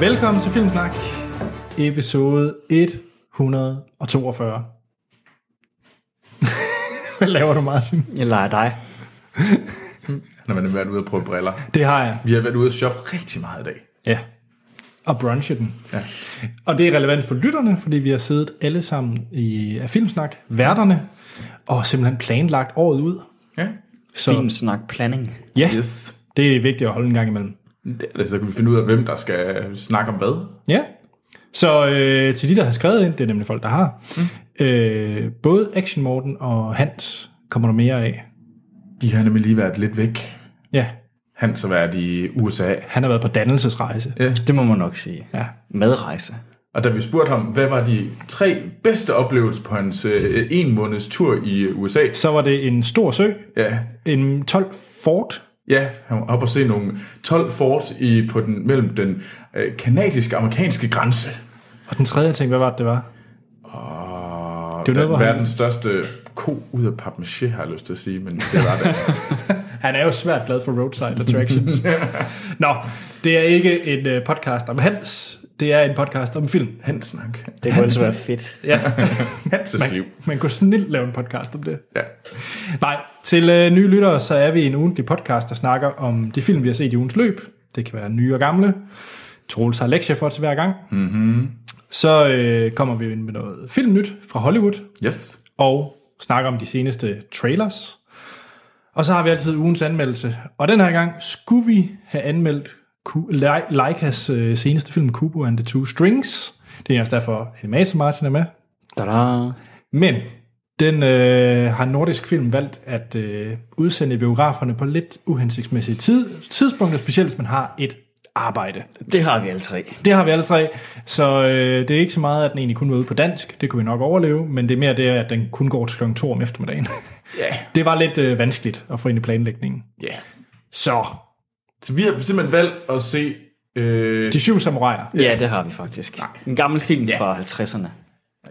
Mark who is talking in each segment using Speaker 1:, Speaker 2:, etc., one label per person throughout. Speaker 1: Velkommen til Filmsnak, episode 142. Hvad laver du, Martin?
Speaker 2: Jeg leger dig.
Speaker 3: når man har været ude og prøve briller.
Speaker 1: Det har jeg.
Speaker 3: Vi har været ude og shoppe rigtig meget i dag.
Speaker 1: Ja. Og brunche den.
Speaker 3: Ja.
Speaker 1: Og det er relevant for lytterne, fordi vi har siddet alle sammen i af Filmsnak, værterne, og simpelthen planlagt året ud.
Speaker 3: Ja.
Speaker 1: Så
Speaker 2: Filmsnak planning.
Speaker 1: ja,
Speaker 3: Yes.
Speaker 1: det er vigtigt at holde en gang imellem.
Speaker 3: Det, så kan vi finde ud af, hvem der skal snakke om hvad.
Speaker 1: Ja. Så øh, til de, der har skrevet ind, det er nemlig folk, der har. Mm. Øh, både Action Morten og Hans kommer der mere af.
Speaker 3: De har nemlig lige været lidt væk.
Speaker 1: Ja,
Speaker 3: Han så været i USA.
Speaker 1: han har været på dannelsesrejse.
Speaker 3: Ja.
Speaker 2: Det må man nok sige.
Speaker 1: Ja.
Speaker 2: Madrejse.
Speaker 3: Og da vi spurgte ham, hvad var de tre bedste oplevelser på hans øh, en måneds tur i øh, USA?
Speaker 1: Så var det en stor sø,
Speaker 3: Ja,
Speaker 1: en 12 Ford.
Speaker 3: ja han var oppe og se nogle 12 fort i, på den, mellem den øh, kanadisk-amerikanske grænse.
Speaker 1: Og den tredje ting, hvad var det, det var? Det
Speaker 3: Og det
Speaker 1: var noget, hvor
Speaker 3: var
Speaker 1: han-
Speaker 3: verdens største ko ud af papmaché, har jeg lyst til at sige, men det var det.
Speaker 1: Han er jo svært glad for roadside attractions. Nå, det er ikke en øh, podcast om Hans. Det er en podcast om film.
Speaker 3: Hans snak.
Speaker 2: Det kunne altså være fedt.
Speaker 1: Ja,
Speaker 3: Hans' liv.
Speaker 1: man kunne snilt lave en podcast om det.
Speaker 3: Ja.
Speaker 1: Nej, til øh, nye lyttere, så er vi en ugentlig podcast, der snakker om de film, vi har set i ugens løb. Det kan være nye og gamle. Troels har lektier for os hver gang. Mm-hmm. Så øh, kommer vi ind med noget filmnyt fra Hollywood,
Speaker 3: Yes.
Speaker 1: og snakker om de seneste trailers. Og så har vi altid ugens anmeldelse. Og den her gang skulle vi have anmeldt Ku- Le- Leikas øh, seneste film, Kubo and the Two Strings. Det er også derfor, Helmase Martin er med.
Speaker 2: Da-da.
Speaker 1: Men den øh, har Nordisk Film valgt at øh, udsende i biograferne på lidt uhensigtsmæssige tid, tidspunkter, specielt hvis man har et arbejde.
Speaker 2: Det har vi alle tre.
Speaker 1: Det har vi alle tre, så øh, det er ikke så meget, at den egentlig kun var ude på dansk. Det kunne vi nok overleve, men det er mere det, at den kun går til kl. 2 om eftermiddagen.
Speaker 3: Ja.
Speaker 1: Det var lidt øh, vanskeligt at få ind i planlægningen.
Speaker 3: Ja.
Speaker 1: Så,
Speaker 3: Så vi har simpelthen valgt at se... Øh,
Speaker 1: De Syv Samuraier.
Speaker 2: Ja, det har vi faktisk. En gammel film fra 50'erne.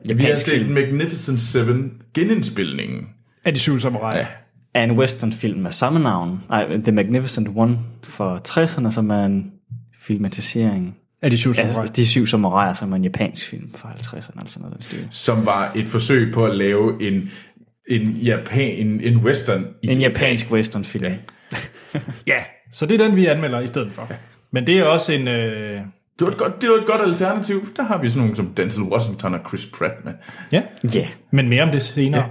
Speaker 3: vi har
Speaker 2: Japansk
Speaker 3: set
Speaker 2: film.
Speaker 3: Magnificent Seven genindspilningen.
Speaker 1: Af De Syv Samuraier. Ja.
Speaker 2: Af en western film af samme navn. Nej, The Magnificent One fra 60'erne, som er en filmatisering.
Speaker 1: Af De Syv Samuraier.
Speaker 2: Altså, de syv samuraier, som er en japansk film fra 50'erne, altså noget af den stil.
Speaker 3: som var et forsøg på at lave en, en, Japan, en, en western. I,
Speaker 2: En japansk western film. Ja.
Speaker 1: ja, så det er den, vi anmelder i stedet for. Men det er også en... Øh,
Speaker 3: det, var et godt, det var et godt alternativ. Der har vi sådan nogle som Denzel Washington og Chris Pratt med.
Speaker 1: ja,
Speaker 2: Yeah.
Speaker 1: men mere om det senere. Ja.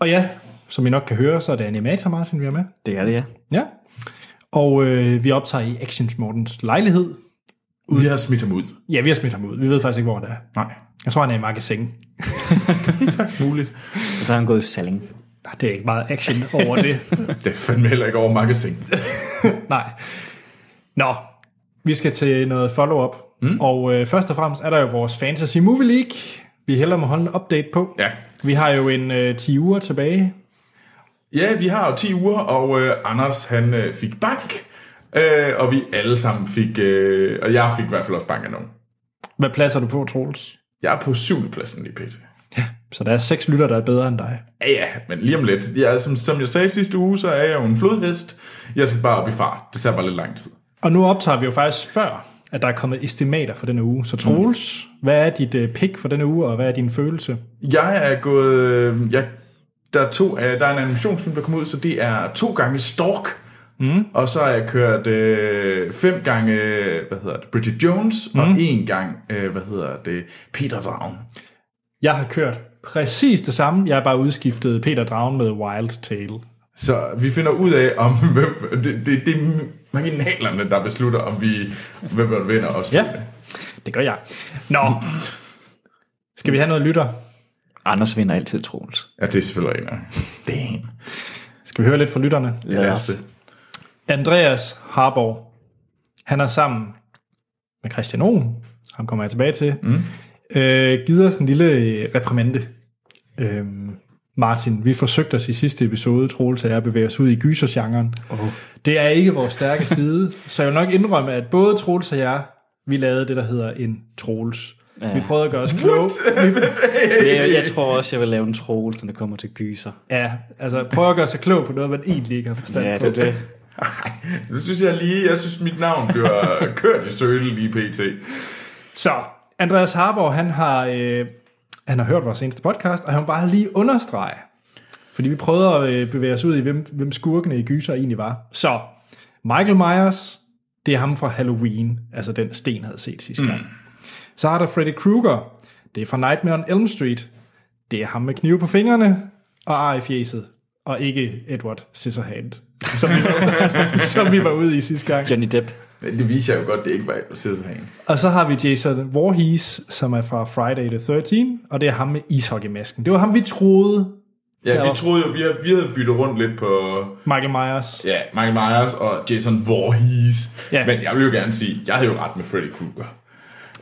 Speaker 1: Og ja, som I nok kan høre, så er det animator Martin, vi er med.
Speaker 2: Det er det, ja.
Speaker 1: Ja. Og øh, vi optager i Action Mortens lejlighed.
Speaker 3: Vi har smidt ham ud.
Speaker 1: Ja, vi har smidt ham ud. Vi ved faktisk ikke, hvor det er.
Speaker 3: Nej,
Speaker 1: Jeg tror, han er i magasin.
Speaker 3: muligt.
Speaker 2: Og så har han gået i Salling.
Speaker 1: Nej, Ah, Det er ikke meget action over det.
Speaker 3: Det er fandme heller ikke over magasin.
Speaker 1: Nej. Nå, vi skal til noget follow-up. Mm. Og øh, først og fremmest er der jo vores Fantasy Movie League. Vi hælder med hånden update på.
Speaker 3: Ja.
Speaker 1: Vi har jo en øh, 10 uger tilbage.
Speaker 3: Ja, vi har jo 10 uger, og øh, Anders han øh, fik bank, øh, og vi alle sammen fik, øh, og jeg fik i hvert fald også bank af nogen.
Speaker 1: Hvad pladser du på, Troels?
Speaker 3: Jeg er på syvende pladsen lige pt.
Speaker 1: Så der er seks lytter, der er bedre end dig.
Speaker 3: Ja, ja, men lige om lidt. Jeg er, som, som jeg sagde sidste uge, så er jeg jo en flodhest. Jeg skal bare op i fart. Det tager bare lidt lang tid.
Speaker 1: Og nu optager vi jo faktisk før, at der er kommet estimater for denne uge. Så Troels, mm. hvad er dit øh, pick for denne uge, og hvad er din følelse?
Speaker 3: Jeg er gået... øh, Jeg, der, er to, øh, der er en animationsfilm, der kommer ud, så det er to gange Stork. Mm. Og så har jeg kørt øh, fem gange, øh, hvad hedder det, Bridget Jones, mm. og en gang, øh, hvad hedder det, Peter Dragen.
Speaker 1: Jeg har kørt præcis det samme. Jeg har bare udskiftet Peter Dragen med Wild Tale.
Speaker 3: Så vi finder ud af, om hvem, det, det, det er marginalerne, der beslutter, om vi, hvem der vinder og
Speaker 1: Ja,
Speaker 3: slutter.
Speaker 1: det gør jeg. Nå, skal vi have noget lytter?
Speaker 2: Anders vinder altid Troels.
Speaker 3: ja, det er selvfølgelig en af. Damn.
Speaker 1: Skal vi høre lidt fra lytterne?
Speaker 2: Lad
Speaker 3: Lad
Speaker 2: os.
Speaker 3: os se.
Speaker 1: Andreas Harborg, han er sammen med Christian Ohm, ham kommer jeg tilbage til, mm. øh, givet os en lille øh, reprimande. Øh, Martin, vi forsøgte os i sidste episode, Troels og jeg, at bevæge os ud i gysergenren. Oh. Det er ikke vores stærke side, så jeg vil nok indrømme, at både Troels og jeg, vi lavede det, der hedder en Troels. Ja.
Speaker 2: Ja.
Speaker 1: Vi prøvede at gøre os kloge. Vi,
Speaker 2: Jeg, jeg tror også, jeg vil lave en Troels, når det kommer til gyser.
Speaker 1: ja, altså prøve at gøre sig klog på noget, man egentlig ikke har forstand
Speaker 2: Ja,
Speaker 1: på.
Speaker 2: det er det.
Speaker 3: Ej, nu synes jeg lige, jeg synes mit navn bliver kørt i søle lige pt.
Speaker 1: Så, Andreas Harborg, han har, øh, han har hørt vores seneste podcast, og han vil bare lige understrege, fordi vi prøvede at øh, bevæge os ud i, hvem, hvem skurkene i Gyser egentlig var. Så, Michael Myers, det er ham fra Halloween, altså den Sten havde set sidste gang. Mm. Så har der Freddy Krueger, det er fra Nightmare on Elm Street, det er ham med knive på fingrene og ar i fjeset, og ikke Edward Scissorhand, som vi, som vi var ude i sidste gang.
Speaker 2: Johnny Depp.
Speaker 3: Men det viser jo godt, det ikke var Edward Scissorhands.
Speaker 1: Og så har vi Jason Voorhees, som er fra Friday the 13, og det er ham med ishockeymasken. Det var ham, vi troede,
Speaker 3: Ja, vi troede jo, vi havde, vi havde byttet rundt lidt på
Speaker 1: Michael Myers.
Speaker 3: ja, Michael Myers og Jason Voorhees.
Speaker 1: Ja.
Speaker 3: Ja. Men jeg vil jo gerne sige, jeg havde jo ret med Freddy Krueger.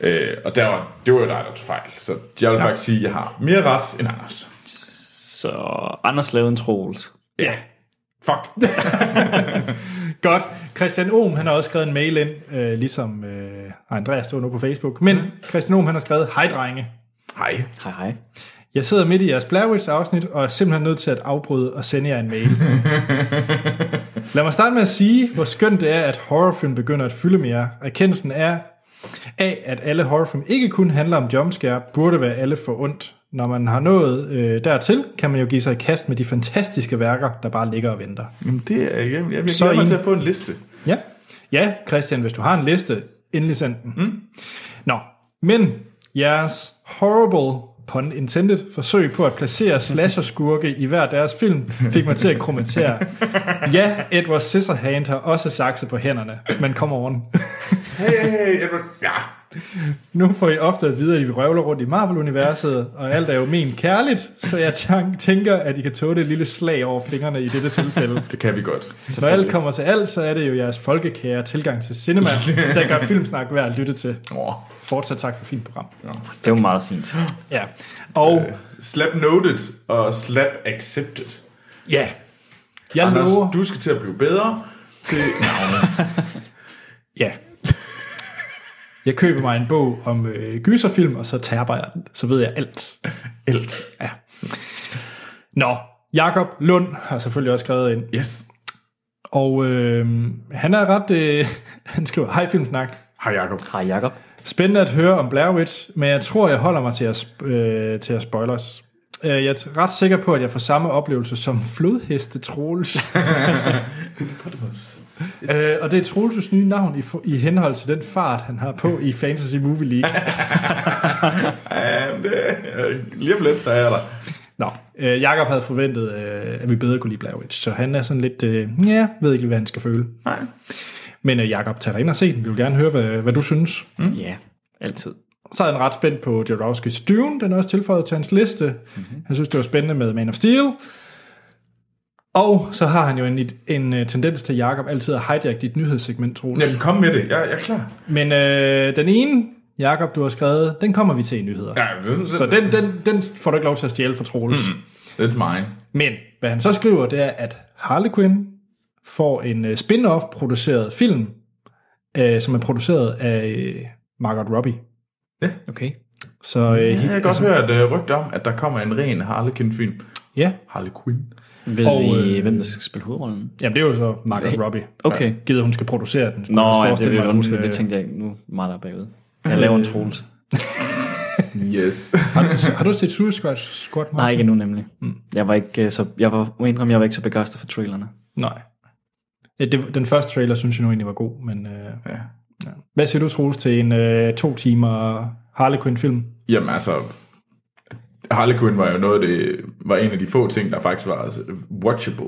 Speaker 3: Øh, og der var, det var jo dig, der tog fejl. Så jeg vil ja. faktisk sige, at jeg har mere ret end Anders.
Speaker 2: Så Anders lavede en Troels.
Speaker 1: Ja. ja. Fuck. Godt. Christian Ohm, han har også skrevet en mail ind, øh, ligesom øh, Andreas stod nu på Facebook. Men Christian Ohm, han har skrevet, hej drenge.
Speaker 3: Hej.
Speaker 2: Hej hej.
Speaker 1: Jeg sidder midt i jeres Blair Witch afsnit, og er simpelthen nødt til at afbryde og sende jer en mail. Lad mig starte med at sige, hvor skønt det er, at horrorfilm begynder at fylde mere. Erkendelsen er af, at alle horrorfilm ikke kun handler om jumpscare, burde være alle for ondt. Når man har nået øh, dertil, kan man jo give sig i kast med de fantastiske værker, der bare ligger og venter.
Speaker 3: Jamen, det er, jeg, jeg, jeg
Speaker 1: Så
Speaker 3: glæder mig
Speaker 1: en-
Speaker 3: til at få en liste.
Speaker 1: Ja. ja, Christian, hvis du har en liste, endelig send den. Mm. Nå, men jeres horrible pun intended forsøg på at placere slasher-skurke i hver deres film, fik mig til at kommentere. Ja, Edward Scissorhand har også sakset på hænderne, men kom on.
Speaker 3: Hey, hey, Edward. Ja.
Speaker 1: Nu får I ofte at vide, at I røvler rundt i Marvel-universet, og alt er jo men kærligt, så jeg tan- tænker, at I kan tåle et lille slag over fingrene i dette tilfælde.
Speaker 3: Det kan vi godt.
Speaker 1: Når alt kommer til alt, så er det jo jeres folkekære tilgang til cinema, der gør filmsnak værd at lytte til.
Speaker 3: Oh.
Speaker 1: Fortsat tak for fint program.
Speaker 2: Det var meget fint.
Speaker 1: Ja. Og øh.
Speaker 3: Slap noted og slap accepted.
Speaker 1: ja, jeg
Speaker 3: Anders,
Speaker 1: lover...
Speaker 3: du skal til at blive bedre til navne.
Speaker 1: Ja. Jeg køber mig en bog om øh, gyserfilm, og så taber jeg den. Så ved jeg alt.
Speaker 3: Alt.
Speaker 1: Ja. Nå, Jakob Lund har selvfølgelig også skrevet ind.
Speaker 3: Yes.
Speaker 1: Og øh, han er ret... Øh, han skriver, hej Filmsnak.
Speaker 3: Hej Jacob.
Speaker 2: Hej Jakob.
Speaker 1: Spændende at høre om Blair Witch, men jeg tror, jeg holder mig til at, sp- øh, til at spoilers. Øh, Jeg er ret sikker på, at jeg får samme oplevelse som flodheste Troels. øh, og det er Troelses nye navn i, fo- i henhold til den fart, han har på i Fantasy Movie League.
Speaker 3: Ja, det, øh, lige om lidt, så er jeg der.
Speaker 1: Nå, øh, Jakob havde forventet, øh, at vi bedre kunne lide Blair Witch, så han er sådan lidt, øh, ja, ved ikke, hvad han skal føle.
Speaker 3: Nej.
Speaker 1: Men øh, Jakob, tag dig ind og se den. Vi vil gerne høre, hvad, hvad du synes.
Speaker 2: Mm. Ja, altid.
Speaker 1: Så er han ret spændt på Jodorowskis Dune, den er også tilføjet til hans liste. Mm-hmm. Han synes, det var spændende med Man of Steel. Og så har han jo en, en øh, tendens til, Jakob altid at hijack dit nyhedssegment, Troels.
Speaker 3: Jamen, kom med det. Jeg, jeg er klar.
Speaker 1: Men øh, den ene, Jakob, du har skrevet, den kommer vi til i nyheder.
Speaker 3: Ja, jeg ved det.
Speaker 1: Så den, den, den får du ikke lov til at stjæle for Troels. Mm.
Speaker 3: That's mine.
Speaker 1: Men hvad han så skriver, det er, at Harley Quinn får en øh, spin-off-produceret film, øh, som er produceret af øh, Margot Robbie.
Speaker 2: Okay.
Speaker 1: Så øh,
Speaker 3: Jeg har godt hørt uh, rygter om, at der kommer en ren Harlequin-film.
Speaker 1: ja,
Speaker 3: Harley Quinn.
Speaker 2: Ved
Speaker 1: Og,
Speaker 2: og, vi,
Speaker 1: øh,
Speaker 2: øh, hvem der skal spille hovedrollen?
Speaker 1: Jamen, det er jo så Margot
Speaker 2: Okay.
Speaker 1: Robbie.
Speaker 2: Okay.
Speaker 1: Givet, hun skal producere den. Skulle
Speaker 2: Nå,
Speaker 1: jeg også
Speaker 2: ja,
Speaker 1: forestille mig,
Speaker 2: det er lidt
Speaker 1: at hun,
Speaker 2: undskyld.
Speaker 1: øh,
Speaker 2: Det tænkte jeg ikke. Nu er meget der bagved. Jeg laver en Troels.
Speaker 3: Yes.
Speaker 1: har, du, har du set Suicide Squad, Squad Martin?
Speaker 2: Nej, ikke endnu nemlig. Jeg var ikke øh, så, jeg var, må indrømme, jeg var ikke så begejstret for trailerne.
Speaker 1: Nej. Ja, det, den første trailer synes jeg nu egentlig var god, men... Øh,
Speaker 3: ja.
Speaker 1: hvad siger du, Troels, til en øh, to timer Harley Quinn-film?
Speaker 3: Jamen altså, Harley Quinn var jo noget, af det var en af de få ting, der faktisk var altså, watchable.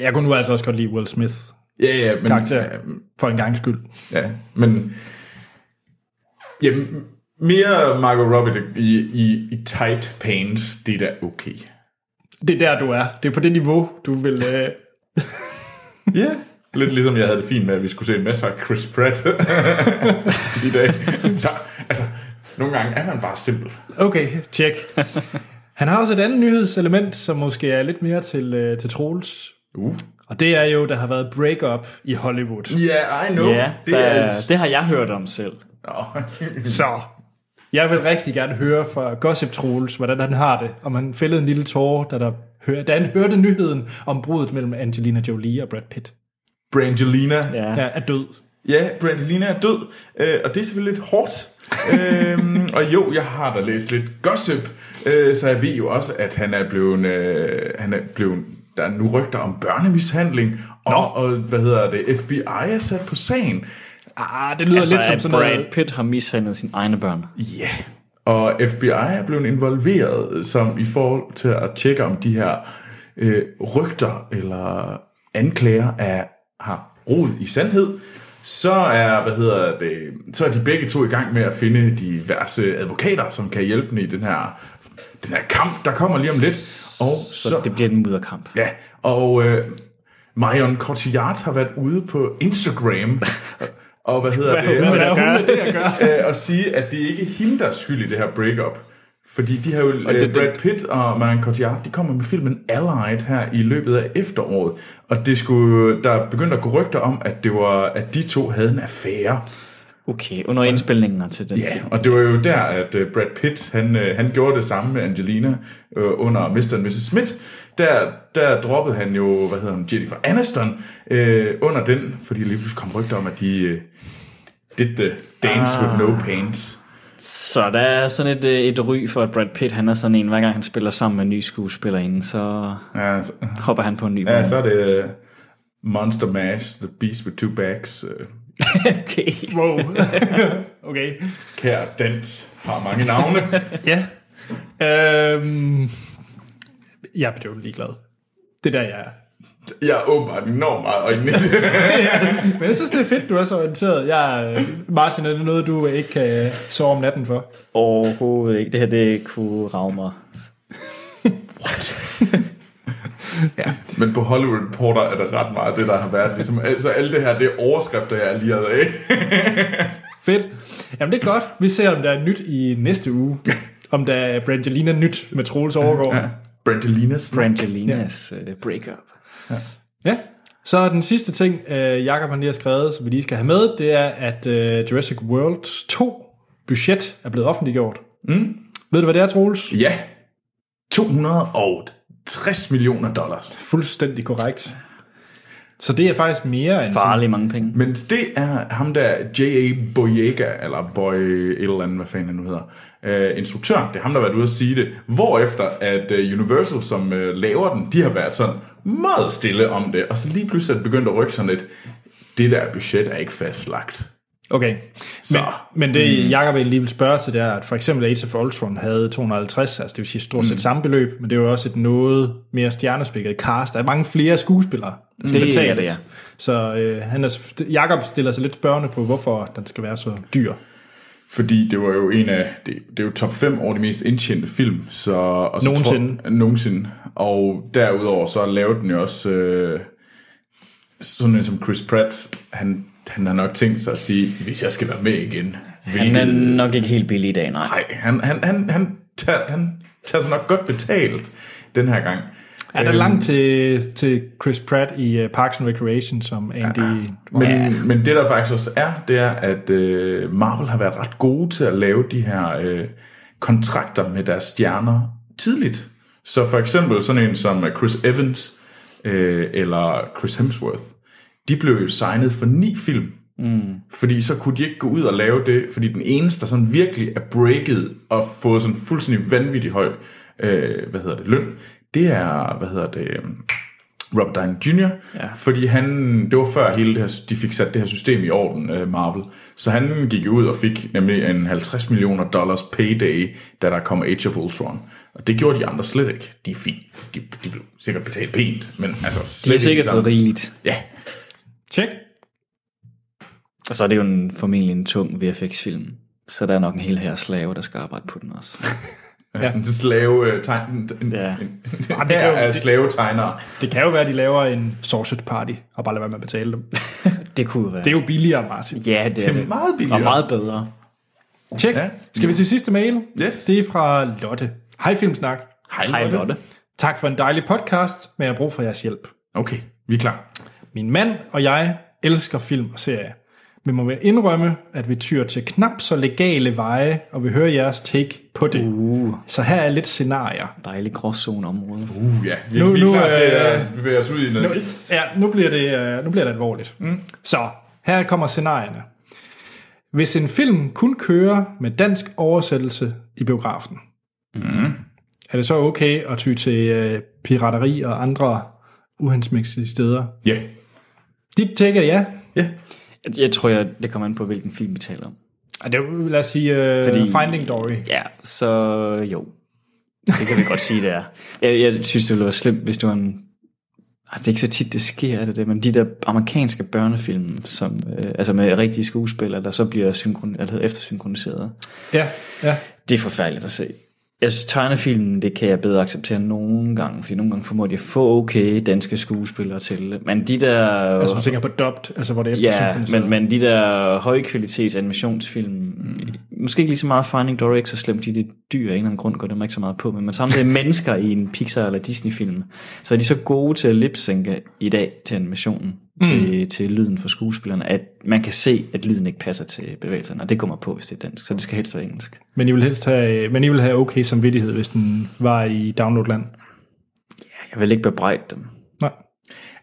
Speaker 1: Jeg kunne nu altså også godt lide Will Smith,
Speaker 3: Ja, ja, men...
Speaker 1: Karakter.
Speaker 3: Mm, Ja,
Speaker 1: for en gang skyld.
Speaker 3: ja, men... Ja, m- mere Margot Robbie i, i, i tight pants, det er da okay.
Speaker 1: Det er der, du er. Det er på det niveau, du vil... Øh,
Speaker 3: Ja. Yeah. Lidt ligesom jeg havde det fint med, at vi skulle se en masse af Chris Pratt i dag. Så, altså, nogle gange er man bare simpel.
Speaker 1: okay, tjek. Han har også et andet nyhedselement, som måske er lidt mere til, øh, til Troels.
Speaker 3: Uh.
Speaker 1: Og det er jo, der har været break-up i Hollywood.
Speaker 3: Yeah, I know.
Speaker 2: Ja, det, altså- der, det har jeg hørt om selv.
Speaker 3: Nå.
Speaker 1: Så jeg vil rigtig gerne høre fra Gossip Troels, hvordan han har det. Om han fældede en lille tårer, da, der hør, da han hørte nyheden om bruddet mellem Angelina Jolie og Brad Pitt.
Speaker 3: Brangelina.
Speaker 2: Ja.
Speaker 1: Ja, er død.
Speaker 3: Ja, Brangelina er død, øh, og det er selvfølgelig lidt hårdt. øhm, og jo, jeg har da læst lidt gossip, øh, så jeg ved jo også, at han er blevet, øh, han er blevet der er nu rygter om børnemishandling, og, og hvad hedder det, FBI er sat på sagen.
Speaker 1: Ah, det lyder
Speaker 2: Altså,
Speaker 1: lidt som
Speaker 2: at
Speaker 1: sådan noget...
Speaker 2: Brad Pitt har mishandlet sine egne børn.
Speaker 3: Ja, og FBI er blevet involveret som i forhold til at tjekke om de her øh, rygter eller anklager er, har rod i sandhed. Så er, hvad hedder det, så er de begge to i gang med at finde diverse advokater, som kan hjælpe dem i den her, den her kamp, der kommer lige om lidt. Og
Speaker 2: Så, så det bliver en mudderkamp.
Speaker 3: Ja, og øh, Marion Cotillard har været ude på Instagram, og hvad hedder
Speaker 2: Hvad-
Speaker 3: det?
Speaker 2: hvad
Speaker 3: og,
Speaker 2: er hun med
Speaker 3: det at gøre? Øh, og sige, at det ikke er hende, der er skyld i det her breakup. Fordi de har jo, øh,
Speaker 2: det- det-
Speaker 3: Brad Pitt og Marion Cotillard, de kommer med filmen Allied her i løbet af efteråret. Og det skulle, der begyndte at gå rygter om, at, det var, at de to havde en affære.
Speaker 2: Okay, under indspilningen til den
Speaker 3: Ja,
Speaker 2: film.
Speaker 3: og det var jo der, at øh, Brad Pitt, han, øh, han gjorde det samme med Angelina øh, under Mr. and Mrs. Smith. Der, der droppede han jo, hvad hedder hun, Jennifer Aniston øh, under den, fordi lige pludselig kom rygter om, at de øh, did the dance ah. with no pants.
Speaker 2: Så der er sådan et, øh, et ry for, at Brad Pitt han er sådan en, hver gang han spiller sammen med en ny skuespillerinde, så
Speaker 3: Ja, så,
Speaker 2: hopper han på en ny
Speaker 3: ja,
Speaker 2: mand.
Speaker 3: så er det øh, Monster Mash, The Beast with Two Backs, øh,
Speaker 2: Okay.
Speaker 1: Wow. okay.
Speaker 3: Kær Dans, har mange navne.
Speaker 1: Ja. Øhm, jeg er bedøvende ligeglad. Det er der, jeg er.
Speaker 3: Jeg er åbenbart enormt meget øjne.
Speaker 1: Men jeg synes, det er fedt, du er så orienteret. Jeg, er- øh, Martin, er det noget, du øh, ikke kan sove om natten for?
Speaker 2: Overhovedet ikke. Det her, det kunne rave mig.
Speaker 3: Men på Hollywood Reporter er det ret meget det, der har været. Ligesom, altså, alle det her, det er overskrifter, jeg er lige af.
Speaker 1: Fedt. Jamen, det er godt. Vi ser, om der er nyt i næste uge. Om der er Brangelina nyt med Troels Overgaard. Ja.
Speaker 3: Brandelinas.
Speaker 2: Brangelinas ja. øh, breakup.
Speaker 1: Ja. Så den sidste ting, øh, Jakob han lige har skrevet, som vi lige skal have med, det er, at øh, Jurassic World 2 budget er blevet offentliggjort. Mm. Ved du, hvad det er, Troels?
Speaker 3: Ja. 260 millioner dollars.
Speaker 1: Fuldstændig korrekt. Så det er faktisk mere end...
Speaker 2: Farlig mange penge.
Speaker 3: Men det er ham der, J.A. Boyega, eller Boy et eller andet, hvad fanden han nu hedder, øh, instruktøren, det er ham, der har været ude at sige det, hvorefter at øh, Universal, som øh, laver den, de har været sådan meget stille om det, og så lige pludselig er det begyndt at rykke sådan lidt, det der budget er ikke fastlagt.
Speaker 1: Okay.
Speaker 3: Så.
Speaker 1: Men, men
Speaker 2: Mm.
Speaker 1: det, Jacob egentlig vil spørge til, det er, at for eksempel Age of Ultron havde 250, altså det vil sige stort
Speaker 2: Mm.
Speaker 1: set samme beløb, men det var også et noget mere stjernespækket cast. Der er mange flere skuespillere, der skal
Speaker 2: Det er
Speaker 1: betales.
Speaker 2: det, ja.
Speaker 1: Så øh, han er, Jacob stiller sig lidt spørgende på, hvorfor den skal være så dyr.
Speaker 3: Fordi det var jo en af, det, det er jo top 5 over de mest indtjente film, så... Og så
Speaker 1: Nogensinde.
Speaker 3: Tror, nogensinde. Og derudover så lavede den jo også, øh, sådan en som Chris Pratt, han, han har nok tænkt sig at sige, hvis jeg skal være med igen.
Speaker 2: Han er nok ikke helt billig i dag, nej.
Speaker 3: Nej, han, han, han, han, tager, han tager sig nok godt betalt den her gang. Øhm,
Speaker 1: Er der langt til, til Chris Pratt i uh, Parks and Recreation, som Andy... Ja.
Speaker 3: Men, ja. men det der faktisk også er, det er, at øh, Marvel har været ret gode til at lave de her øh, kontrakter med deres stjerner tidligt. Så for eksempel sådan en som øh, Chris Evans øh, eller Chris Hemsworth, de blev jo signet for ni film. Mm. Fordi så kunne de ikke gå ud og lave det, fordi den eneste, der sådan virkelig er breaket og fået sådan fuldstændig vanvittig høj, øh, hvad hedder det, løn, det er, hvad hedder det, øh, Robert Downey Jr., ja. fordi han, det var før hele det her, de fik sat det her system i orden, øh, Marvel, så han gik ud og fik nemlig en 50 millioner dollars payday, da der kom Age of Ultron. Og det gjorde de andre slet ikke. De, fik, de, de blev sikkert betalt pænt, men altså slet
Speaker 2: De har
Speaker 3: ikke
Speaker 2: sikkert
Speaker 3: sammen.
Speaker 2: fået rigeligt.
Speaker 3: Ja,
Speaker 1: Tjek.
Speaker 2: Og så er det jo en, formentlig en tung VFX-film. Så der er nok en hel her slave, der skal arbejde på den også.
Speaker 3: ja. sådan en slave øh, tegn, en, en,
Speaker 2: Ja.
Speaker 3: en,
Speaker 1: Jamen, det
Speaker 3: her
Speaker 1: kan jo-
Speaker 3: er
Speaker 1: det-
Speaker 3: slave tegnere.
Speaker 1: Det kan jo være, at de laver en sausage party, og bare lader være med at betale dem.
Speaker 2: Det kunne være.
Speaker 1: Det er jo billigere, Martin.
Speaker 2: ja, det er det.
Speaker 3: Meget billigere.
Speaker 2: Og meget bedre.
Speaker 1: Tjek.
Speaker 3: Ja.
Speaker 1: Ja. Skal vi til sidste mail?
Speaker 3: Yes.
Speaker 1: Det er fra Lotte. Hej Filmsnak.
Speaker 2: Hej Lotte.
Speaker 1: Tak for en dejlig podcast, men jeg har brug for jeres hjælp.
Speaker 3: Okay, vi er klar.
Speaker 1: Min mand og jeg elsker film og serier. Vi må vel indrømme, at vi tyr til knap så legale veje, og vi hører jeres take på det.
Speaker 2: Uh,
Speaker 1: Så her er lidt scenarier.
Speaker 2: dejlig gråzoneområde.
Speaker 3: Uh, ja. Vi,
Speaker 1: Nu-
Speaker 3: nu, vi er
Speaker 1: nu,
Speaker 3: klar til
Speaker 1: øh,
Speaker 3: at bevæge os ud i noget.
Speaker 1: Nu, ja, nu bliver det, øh, nu bliver det alvorligt. Mm. Så, her kommer scenarierne. Hvis en film kun kører med dansk oversættelse i biografen, mm. er det så okay at ty til øh, pirateri og andre uhensigtsmæssige steder?
Speaker 3: Ja.
Speaker 1: Dit take er ja.
Speaker 3: Ja.
Speaker 2: Jeg, jeg tror, jeg, det kommer an på, hvilken film vi taler om.
Speaker 1: Ej, Det er, jo, lad os sige øh, Fordi...
Speaker 2: Fordi-
Speaker 1: Finding Dory.
Speaker 2: Ja, så jo. Det kan vi godt sige, det er. Jeg, jeg synes, det ville være slemt, hvis det var en... Ej, Det er ikke så tit, det sker, er det det? Men de der amerikanske børnefilm, som, øh, altså med rigtige skuespillere, der så bliver synkron, eller hedder eftersynkroniseret.
Speaker 1: Ja, ja.
Speaker 2: Det er forfærdeligt at se. Jeg synes, tegnefilmen, det kan jeg bedre acceptere nogle gange, fordi nogle gange formår de at få okay danske skuespillere til. Men de der...
Speaker 1: Altså, du tænker på dubbed, altså hvor det er
Speaker 2: Ja,
Speaker 1: eftersynkroniseret.
Speaker 2: men, men de der højkvalitets animationsfilm, mm. måske ikke lige så meget Finding Dory, ikke så slemt, de er lidt dyr af en eller anden grund, går dem ikke så meget på, men man samtidig mennesker i en Pixar eller Disney-film, så er de så gode til at lipsynke i dag til animationen, mm. til, til lyden for skuespillerne, at man kan se, at lyden ikke passer til bevægelserne, og det kommer på, hvis det er dansk, så det skal helst være engelsk.
Speaker 1: Men I vil helst have, men I vil have okay samvittighed, hvis den var i downloadland.
Speaker 2: Jeg vil ikke bebrejde dem.
Speaker 1: Nej.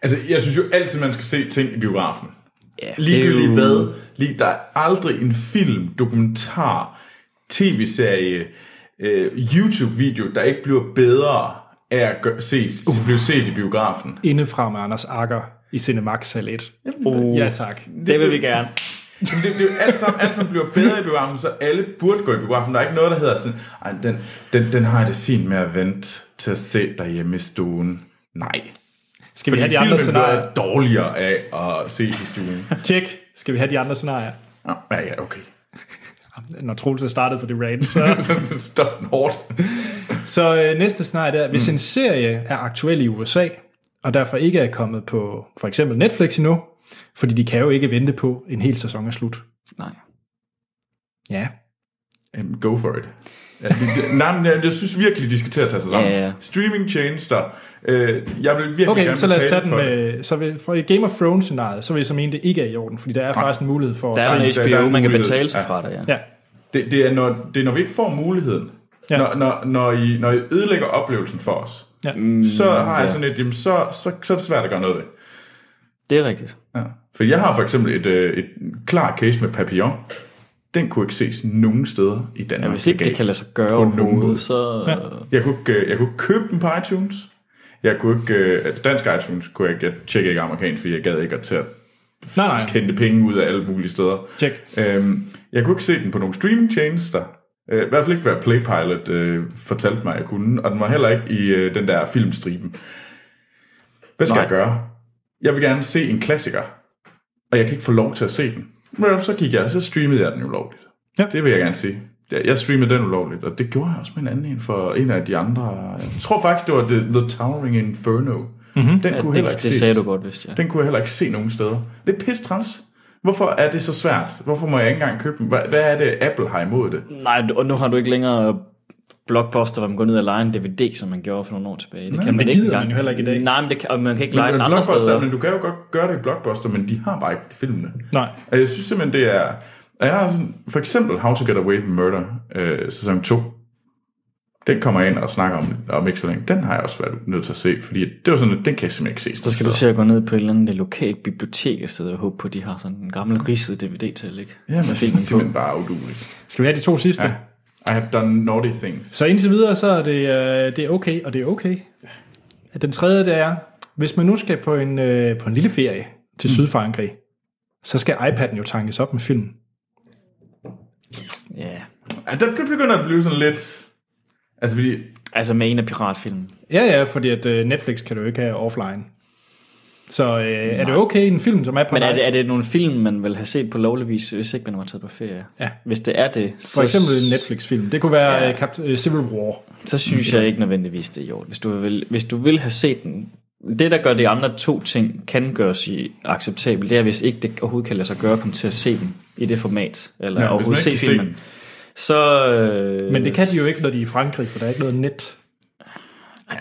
Speaker 3: Altså, jeg synes jo altid, man skal se ting i biografen.
Speaker 2: Ja,
Speaker 3: Ligegyldigt
Speaker 2: det er jo-
Speaker 3: hvad. Lige, der er aldrig en film, dokumentar, tv-serie, øh, YouTube-video, der ikke bliver bedre af at gø- ses, uh. blive set i biografen.
Speaker 1: Indefra med Anders Akker i Cinemax sal 1. Uh. Ja, tak.
Speaker 2: Det vil vi gerne.
Speaker 3: Jamen, det, det er jo alt sammen, alt sammen bliver bedre i biografen, så alle burde gå i biografen. Der er ikke noget, der hedder sådan, Ej, den, den, den har jeg det fint med at vente til at se derhjemme i stuen. Nej.
Speaker 1: Skal vi
Speaker 3: Fordi
Speaker 1: have de
Speaker 3: filmen
Speaker 1: andre
Speaker 3: bliver
Speaker 1: scenarier?
Speaker 3: dårligere af at se i stuen.
Speaker 1: Tjek. Skal vi have de andre scenarier?
Speaker 3: Nå, Ja, ja, okay.
Speaker 1: Når Troels er startet på det rant, så...
Speaker 3: Stop den hårdt.
Speaker 1: så øh, næste scenarie det er,
Speaker 3: Mm.
Speaker 1: hvis en serie er aktuel i USA, og derfor ikke er kommet på for eksempel Netflix endnu, fordi de kan jo ikke vente på en hel sæson er slut.
Speaker 2: Nej.
Speaker 1: Ja.
Speaker 3: Jamen, go for it. Ja, det- Nej, men jeg, jeg synes virkelig, de skal til at tage sig sammen.
Speaker 2: Ja, ja.
Speaker 3: Streaming tjenester. Øh, jeg vil virkelig
Speaker 1: Okay,
Speaker 3: gerne
Speaker 1: så lad os tage den
Speaker 3: betale for det.
Speaker 1: med... Så vil, for i Game of Thrones-scenariet, så vil jeg så mene, det ikke er i orden, fordi der er faktisk en mulighed for...
Speaker 2: Der
Speaker 1: at
Speaker 2: er jo en
Speaker 3: Der- der
Speaker 2: HBO,
Speaker 3: er
Speaker 2: man kan
Speaker 3: mulighed.
Speaker 2: betale sig
Speaker 3: Ja.
Speaker 2: fra det, ja.
Speaker 1: Ja.
Speaker 3: Det, det, er, når, det er, når vi ikke får muligheden.
Speaker 1: Ja.
Speaker 3: Ja. Når, når, når, I, når I ødelægger oplevelsen for os,
Speaker 1: Ja.
Speaker 2: Mm,
Speaker 3: så har jeg sådan et, jamen, så, så, så er det svært at gøre noget ved.
Speaker 2: Det er rigtigt.
Speaker 3: Ja. For jeg har for eksempel et, øh, et klar case med Papillon. Den kunne ikke ses nogen steder i Danmark.
Speaker 2: Ja, hvis ikke det
Speaker 3: legalt.
Speaker 2: kan lade sig gøre
Speaker 3: På nogen måde.
Speaker 2: overhovedet, så... Ja.
Speaker 3: Jeg kunne, ikke, øh, jeg kunne ikke købe den på iTunes. Jeg kunne ikke, øh, dansk iTunes kunne jeg ikke, jeg tjekkede ikke amerikansk, fordi jeg gad ikke at tage
Speaker 1: Nej, nej.
Speaker 3: kendte penge ud af alle mulige steder.
Speaker 1: Tjek.
Speaker 3: Øhm, jeg kunne ikke se den på nogle streamingtjenester. Øh, I hvert fald ikke, hvad Playpilot øh, fortalte mig, jeg kunne. Og den var heller ikke i øh, den der filmstriben. Hvad skal
Speaker 2: Nej.
Speaker 3: Nej. jeg gøre? Jeg vil gerne se en klassiker, og jeg kan ikke få lov til at se den. Men så gik jeg, så streamede jeg den ulovligt.
Speaker 1: Ja.
Speaker 3: Det vil jeg gerne sige. Jeg jeg streamede den ulovligt, og det gjorde jeg også med en anden en for en af de andre. Jeg tror faktisk, det var The, The Towering Inferno. Mm-hmm. Den
Speaker 2: Ja,
Speaker 3: kunne heller
Speaker 2: det,
Speaker 3: ikke
Speaker 2: det
Speaker 3: ses.
Speaker 2: sagde du godt, vidste jeg.
Speaker 3: Den kunne jeg heller ikke se nogen steder. Det er pisse træls. Hvorfor er det så svært? Hvorfor må jeg ikke engang købe dem? Hvad, hvad er det, Apple har imod det?
Speaker 2: Nej, du- og nu har du ikke længere blogposter, hvor man går ned og lejer en DVD, som man gjorde for nogle år tilbage. Det Nej, kan
Speaker 1: men
Speaker 2: man
Speaker 1: det
Speaker 2: ikke
Speaker 1: gider man
Speaker 2: engang.
Speaker 1: jo heller ikke i dag.
Speaker 2: Nej, men det kan, og man kan ikke lege
Speaker 3: Men,
Speaker 2: den
Speaker 3: men,
Speaker 2: andre
Speaker 3: blockbuster,
Speaker 2: steder. Men...
Speaker 3: men du kan jo godt gøre det i Blockbuster, men de har bare ikke filmene.
Speaker 1: Nej.
Speaker 3: Og jeg synes simpelthen, det er... og Jeg har sådan, for eksempel How to Get Away with Murder, øh, sæson 2. Den kommer jeg ind og snakker om, om ikke så længe. Den har jeg også været nødt til at se, fordi det var sådan, at den kan jeg simpelthen ikke se.
Speaker 2: Så skal du til at gå ned på et eller andet lokalt bibliotek et sted og håbe på, at de har sådan en gammel ridset DVD til at ligge.
Speaker 3: Ja, men
Speaker 2: med
Speaker 3: det er
Speaker 2: filmen på.
Speaker 3: simpelthen bare uduligt.
Speaker 1: Skal vi have de to sidste?
Speaker 3: Ja. I have done naughty things.
Speaker 1: Så indtil videre, så er det, øh, det er okay, og det er okay. Den tredje, det er, hvis man nu skal på en, øh, på en lille ferie
Speaker 2: Mm.
Speaker 1: til Sydfrankrig, så skal iPad'en jo tankes op med film.
Speaker 2: Ja,
Speaker 3: Ja, det, det begynder at blive sådan lidt... Altså, fordi
Speaker 2: altså med en af piratfilmen.
Speaker 1: Ja, ja, fordi at øh, Netflix kan du ikke have offline. Så øh, er det okay en film, som er på
Speaker 2: Men er
Speaker 1: dig?
Speaker 2: det, er det nogle film, man vil have set på lovlig vis, hvis ikke man var taget på ferie?
Speaker 1: Ja.
Speaker 2: Hvis det er det, så,
Speaker 1: For eksempel en Netflix-film. Det kunne være
Speaker 2: altså Ja.
Speaker 1: ja. Cap- øh, Civil War.
Speaker 2: så synes jeg ikke nødvendigvis, det er i orden. Hvis du vil, hvis du vil have set den, det, der gør de andre to ting, kan gøres i acceptabelt, det er, hvis ikke det overhovedet kan lade sig gøre, at komme til at se den i det format, eller
Speaker 3: Ja,
Speaker 2: ja,
Speaker 3: hvis
Speaker 2: overhovedet
Speaker 3: man
Speaker 2: se
Speaker 3: ikke kan se
Speaker 2: filmen.
Speaker 3: den.
Speaker 2: så, øh,
Speaker 1: Men det kan de jo ikke, når de er i Frankrig, for der er ikke noget net.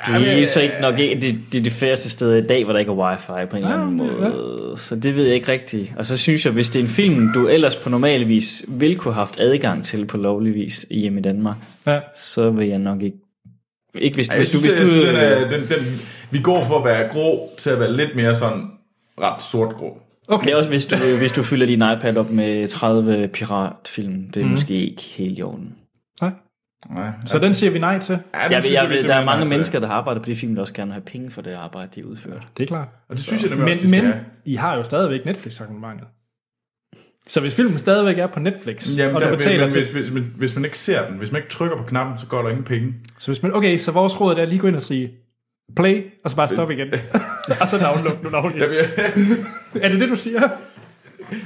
Speaker 2: Det er så ikke nok ikke, det, det, er det færreste sted i dag, hvor der ikke er wifi på en eller anden
Speaker 1: men det er
Speaker 2: måde. Så det ved jeg ikke rigtigt. Og så synes jeg, hvis det er en film, du ellers på normal vis vil kunne have haft adgang til på lovlig vis hjemme i Danmark,
Speaker 1: Ja.
Speaker 2: så vil jeg nok ikke... Ikke hvis,
Speaker 3: Ja,
Speaker 2: hvis du... Hvis
Speaker 3: det-
Speaker 2: du
Speaker 3: jeg synes, øh, den er, den, den, vi går for at være grå til at være lidt mere sådan ret sort-grå.
Speaker 2: det er også, hvis du, hvis du fylder din iPad op med 30 piratfilm.
Speaker 1: Mhm.
Speaker 2: Det er mm. måske ikke helt i orden.
Speaker 1: Nej.
Speaker 3: Nej,
Speaker 1: Så den siger vi nej til.
Speaker 3: ja, den
Speaker 2: Jeg, ved,
Speaker 3: synes
Speaker 2: jeg, ved,
Speaker 3: vi
Speaker 2: der er
Speaker 3: simpelthen
Speaker 2: mange
Speaker 3: til.
Speaker 2: mennesker, der har arbejdet på de film, der også gerne vil have penge for det arbejde, de udfører.
Speaker 1: Det er klart.
Speaker 3: Og det synes jeg nemlig også, de
Speaker 1: Men,
Speaker 3: skal
Speaker 1: men
Speaker 3: have.
Speaker 1: I har jo stadigvæk Netflix-abonnementet. Så hvis filmen stadigvæk er på Netflix, Jamen, og der
Speaker 3: der-
Speaker 1: betaler
Speaker 3: men,
Speaker 1: til...
Speaker 3: hvis, hvis, men, hvis man ikke ser den, hvis man ikke trykker på knappen, så går der ingen penge.
Speaker 1: Så hvis man, okay, så vores råd er lige gå ind og sige play, og så bare stop igen. og så download nu navn
Speaker 3: Jeg
Speaker 1: igen.
Speaker 3: vil-
Speaker 1: Er det det, du siger?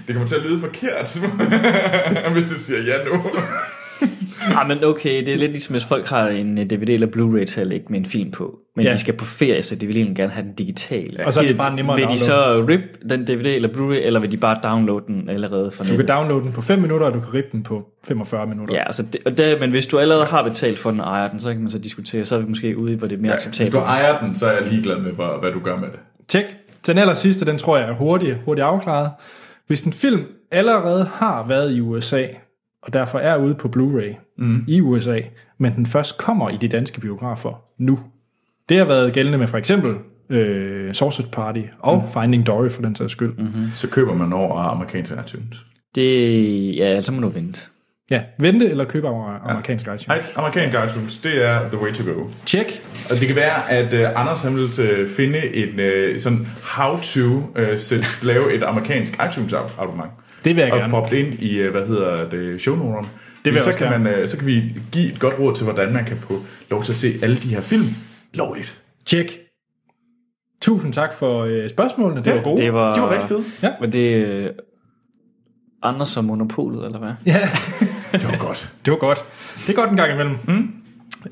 Speaker 3: Det kommer til at lyde forkert, hvis du siger ja nu.
Speaker 2: Ah, men okay, det er lidt ligesom, hvis folk har en øh, DVD eller Blu-ray til at lægge med en film på, men
Speaker 1: Ja.
Speaker 2: ja. de skal på ferie, så de vil egentlig gerne have den digital.
Speaker 1: Og så er det bare nemmere at
Speaker 2: Vil de så rip den DVD eller Blu-ray, eller vil de bare downloade den allerede fra
Speaker 1: Du kan
Speaker 2: nettet?
Speaker 1: downloade den på 5 minutter, og du kan rippe den på 45 minutter.
Speaker 2: Ja, altså det, og det, men hvis du allerede har betalt for den og ejer den, så kan man så diskutere, så er vi måske ude i, hvor det er mere ja,
Speaker 3: Hvis
Speaker 2: acceptabelt.
Speaker 3: du ejer den, så er jeg ligeglad med, hvad, hvad du gør med det.
Speaker 1: Tjek. Den aller sidste, den tror jeg er hurtig, hurtigt afklaret. Hvis en film allerede har været i USA, og derfor er ude på Blu-ray mm. i USA, men den først kommer i de danske biografer nu. Det har været gældende med for eksempel øh, Sausage Party og mm. Finding Dory for den sags skyld. Mm-hmm.
Speaker 2: Mm.
Speaker 3: Så køber man over amerikanske iTunes.
Speaker 2: Det, ja, så må du vente.
Speaker 1: Ja, vente eller købe over amerikansk ja. iTunes.
Speaker 3: I- Amerikanske iTunes, det er the way to go.
Speaker 1: Tjek.
Speaker 3: Og det kan være, at uh, Anders han vil uh, finde en uh, sådan how to uh, sæt, lave et amerikansk iTunes ab- abonnement.
Speaker 1: Det vil jeg
Speaker 3: Og
Speaker 1: gerne.
Speaker 3: poppe det ind i, uh, hvad hedder det, shownoterne.
Speaker 1: vil jeg
Speaker 3: så,
Speaker 1: også
Speaker 3: kan
Speaker 1: gerne.
Speaker 3: man, uh, så kan vi give et godt råd til, hvordan man kan få lov til at se alle de her film lovligt.
Speaker 1: Tjek. Tusind tak for øh, spørgsmålene. Det
Speaker 3: Ja,
Speaker 1: var gode.
Speaker 2: Det var,
Speaker 3: Oh, De var rigtig fede.
Speaker 1: Ja.
Speaker 2: Var det øh, Anders som monopolet, eller hvad?
Speaker 1: Ja.
Speaker 3: Det var godt.
Speaker 1: Det var godt. Det er godt en gang imellem. Mm.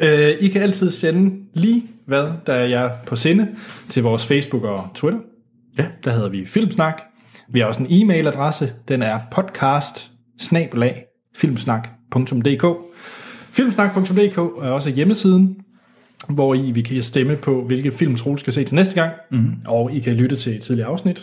Speaker 1: Øh, I kan altid sende lige, hvad der er jer på sinde, til vores Facebook og Twitter.
Speaker 3: Ja.
Speaker 1: Der hedder vi Filmsnak. Vi har også en e-mailadresse. Den er podcast filmsnak.dk Filmsnak.dk er også hjemmesiden, hvor I vi kan stemme på, hvilke film Troels skal se til næste gang, mm-hmm. og I kan lytte til tidligere afsnit.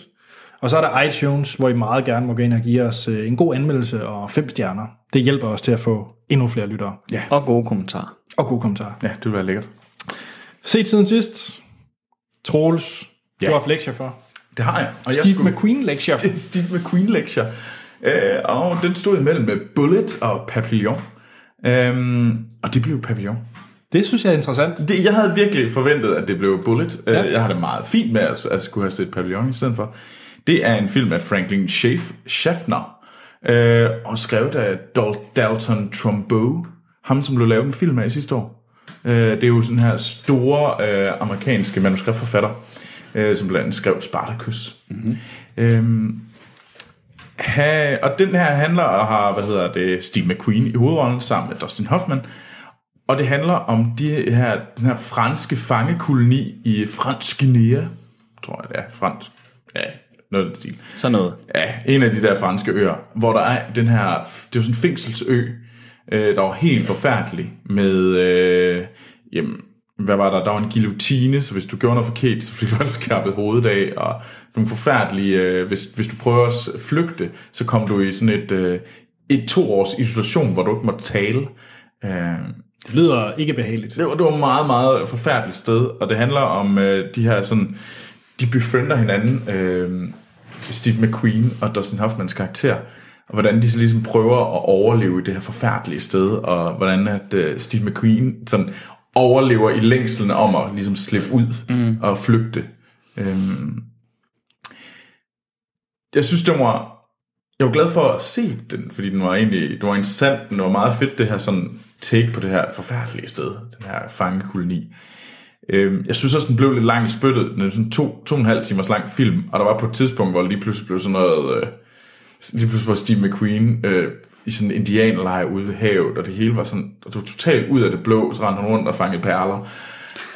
Speaker 1: Og så er der iTunes, hvor I meget gerne må gå ind og give os øh, en god anmeldelse og fem stjerner. Det hjælper os til at få endnu flere lyttere
Speaker 2: Og gode kommentarer.
Speaker 1: og gode kommentarer.
Speaker 3: Ja, det ville være lækkert.
Speaker 1: Se siden sidst, Troels, ja.
Speaker 3: Ja.
Speaker 1: du har haft lektier for.
Speaker 3: Det har jeg. Og
Speaker 1: Steve McQueen-lektier.
Speaker 3: St- Steve McQueen-lektier. Øh, og den stod imellem med Bullet og Papillon. Øhm, og det blev Papillon.
Speaker 1: Det synes jeg er interessant.
Speaker 3: Det, jeg havde virkelig forventet, at det blev Bullet. Ja.
Speaker 1: Ja.
Speaker 3: Jeg har det meget fint med at, at skulle have set Papillon i stedet for. Det er en film af Franklin Schaff, Schaffner, øh, og skrevet af Dal- Dalton Trumbo, ham som blev lavet en film af sidste år. Øh, det er jo sådan her store øh, amerikanske manuskriptforfatter, øh, som blandt andet skrev Spartacus. Mm-hmm. Øhm, ha, og den her handler og har, hvad hedder det, Steve McQueen i hovedrollen sammen med Dustin Hoffman. Og det handler om de her, den her franske fangekoloni i Fransk Guinea, tror jeg det er, fransk, ja, noget af den stil.
Speaker 2: Sådan noget.
Speaker 3: Ja, en af de der franske øer, hvor der er den her, det er jo sådan en fængselsø, øh, der var helt forfærdelig med, øh, jamen, hvad var der, der var en guillotine, så hvis du gjorde noget forkert, så fik du også skærpet hovedet af, og nogle forfærdelige, øh, hvis, hvis du prøver at s- flygte, så kom du i sådan et, øh, et to års isolation, hvor du ikke måtte tale. Øh,
Speaker 1: Det lyder ikke behageligt.
Speaker 3: det var, det var et meget, meget forfærdeligt sted, og det handler om øh, de her sådan, de befriender hinanden, øh, Steve McQueen og Dustin Hoffmans karakter, og hvordan de så ligesom prøver at overleve i det her forfærdelige sted, og hvordan at øh, Steve McQueen sådan overlever i længselen om at ligesom slippe ud mm. og flygte. Øhm, jeg synes, den var jeg var glad for at se den, fordi den var egentlig den var interessant. Den var meget fedt, det her sådan take på det her forfærdelige sted, den her fangekoloni. Øhm, jeg synes også, den blev lidt lang i spyttet. Den er sådan to, to og en halv timers lang film, og der var på et tidspunkt, hvor det lige pludselig blev sådan noget... Øh, lige pludselig var Steve McQueen øh, i sådan en indianerlejr ude ved havet, og det hele var sådan... Og det var totalt ud af det blå, så rendte han rundt og fangede perler.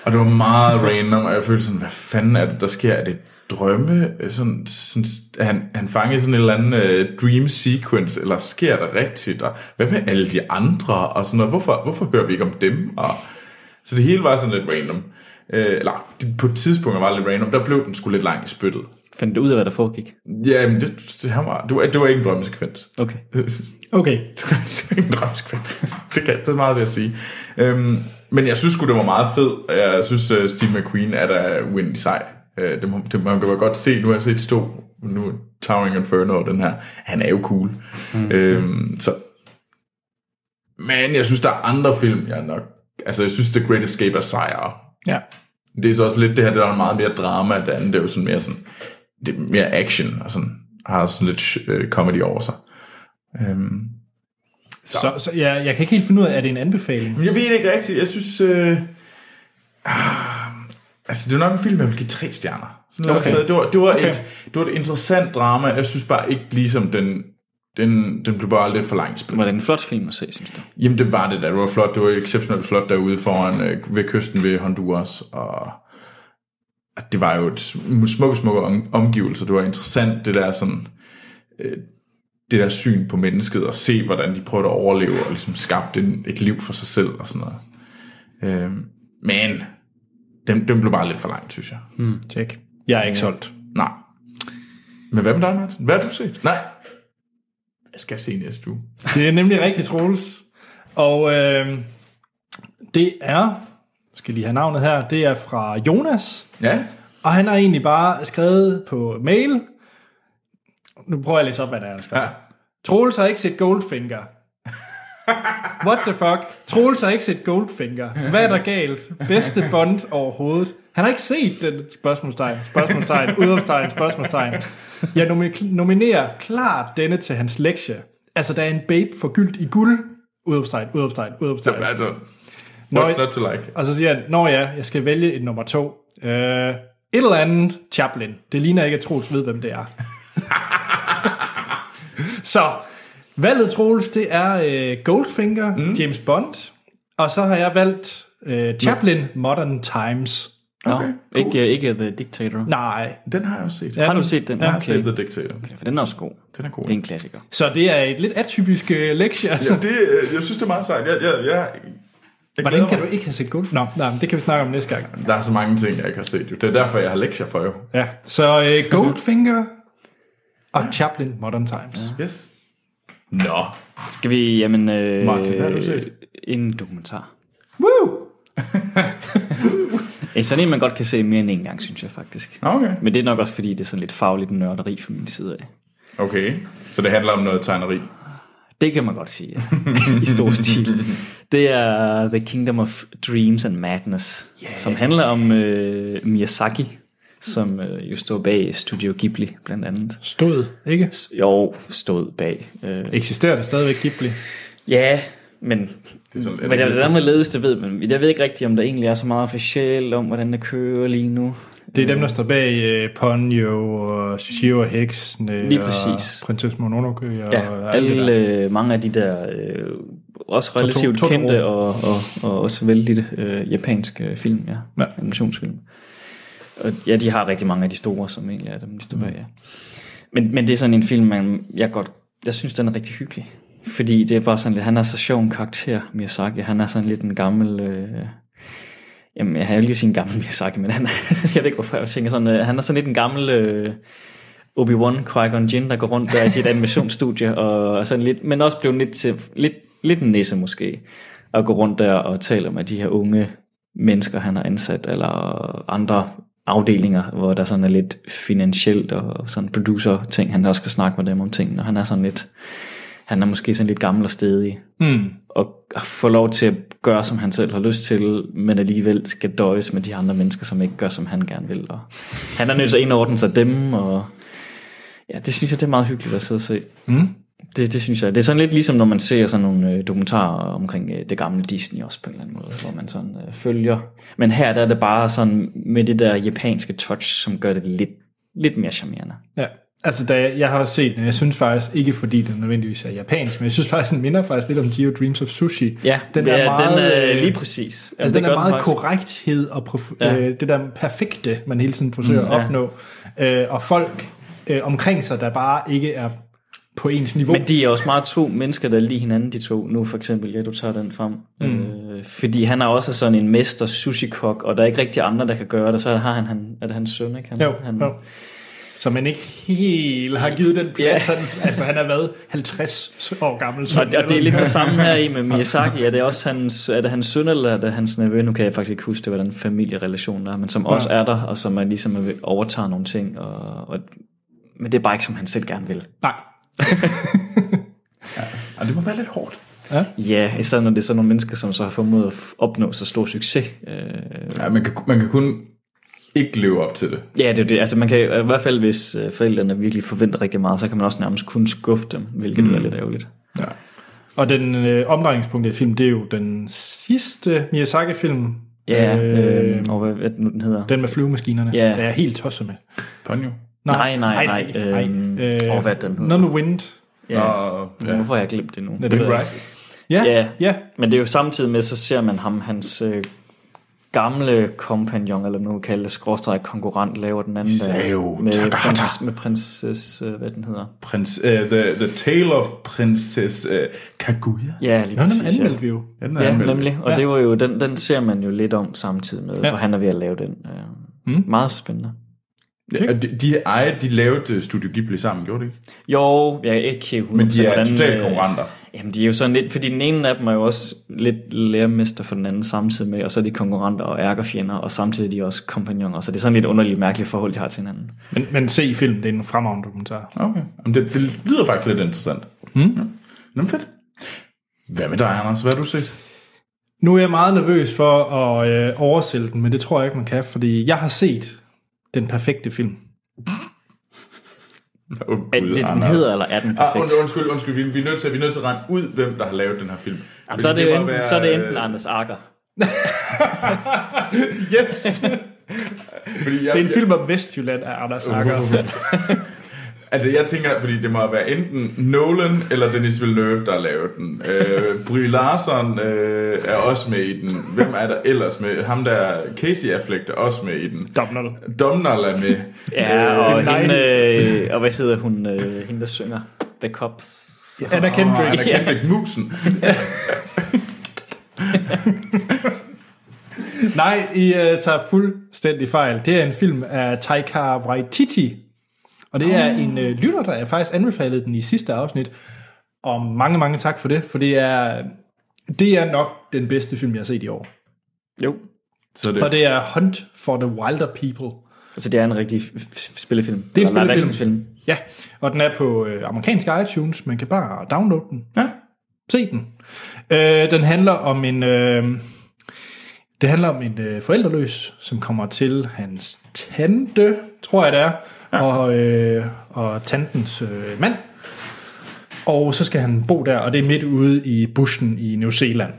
Speaker 3: Og det var meget random, og jeg følte sådan, hvad fanden er det, der sker? Er det drømme? Øh, Sådan, sådan, er han, er han fanget i sådan en eller anden øh, dream sequence, eller sker det rigtigt? Og hvad med alle de andre? Og sådan noget, hvorfor, hvorfor hører vi ikke om dem? Og, så det hele var sådan lidt random. Øh, eller det- på et tidspunkt var det lidt random, der blev den sgu lidt lang i spyttet.
Speaker 2: Fandt du ud af, hvad der foregik?
Speaker 3: Ja, men det, det, han var, det, var, det var ikke en drømmesekvens.
Speaker 2: Okay.
Speaker 1: Okay.
Speaker 3: det var ikke en drømmesekvens. Det, kan, det er meget ved at sige. Øhm, men jeg synes sgu, det var meget fed. Jeg synes, uh, Steve McQueen er da uendelig sej. Uh, det, må- det, man kan jo godt se, nu har jeg set stå, nu Towering Inferno og den her. Han er jo cool. Mm. Øhm, så, men jeg synes, der er andre film, jeg nok... Altså, jeg synes, The Great Escape er sejere.
Speaker 1: Ja.
Speaker 3: Det er så også lidt det her, det der er meget mere drama, det andet det er jo sådan mere sådan, det er mere action, og sådan, har sådan lidt øh, comedy over sig. Øhm,
Speaker 1: Så, så, så ja, jeg kan ikke helt finde ud af, er det en anbefaling?
Speaker 3: jeg ved det ikke rigtigt, jeg synes, øh, ah, altså det er nok en film, jeg vil give tre stjerner. Sådan
Speaker 1: Okay.
Speaker 3: okay. det, var, det, var okay.
Speaker 1: Okay.
Speaker 3: et, det var et interessant drama, jeg synes bare ikke ligesom den, den, den blev bare lidt for langt spillet.
Speaker 2: Var det en flot film at se, synes du?
Speaker 3: Jamen det var det da, det var flot, det var exceptionelt flot derude foran øh, ved kysten ved Honduras, og at det var jo et sm- smukke, smukke om- omgivelser, det var interessant det der sådan, øh, det der syn på mennesket, og se hvordan de prøvede at overleve, og ligesom skabte en, et liv for sig selv og sådan noget. Øh, men, den, den blev bare lidt for langt, synes jeg.
Speaker 1: Tjek. Jeg er ikke solgt.
Speaker 3: Nej. Men hvad med dig, Martin? Hvad har du set? Nej. Jeg skal se næste uge.
Speaker 1: Det er nemlig rigtig Troels. Og øh, det er, skal lige have navnet her, det er fra Jonas.
Speaker 3: Ja.
Speaker 1: Og han har egentlig bare skrevet på mail. Nu prøver jeg at læse op, hvad der er, han skriver.
Speaker 3: Ja.
Speaker 1: Troels har ikke set Goldfinger. What the fuck? Troels har ikke set Goldfinger. Hvad er der galt? Bedste Bond overhovedet. Han har ikke set den. Spørgsmålstegn, spørgsmålstegn, udopstegn, spørgsmålstegn. Jeg nomi- nominerer klart denne til hans lektie. Altså, der er en babe forgyldt i guld. Udopstegn, udopstegn, udopstegn.
Speaker 3: Altså,
Speaker 1: Nå,
Speaker 3: what's not to like?
Speaker 1: og så siger han, nå ja, jeg skal vælge et nummer to. Øh, et eller andet Chaplin. Det ligner ikke, at Troels ved, hvem det er. så, valget Troels, det er øh, Goldfinger, mm. James Bond, og så har jeg valgt øh, Chaplin Modern Times.
Speaker 2: Okay, no, cool. ikke, øh, ikke The Dictator.
Speaker 1: Nej.
Speaker 3: Den har jeg også set.
Speaker 2: Har du set den?
Speaker 3: Jeg har
Speaker 2: okay.
Speaker 3: set The Dictator.
Speaker 2: Ja, for den er også god.
Speaker 3: Den er god.
Speaker 2: Det er en klassiker.
Speaker 1: Så det er et lidt atypisk øh, lektie. Altså.
Speaker 3: Så det, øh, jeg synes, det er meget sejt. Jeg, jeg, jeg, jeg glæder
Speaker 1: Hvordan kan du
Speaker 3: mig.
Speaker 1: ikke have set Gold? Nå, nej, men det kan vi snakke om næste gang.
Speaker 3: Der er så mange ting, jeg ikke har set. Jo. Det er derfor, jeg har lektier for jo.
Speaker 1: Ja. Så øh, Goldfinger og Chaplin Modern Times.
Speaker 3: Yes. Nå.
Speaker 2: Skal vi, jamen... Øh,
Speaker 3: Martin, hvad har du set?
Speaker 2: En dokumentar.
Speaker 1: Woo!
Speaker 2: En sådan en, man godt kan se mere end en gang, synes jeg faktisk.
Speaker 3: Okay.
Speaker 2: Men det er nok også, fordi det er sådan lidt fagligt nørderi fra min side af.
Speaker 3: Okay. Så det handler om noget tegneri.
Speaker 2: Det kan man godt sige, ja. I stor stil. Det er The Kingdom of Dreams and Madness, yeah. som handler om øh, Miyazaki, som øh, jo står bag Studio Ghibli, blandt andet.
Speaker 1: Stod, ikke?
Speaker 2: Jo, stod bag. Øh,
Speaker 1: Eksisterer der stadigvæk Ghibli?
Speaker 2: ja, men
Speaker 3: Det er sådan,
Speaker 2: Hvad der, der er med ledes, det ved man. Jeg ved ikke rigtigt, om der egentlig er så meget officielt om, hvordan det kører lige nu.
Speaker 1: Det er
Speaker 2: Mm.
Speaker 1: dem, der står bag uh, Ponyo og Shio og Heksen. Uh,
Speaker 2: Lige præcis.
Speaker 1: Og Prinsesse Mononoke og
Speaker 2: Ja,
Speaker 1: alt det
Speaker 2: alle,
Speaker 1: der.
Speaker 2: øh, mange af de der øh, også relativt
Speaker 1: Totoro.
Speaker 2: kendte og, og, og også vældig øh, japanske film, ja.
Speaker 1: Ja.
Speaker 2: ja. Animationsfilm. Og ja, de har rigtig mange af de store, som egentlig er dem, de står
Speaker 1: Mm.
Speaker 2: bag, ja. Men, men det er sådan en film, man, jeg godt, jeg synes, den er rigtig hyggelig. Fordi det er bare sådan lidt, han er så sjov en karakter, Miyazaki. Han er sådan lidt en gammel... Øh, Jamen, jeg har jo lige sin gammel Miyazaki, men han, jeg ved ikke, hvorfor jeg tænker sådan. Øh, han er sådan lidt en gammel øh, Obi-Wan Qui-Gon Jinn, der går rundt der i sit animationsstudie, og, og sådan lidt, men også blev lidt, til, lidt, lidt en nisse måske, og gå rundt der og tale med de her unge mennesker, han har ansat, eller andre afdelinger, hvor der sådan er lidt finansielt og sådan producer-ting, han også skal snakke med dem om ting, og han er sådan lidt, han er måske sådan lidt gammel og stedig,
Speaker 1: Mm.
Speaker 2: og få lov til at gøre, som han selv har lyst til, men alligevel skal døjes med de andre mennesker, som ikke gør, som han gerne vil. Og han er nødt til at indordne sig dem, og ja, det synes jeg, det er meget hyggeligt at sidde og se.
Speaker 1: Mm.
Speaker 2: Det, det synes jeg. Det er sådan lidt ligesom, når man ser sådan nogle øh, dokumentarer omkring øh, det gamle Disney også på en eller anden måde, hvor man sådan øh, følger. Men her der er det bare sådan med det der japanske touch, som gør det lidt, lidt mere charmerende.
Speaker 1: Ja. Altså, da jeg, jeg har også set den, jeg synes faktisk, ikke fordi den nødvendigvis er japansk, men jeg synes faktisk, den minder faktisk lidt om Geo Dreams of Sushi.
Speaker 2: Ja,
Speaker 1: den
Speaker 2: ja,
Speaker 1: er meget,
Speaker 2: den er lige
Speaker 1: øh,
Speaker 2: præcis.
Speaker 1: Altså,
Speaker 2: det
Speaker 1: den er
Speaker 2: gør
Speaker 1: meget
Speaker 2: faktisk.
Speaker 1: korrekthed og prof-
Speaker 2: Ja.
Speaker 1: ja. øh, det der perfekte, man hele tiden forsøger mm,
Speaker 2: ja.
Speaker 1: at opnå. Øh, og folk øh, omkring sig, der bare ikke er på ens niveau.
Speaker 2: Men de er også meget to mennesker, der er lige hinanden, de to. Nu for eksempel, ja, du tager den frem. Mm. Øh, Øh, fordi han er også sådan en mester sushi-kok, og der er ikke rigtig andre, der kan gøre det. Så har han, han er det hans søn, ikke? Han,
Speaker 1: Jo,
Speaker 2: han,
Speaker 1: jo. Så man ikke helt har givet den plads.
Speaker 2: Ja.
Speaker 1: Yeah. Han, altså, han har været 50 år gammel.
Speaker 2: Og, og det er lidt det samme her i med Miyazaki. Er det også hans, er det hans søn, eller er det hans nevø? Nu kan jeg faktisk ikke huske, det, hvordan familierelationen er, men som også er der, og som er ligesom er ved- overtager nogle ting. Og, og, men det er bare ikke, som han selv gerne vil.
Speaker 1: Nej.
Speaker 3: Og det må være lidt hårdt.
Speaker 2: Ja, især når det er sådan nogle mennesker, som så har formået at f- opnå så stor succes. Øh,
Speaker 3: Ja, man kan, man kan kun ikke leve op til det.
Speaker 2: Ja, det er jo det. Altså man kan i hvert fald, hvis øh, forældrene virkelig forventer rigtig meget, så kan man også nærmest kun skuffe dem, hvilket mm. er lidt ærgerligt.
Speaker 3: Ja.
Speaker 1: Og den øh, omdrejningspunkt i filmen, det er jo den sidste Miyazaki-film.
Speaker 2: Ja,
Speaker 1: øh,
Speaker 2: øh, øh, og hvad, hvad den nu den hedder?
Speaker 1: den med flyvemaskinerne.
Speaker 2: Ja.
Speaker 1: Der er jeg helt tosset med.
Speaker 3: Ponyo.
Speaker 2: Nej, nej, nej.
Speaker 1: nej,
Speaker 2: Øhm,
Speaker 1: nej.
Speaker 2: og hvad den hedder.
Speaker 1: Noget med Wind.
Speaker 2: Ja.
Speaker 3: Og,
Speaker 2: Ja.
Speaker 3: ja.
Speaker 2: Hvorfor har jeg glemt det nu?
Speaker 1: Ja, det ved
Speaker 3: Wind
Speaker 1: jeg
Speaker 3: Rises.
Speaker 1: Ja,
Speaker 2: Ja.
Speaker 1: ja. ja.
Speaker 2: Men det er jo samtidig med, så ser man ham, hans øh, gamle kompagnon, eller nu kalder det skråstreg konkurrent, laver den anden
Speaker 3: Isao
Speaker 2: med,
Speaker 3: Takahata.
Speaker 2: prins, med prinsesse, øh, hvad den hedder.
Speaker 3: Prins, uh, the, the Tale of Princess uh, Kaguya.
Speaker 2: Ja, lige
Speaker 1: Nå, den
Speaker 2: præcis.
Speaker 1: anmeldte vi jo.
Speaker 3: Ja, den er
Speaker 2: Ja,
Speaker 3: anmeldt.
Speaker 2: nemlig. Og
Speaker 1: Ja.
Speaker 2: ja. det var jo, den, den ser man jo lidt om samtidig med,
Speaker 1: Ja.
Speaker 2: ja. og han er ved at lave den. Øh,
Speaker 1: Mm.
Speaker 2: mm. Meget spændende.
Speaker 3: Ja, og de, de, ej, de lavede øh, Studio Ghibli sammen, gjorde de ikke?
Speaker 2: Jo, jeg er ikke helt 100%
Speaker 3: Men de er
Speaker 2: hvordan,
Speaker 3: totalt
Speaker 2: øh,
Speaker 3: konkurrenter.
Speaker 2: Jamen, de er jo sådan lidt, fordi den ene af dem er jo også lidt lærermester for den anden samtidig med, og så er de konkurrenter og ærkerfjender, og samtidig er de også kompagnoner, så det er sådan lidt underligt mærkeligt forhold, de har til hinanden.
Speaker 1: Men, men se film, det er en fremragende dokumentar.
Speaker 3: Okay. Jamen, det, det lyder faktisk lidt interessant.
Speaker 1: Mm.
Speaker 2: Hmm?
Speaker 3: Ja. Nå, men fedt. Hvad med dig, Anders? Hvad har du set?
Speaker 1: Nu er jeg meget nervøs for at øh, oversælge den, men det tror jeg ikke, man kan, fordi jeg har set den perfekte film.
Speaker 3: Oh,
Speaker 2: Er det, den hedder, eller er den
Speaker 3: Ah,
Speaker 2: perfekt?
Speaker 3: und, undskyld, undskyld. Vi, vi, er nødt til, vi er nødt til at regne ud, hvem der har lavet den her film.
Speaker 2: Jamen, så, er det
Speaker 3: må
Speaker 2: jo enten,
Speaker 3: være,
Speaker 2: så er det enten
Speaker 3: øh,
Speaker 2: Anders Akker.
Speaker 1: Yes!
Speaker 3: Fordi jeg,
Speaker 1: Det er en film om Vestjylland af Anders Akker.
Speaker 3: Altså, jeg tænker, fordi det må være enten Nolan eller Dennis Villeneuve, der har lavet den. Øh, Brie Larson øh, er også med i den. Hvem er der ellers med? Ham der, Casey Affleck, er også med i den.
Speaker 1: Domnall.
Speaker 3: Domnall er med.
Speaker 2: Ja,
Speaker 1: det
Speaker 2: og,
Speaker 1: er
Speaker 2: hende, øh, og hvad hedder hun, øh, hende der synger? The Cops. Ja.
Speaker 1: Anna
Speaker 3: Og
Speaker 1: Kendrick.
Speaker 3: Anna Kendrick Musen.
Speaker 1: Nej, I uh, tager fuldstændig fejl. Det er en film af Taika Waititi. Og det er
Speaker 3: Ah.
Speaker 1: en uh, lytter, der faktisk anbefalede den i sidste afsnit. Og mange, mange tak for det, for det er, det er nok den bedste film, jeg har set i år.
Speaker 2: Jo,
Speaker 3: Så
Speaker 1: Og
Speaker 3: det,
Speaker 1: det er Hunt for the Wilder People.
Speaker 2: altså det er en rigtig f- f- spillefilm.
Speaker 1: Det er en
Speaker 2: Eller
Speaker 1: spillefilm.
Speaker 2: actionfilm.
Speaker 1: Ja, og den er på øh, amerikansk iTunes. Man kan bare downloade den.
Speaker 3: ja.
Speaker 1: se den. Øh, den handler om en... Øh, det handler om en øh, forældreløs, som kommer til hans tante, tror jeg det er, ja. og, øh, og tantens øh, mand. Og så skal han bo der, og det er midt ude i bushen i New Zealand.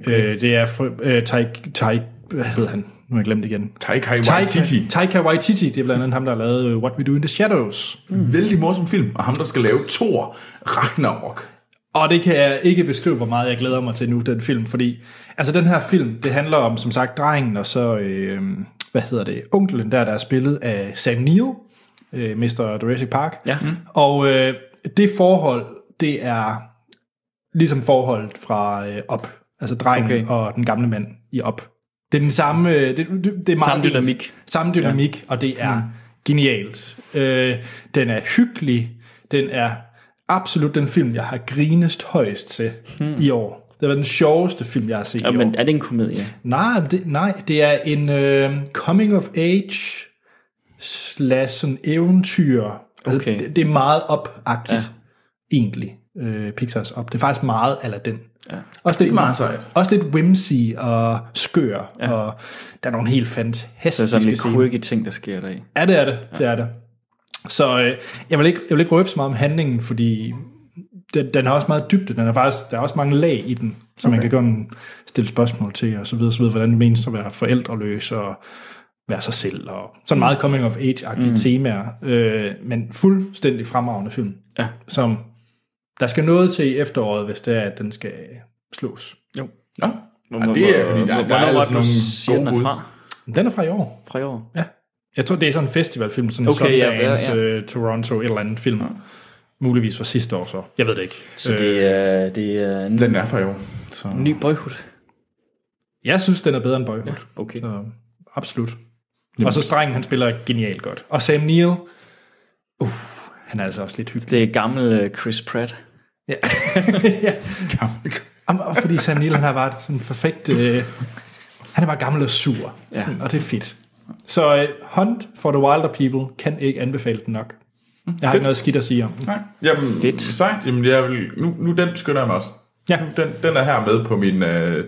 Speaker 1: Okay. Øh, det er fr- øh, Tai... tai hvad hedder han? Nu har jeg glemt det igen.
Speaker 3: Taika Waititi.
Speaker 1: Taika Waititi, det er blandt andet ham, der har lavet øh, What We Do in the Shadows.
Speaker 3: Vældig morsom film. Og ham, der skal lave Thor Ragnarok.
Speaker 1: Og det kan jeg ikke beskrive, hvor meget jeg glæder mig til nu, den film, fordi altså den her film, det handler om, som sagt, drengen og så, øh, hvad hedder det, onklen der, der er spillet af Sam Neill, øh, Mr. Jurassic Park.
Speaker 2: Ja. Mm.
Speaker 1: Og øh, det forhold, det er ligesom forholdet fra øh, op, altså drengen okay.
Speaker 2: Okay.
Speaker 1: og den gamle mand i op. Det er den samme, øh, det, det, det er meget
Speaker 2: Samme
Speaker 1: ens.
Speaker 2: dynamik.
Speaker 1: Samme dynamik, ja. og det er mm. genialt. Øh, den er hyggelig, den er absolut den film, jeg har grinest højst til hmm. i år. Det var den sjoveste film, jeg har set
Speaker 2: Ja,
Speaker 1: i år.
Speaker 2: men er det en komedie?
Speaker 1: Nej, det, nej, det er en øh, coming of age slash sådan eventyr. Altså,
Speaker 2: Okay.
Speaker 1: det, det er meget opagtigt ja. egentlig. Øh, Pixar's op. Det er faktisk meget ala den.
Speaker 2: Ja.
Speaker 1: Også
Speaker 3: Det er
Speaker 1: lidt,
Speaker 3: meget sejt.
Speaker 1: også lidt whimsy og skør, ja. og der er nogle helt
Speaker 2: Så er
Speaker 1: fantastiske
Speaker 2: sådan lidt
Speaker 1: scener.
Speaker 2: quirky ting, der sker deri.
Speaker 1: Ja, det er det. Ja. Det er det. Så øh, jeg, vil ikke, jeg vil ikke røbe så meget om handlingen, fordi den, den har også meget dybde. Den er faktisk, der er også mange lag i den, som okay. man kan gerne stille spørgsmål til, og så videre, så videre, hvordan det menes at være forældreløs, og være sig selv, og sådan meget coming of age-agtige mm. temaer, øh, men fuldstændig fremragende film,
Speaker 2: Ja.
Speaker 1: som der skal noget til i efteråret, hvis det er, at den skal slås.
Speaker 3: Nå, ja, det er, fordi der, der, der er
Speaker 2: nogle
Speaker 3: altså nogle
Speaker 2: gode
Speaker 3: gode bud.
Speaker 2: fra,
Speaker 1: Den er fra i år.
Speaker 2: fra i år.
Speaker 1: Ja. Jeg tror, det er sådan en festivalfilm, sådan en
Speaker 2: Okay,
Speaker 1: okay,
Speaker 2: ja,
Speaker 1: Sundance,
Speaker 2: ja,
Speaker 1: ja,
Speaker 2: ja.
Speaker 1: ja. Toronto, et eller andet film. Ja. Muligvis fra sidste
Speaker 3: Øh.
Speaker 1: år så. Jeg ved det ikke. Øh,
Speaker 2: Så det er, det er en
Speaker 3: Den er fra i år. Så.
Speaker 2: ny boyhood.
Speaker 1: Jeg synes, den er bedre end Boyhood.
Speaker 2: Okay.
Speaker 1: Så, absolut. Og så strengen, han spiller genialt godt. Og Sam Neill, uh, han er altså også lidt hyggelig.
Speaker 2: Det er gammel øh, Chris Pratt.
Speaker 1: Ja. ja. Jamen, og fordi Sam Neill, han har bare sådan en perfekt... Øh, han er bare gammel og sur, ja. sådan, og det er fedt. Så øh, Hunt for the Wilder People kan ikke anbefale den nok. Jeg har ikke noget skidt at sige om den.
Speaker 3: Nej. Jamen,
Speaker 2: Fedt.
Speaker 3: Fedt. Sejt. Jamen, jeg vil, nu, nu den skynder jeg mig også.
Speaker 1: Ja.
Speaker 3: Nu, Den, den er her med på min øh,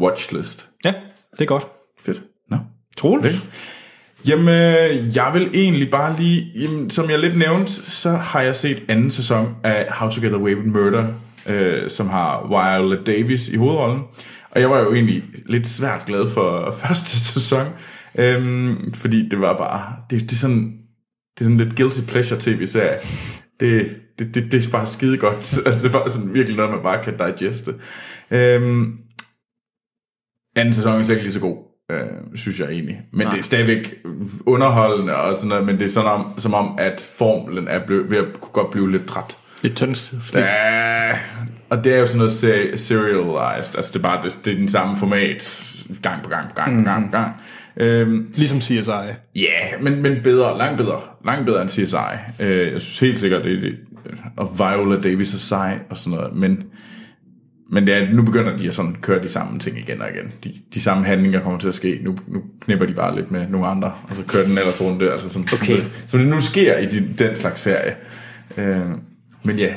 Speaker 3: watchlist.
Speaker 1: Ja, det er godt.
Speaker 3: Fedt. Nå. No.
Speaker 1: Troels?
Speaker 3: Jamen, øh, jeg vil egentlig bare lige, jamen, som jeg lidt nævnte, så har jeg set anden sæson af How to Get Away with Murder, øh, som har Viola Davis i hovedrollen. Og jeg var jo egentlig lidt svært glad for første sæson, øh, fordi det var bare, det, det er sådan, det er sådan lidt guilty pleasure tv-serie. Det, det, det, det er bare skide godt. Altså, det er bare sådan virkelig noget, man bare kan digeste. Øhm, anden sæson er slet ikke lige så god, øh, synes jeg egentlig. Men Nej. det er stadigvæk underholdende og sådan noget, men det er sådan om, som om, at formlen er blevet, ved at kunne godt blive lidt træt.
Speaker 1: Lidt tyndt.
Speaker 3: Ja, og det er jo sådan noget se- serialized. Altså det er bare det, det er den samme format gang på gang på gang på gang på gang. Øhm,
Speaker 1: Ligesom CSI.
Speaker 3: Ja, yeah, men, men bedre, langt bedre. Langt bedre end CSI. Øh, jeg synes helt sikkert, det, det og Viola Davis er sej og sådan noget, men, men det er, nu begynder de at sådan køre de samme ting igen og igen. De, de samme handlinger kommer til at ske. Nu, nu knipper de bare lidt med nogle andre, og så kører den ellers rundt der, altså som, som,
Speaker 2: Okay.
Speaker 3: det, som det nu sker i de, den slags serie. Øh, men ja,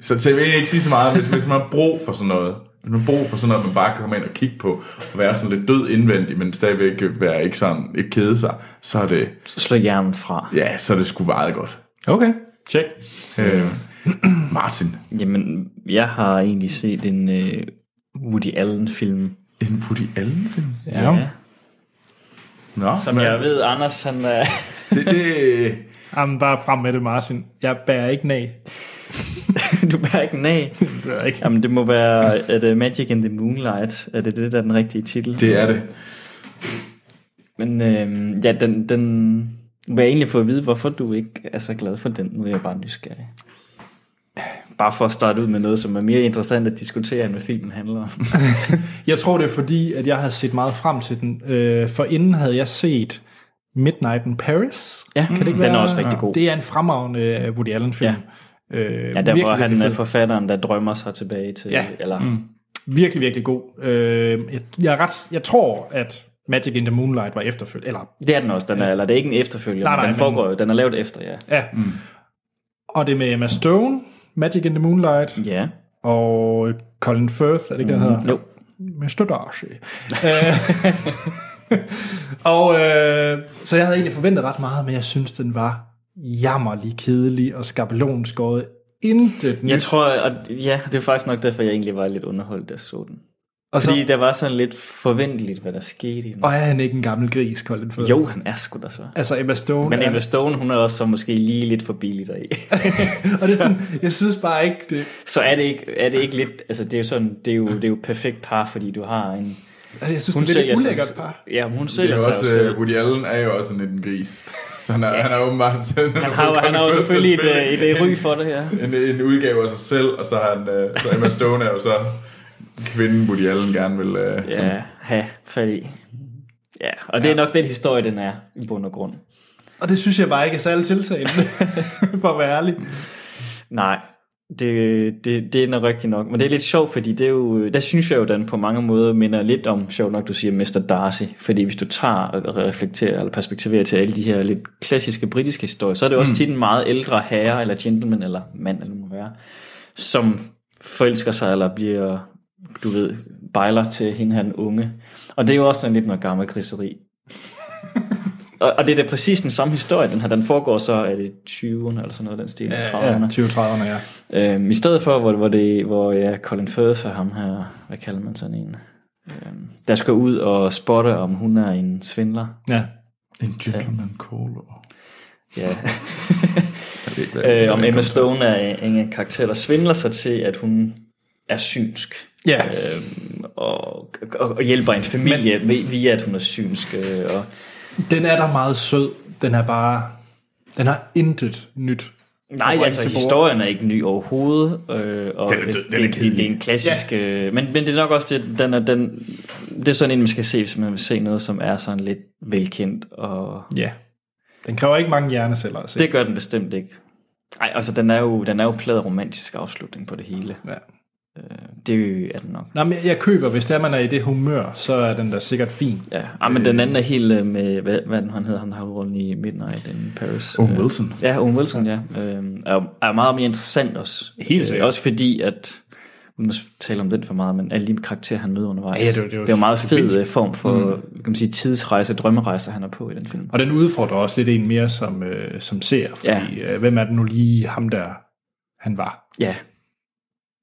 Speaker 3: så, så jeg vil egentlig ikke sige så meget, men hvis, hvis man har brug for sådan noget, hvis man har brug for sådan noget, man bare kan komme ind og kigge på, og være sådan lidt død indvendig, men stadigvæk være ikke sådan, ikke kede sig, så er det,
Speaker 2: Så slår hjernen fra.
Speaker 3: ja, så er det sgu meget godt.
Speaker 1: Okay, tjek.
Speaker 3: Øh, Martin,
Speaker 2: Jamen, jeg har egentlig set en øh, Woody Allen-film.
Speaker 3: en Woody Allen film?
Speaker 1: Ja. ja.
Speaker 3: Nå,
Speaker 2: Som
Speaker 3: men-
Speaker 2: jeg ved, Anders, han øh, er...
Speaker 3: Det, det,
Speaker 1: Jamen, bare frem med det, Martin. Jeg bærer ikke nag.
Speaker 2: du bærer ikke den af. Jamen, det må være er det Magic in the Moonlight. Er det det, der er den rigtige titel?
Speaker 3: det er det.
Speaker 2: Men øh, ja, den, den... Må jeg egentlig få at vide, hvorfor du ikke er så glad for den? Nu er jeg bare nysgerrig. Bare for at starte ud med noget, som er mere interessant at diskutere, end hvad filmen handler om.
Speaker 1: Jeg tror, det er fordi, at jeg havde set meget frem til den. Øh, for inden havde jeg set Midnight in Paris.
Speaker 2: ja, kan det ikke den er
Speaker 1: være-
Speaker 2: også rigtig god.
Speaker 1: Det er en fremragende øh, Woody Allen-film. Ja. Øh,
Speaker 2: Ja, der hvor han er
Speaker 1: fed.
Speaker 2: forfatteren, der drømmer sig tilbage til...
Speaker 1: Ja.
Speaker 2: Eller, mm.
Speaker 1: virkelig, virkelig god. Øh, jeg, jeg, er ret, jeg tror, at Magic in the Moonlight var efterfølgende. Eller,
Speaker 2: Det er den også, den er, eller det er ikke en efterfølger,
Speaker 1: Nej, nej,
Speaker 2: nej, nej, den
Speaker 1: men-
Speaker 2: foregår jo, den er lavet efter, ja.
Speaker 1: ja. Mm. Og det med Emma Stone, Magic in the Moonlight,
Speaker 2: Ja,
Speaker 1: og Colin Firth, er det ikke, mm. den hedder?
Speaker 2: jo.
Speaker 1: Mr. Darcy. Øh, og øh, så jeg havde egentlig forventet ret meget, men jeg synes, den var jammerlig kedelig og skabelonskåret. Intet
Speaker 2: Jeg
Speaker 1: nyt.
Speaker 2: tror, at, ja, det er faktisk nok derfor, jeg egentlig var lidt underholdt, da jeg så den.
Speaker 1: Og,
Speaker 2: Fordi
Speaker 1: så,
Speaker 2: der var sådan lidt forventeligt, hvad der skete i den.
Speaker 1: og er han ikke en gammel gris, Colin Firth?
Speaker 2: Jo, han er sgu da så.
Speaker 1: Altså Emma Stone.
Speaker 2: Men
Speaker 1: er-
Speaker 2: Emma Stone, hun er også så måske lige lidt for billig deri.
Speaker 1: og det er sådan, jeg synes bare ikke, det,
Speaker 2: så er det ikke, er det ikke lidt, altså det er jo sådan, det er jo, det er jo et perfekt par, fordi du har en...
Speaker 1: altså, jeg synes, det er lidt ulækkert par.
Speaker 2: Ja, hun
Speaker 3: det
Speaker 2: sælger
Speaker 3: er
Speaker 2: sig
Speaker 3: jo
Speaker 2: også,
Speaker 3: også,
Speaker 2: selv.
Speaker 3: øh, Woody Allen er jo også en liten gris. Så han er, ja. han er åbenbart...
Speaker 2: Han har, jo- han har jo selvfølgelig et, øh, et, et ry for det her.
Speaker 3: en, en udgave af sig selv, og så, har han, øh, så Emma Stone er jo så kvinden, Woody Allen gerne vil... Øh, sådan.
Speaker 2: Ja, have fat i. Ja, og det er nok den historie, den er i bund og grund.
Speaker 1: Og det synes jeg bare ikke er særlig tiltalende, for at være ærlig.
Speaker 2: Nej, det, det, det er nok rigtigt nok. Men det er lidt sjovt, fordi det er jo, øh, der synes jeg jo, den på mange måder minder lidt om, sjovt nok, du siger Mr. Darcy. Fordi hvis du tager og reflekterer eller perspektiverer til alle de her lidt klassiske britiske historier, så er det også tit en meget ældre herre eller gentleman eller mand eller hvad det må være, som forelsker sig eller bliver, du ved, bejler til hende her den unge. Og det er jo også sådan lidt noget gammel griseri. og, og det er da præcis den samme historie, den her. Den foregår så, er det 20'erne eller sådan noget, den stil, 30'erne.
Speaker 1: 20-30'erne, ja.
Speaker 2: Øhm, I stedet for, hvor, hvor, det, hvor ja, Colin Firth og ham her, hvad kalder man sådan en, øhm, der skal ud og spotte, om hun er en svindler.
Speaker 1: ja.
Speaker 3: En gentleman caller.
Speaker 2: Ja.
Speaker 3: Jeg ved ikke, hvad-
Speaker 2: øh, om
Speaker 3: hvordan
Speaker 2: Emma
Speaker 3: kom-
Speaker 2: Stone er en en karakter, der svindler sig til, at hun er synsk.
Speaker 1: Ja,
Speaker 2: Øhm, og, og, og hjælper en familie Men, via, at hun er synsk. Øh, og,
Speaker 1: den er da meget sød. Den er bare... Den har intet nyt.
Speaker 2: Nej,
Speaker 1: bringe
Speaker 2: altså
Speaker 1: til bordet.
Speaker 2: historien er ikke ny overhovedet. Øh, og
Speaker 3: Den er-
Speaker 2: det,
Speaker 3: den er
Speaker 2: det, det, det er en
Speaker 3: kedelig.
Speaker 2: klassisk... Øh, men, men det er nok også det, den er, den, det er sådan en, man skal se, hvis man vil se noget, som er sådan lidt velkendt. Og
Speaker 1: Ja. Den kræver ikke mange hjerneceller at se.
Speaker 2: det gør den bestemt ikke. Nej, altså den er jo, den er jo pladet romantisk afslutning på det hele.
Speaker 1: Ja.
Speaker 2: Øh, det er den nok.
Speaker 1: Nå, men jeg- jeg køber, hvis der man er i det humør, så er den da sikkert fin.
Speaker 2: Ja, ah, men den anden er helt øh, med, hvad, hvad er den, han hedder, han der har hovedrollen i Midnight in Paris. Øh,
Speaker 3: Owen Wilson.
Speaker 2: Ja, Owen Wilson, ja. Øh, er, er meget mere interessant også.
Speaker 1: Helt sikkert.
Speaker 2: Øh, også fordi, at uden at tale om den for meget, men alle de karakterer, han møder undervejs.
Speaker 1: Ja, det er jo- det er jo Mm.
Speaker 2: det er en meget fed øh, form for kan man sige, tidsrejse, drømmerejser, han er på i den film.
Speaker 1: Og den udfordrer også lidt en mere som, øh, som ser, fordi ja. øh, hvem er det nu lige ham der, han var?
Speaker 2: Ja.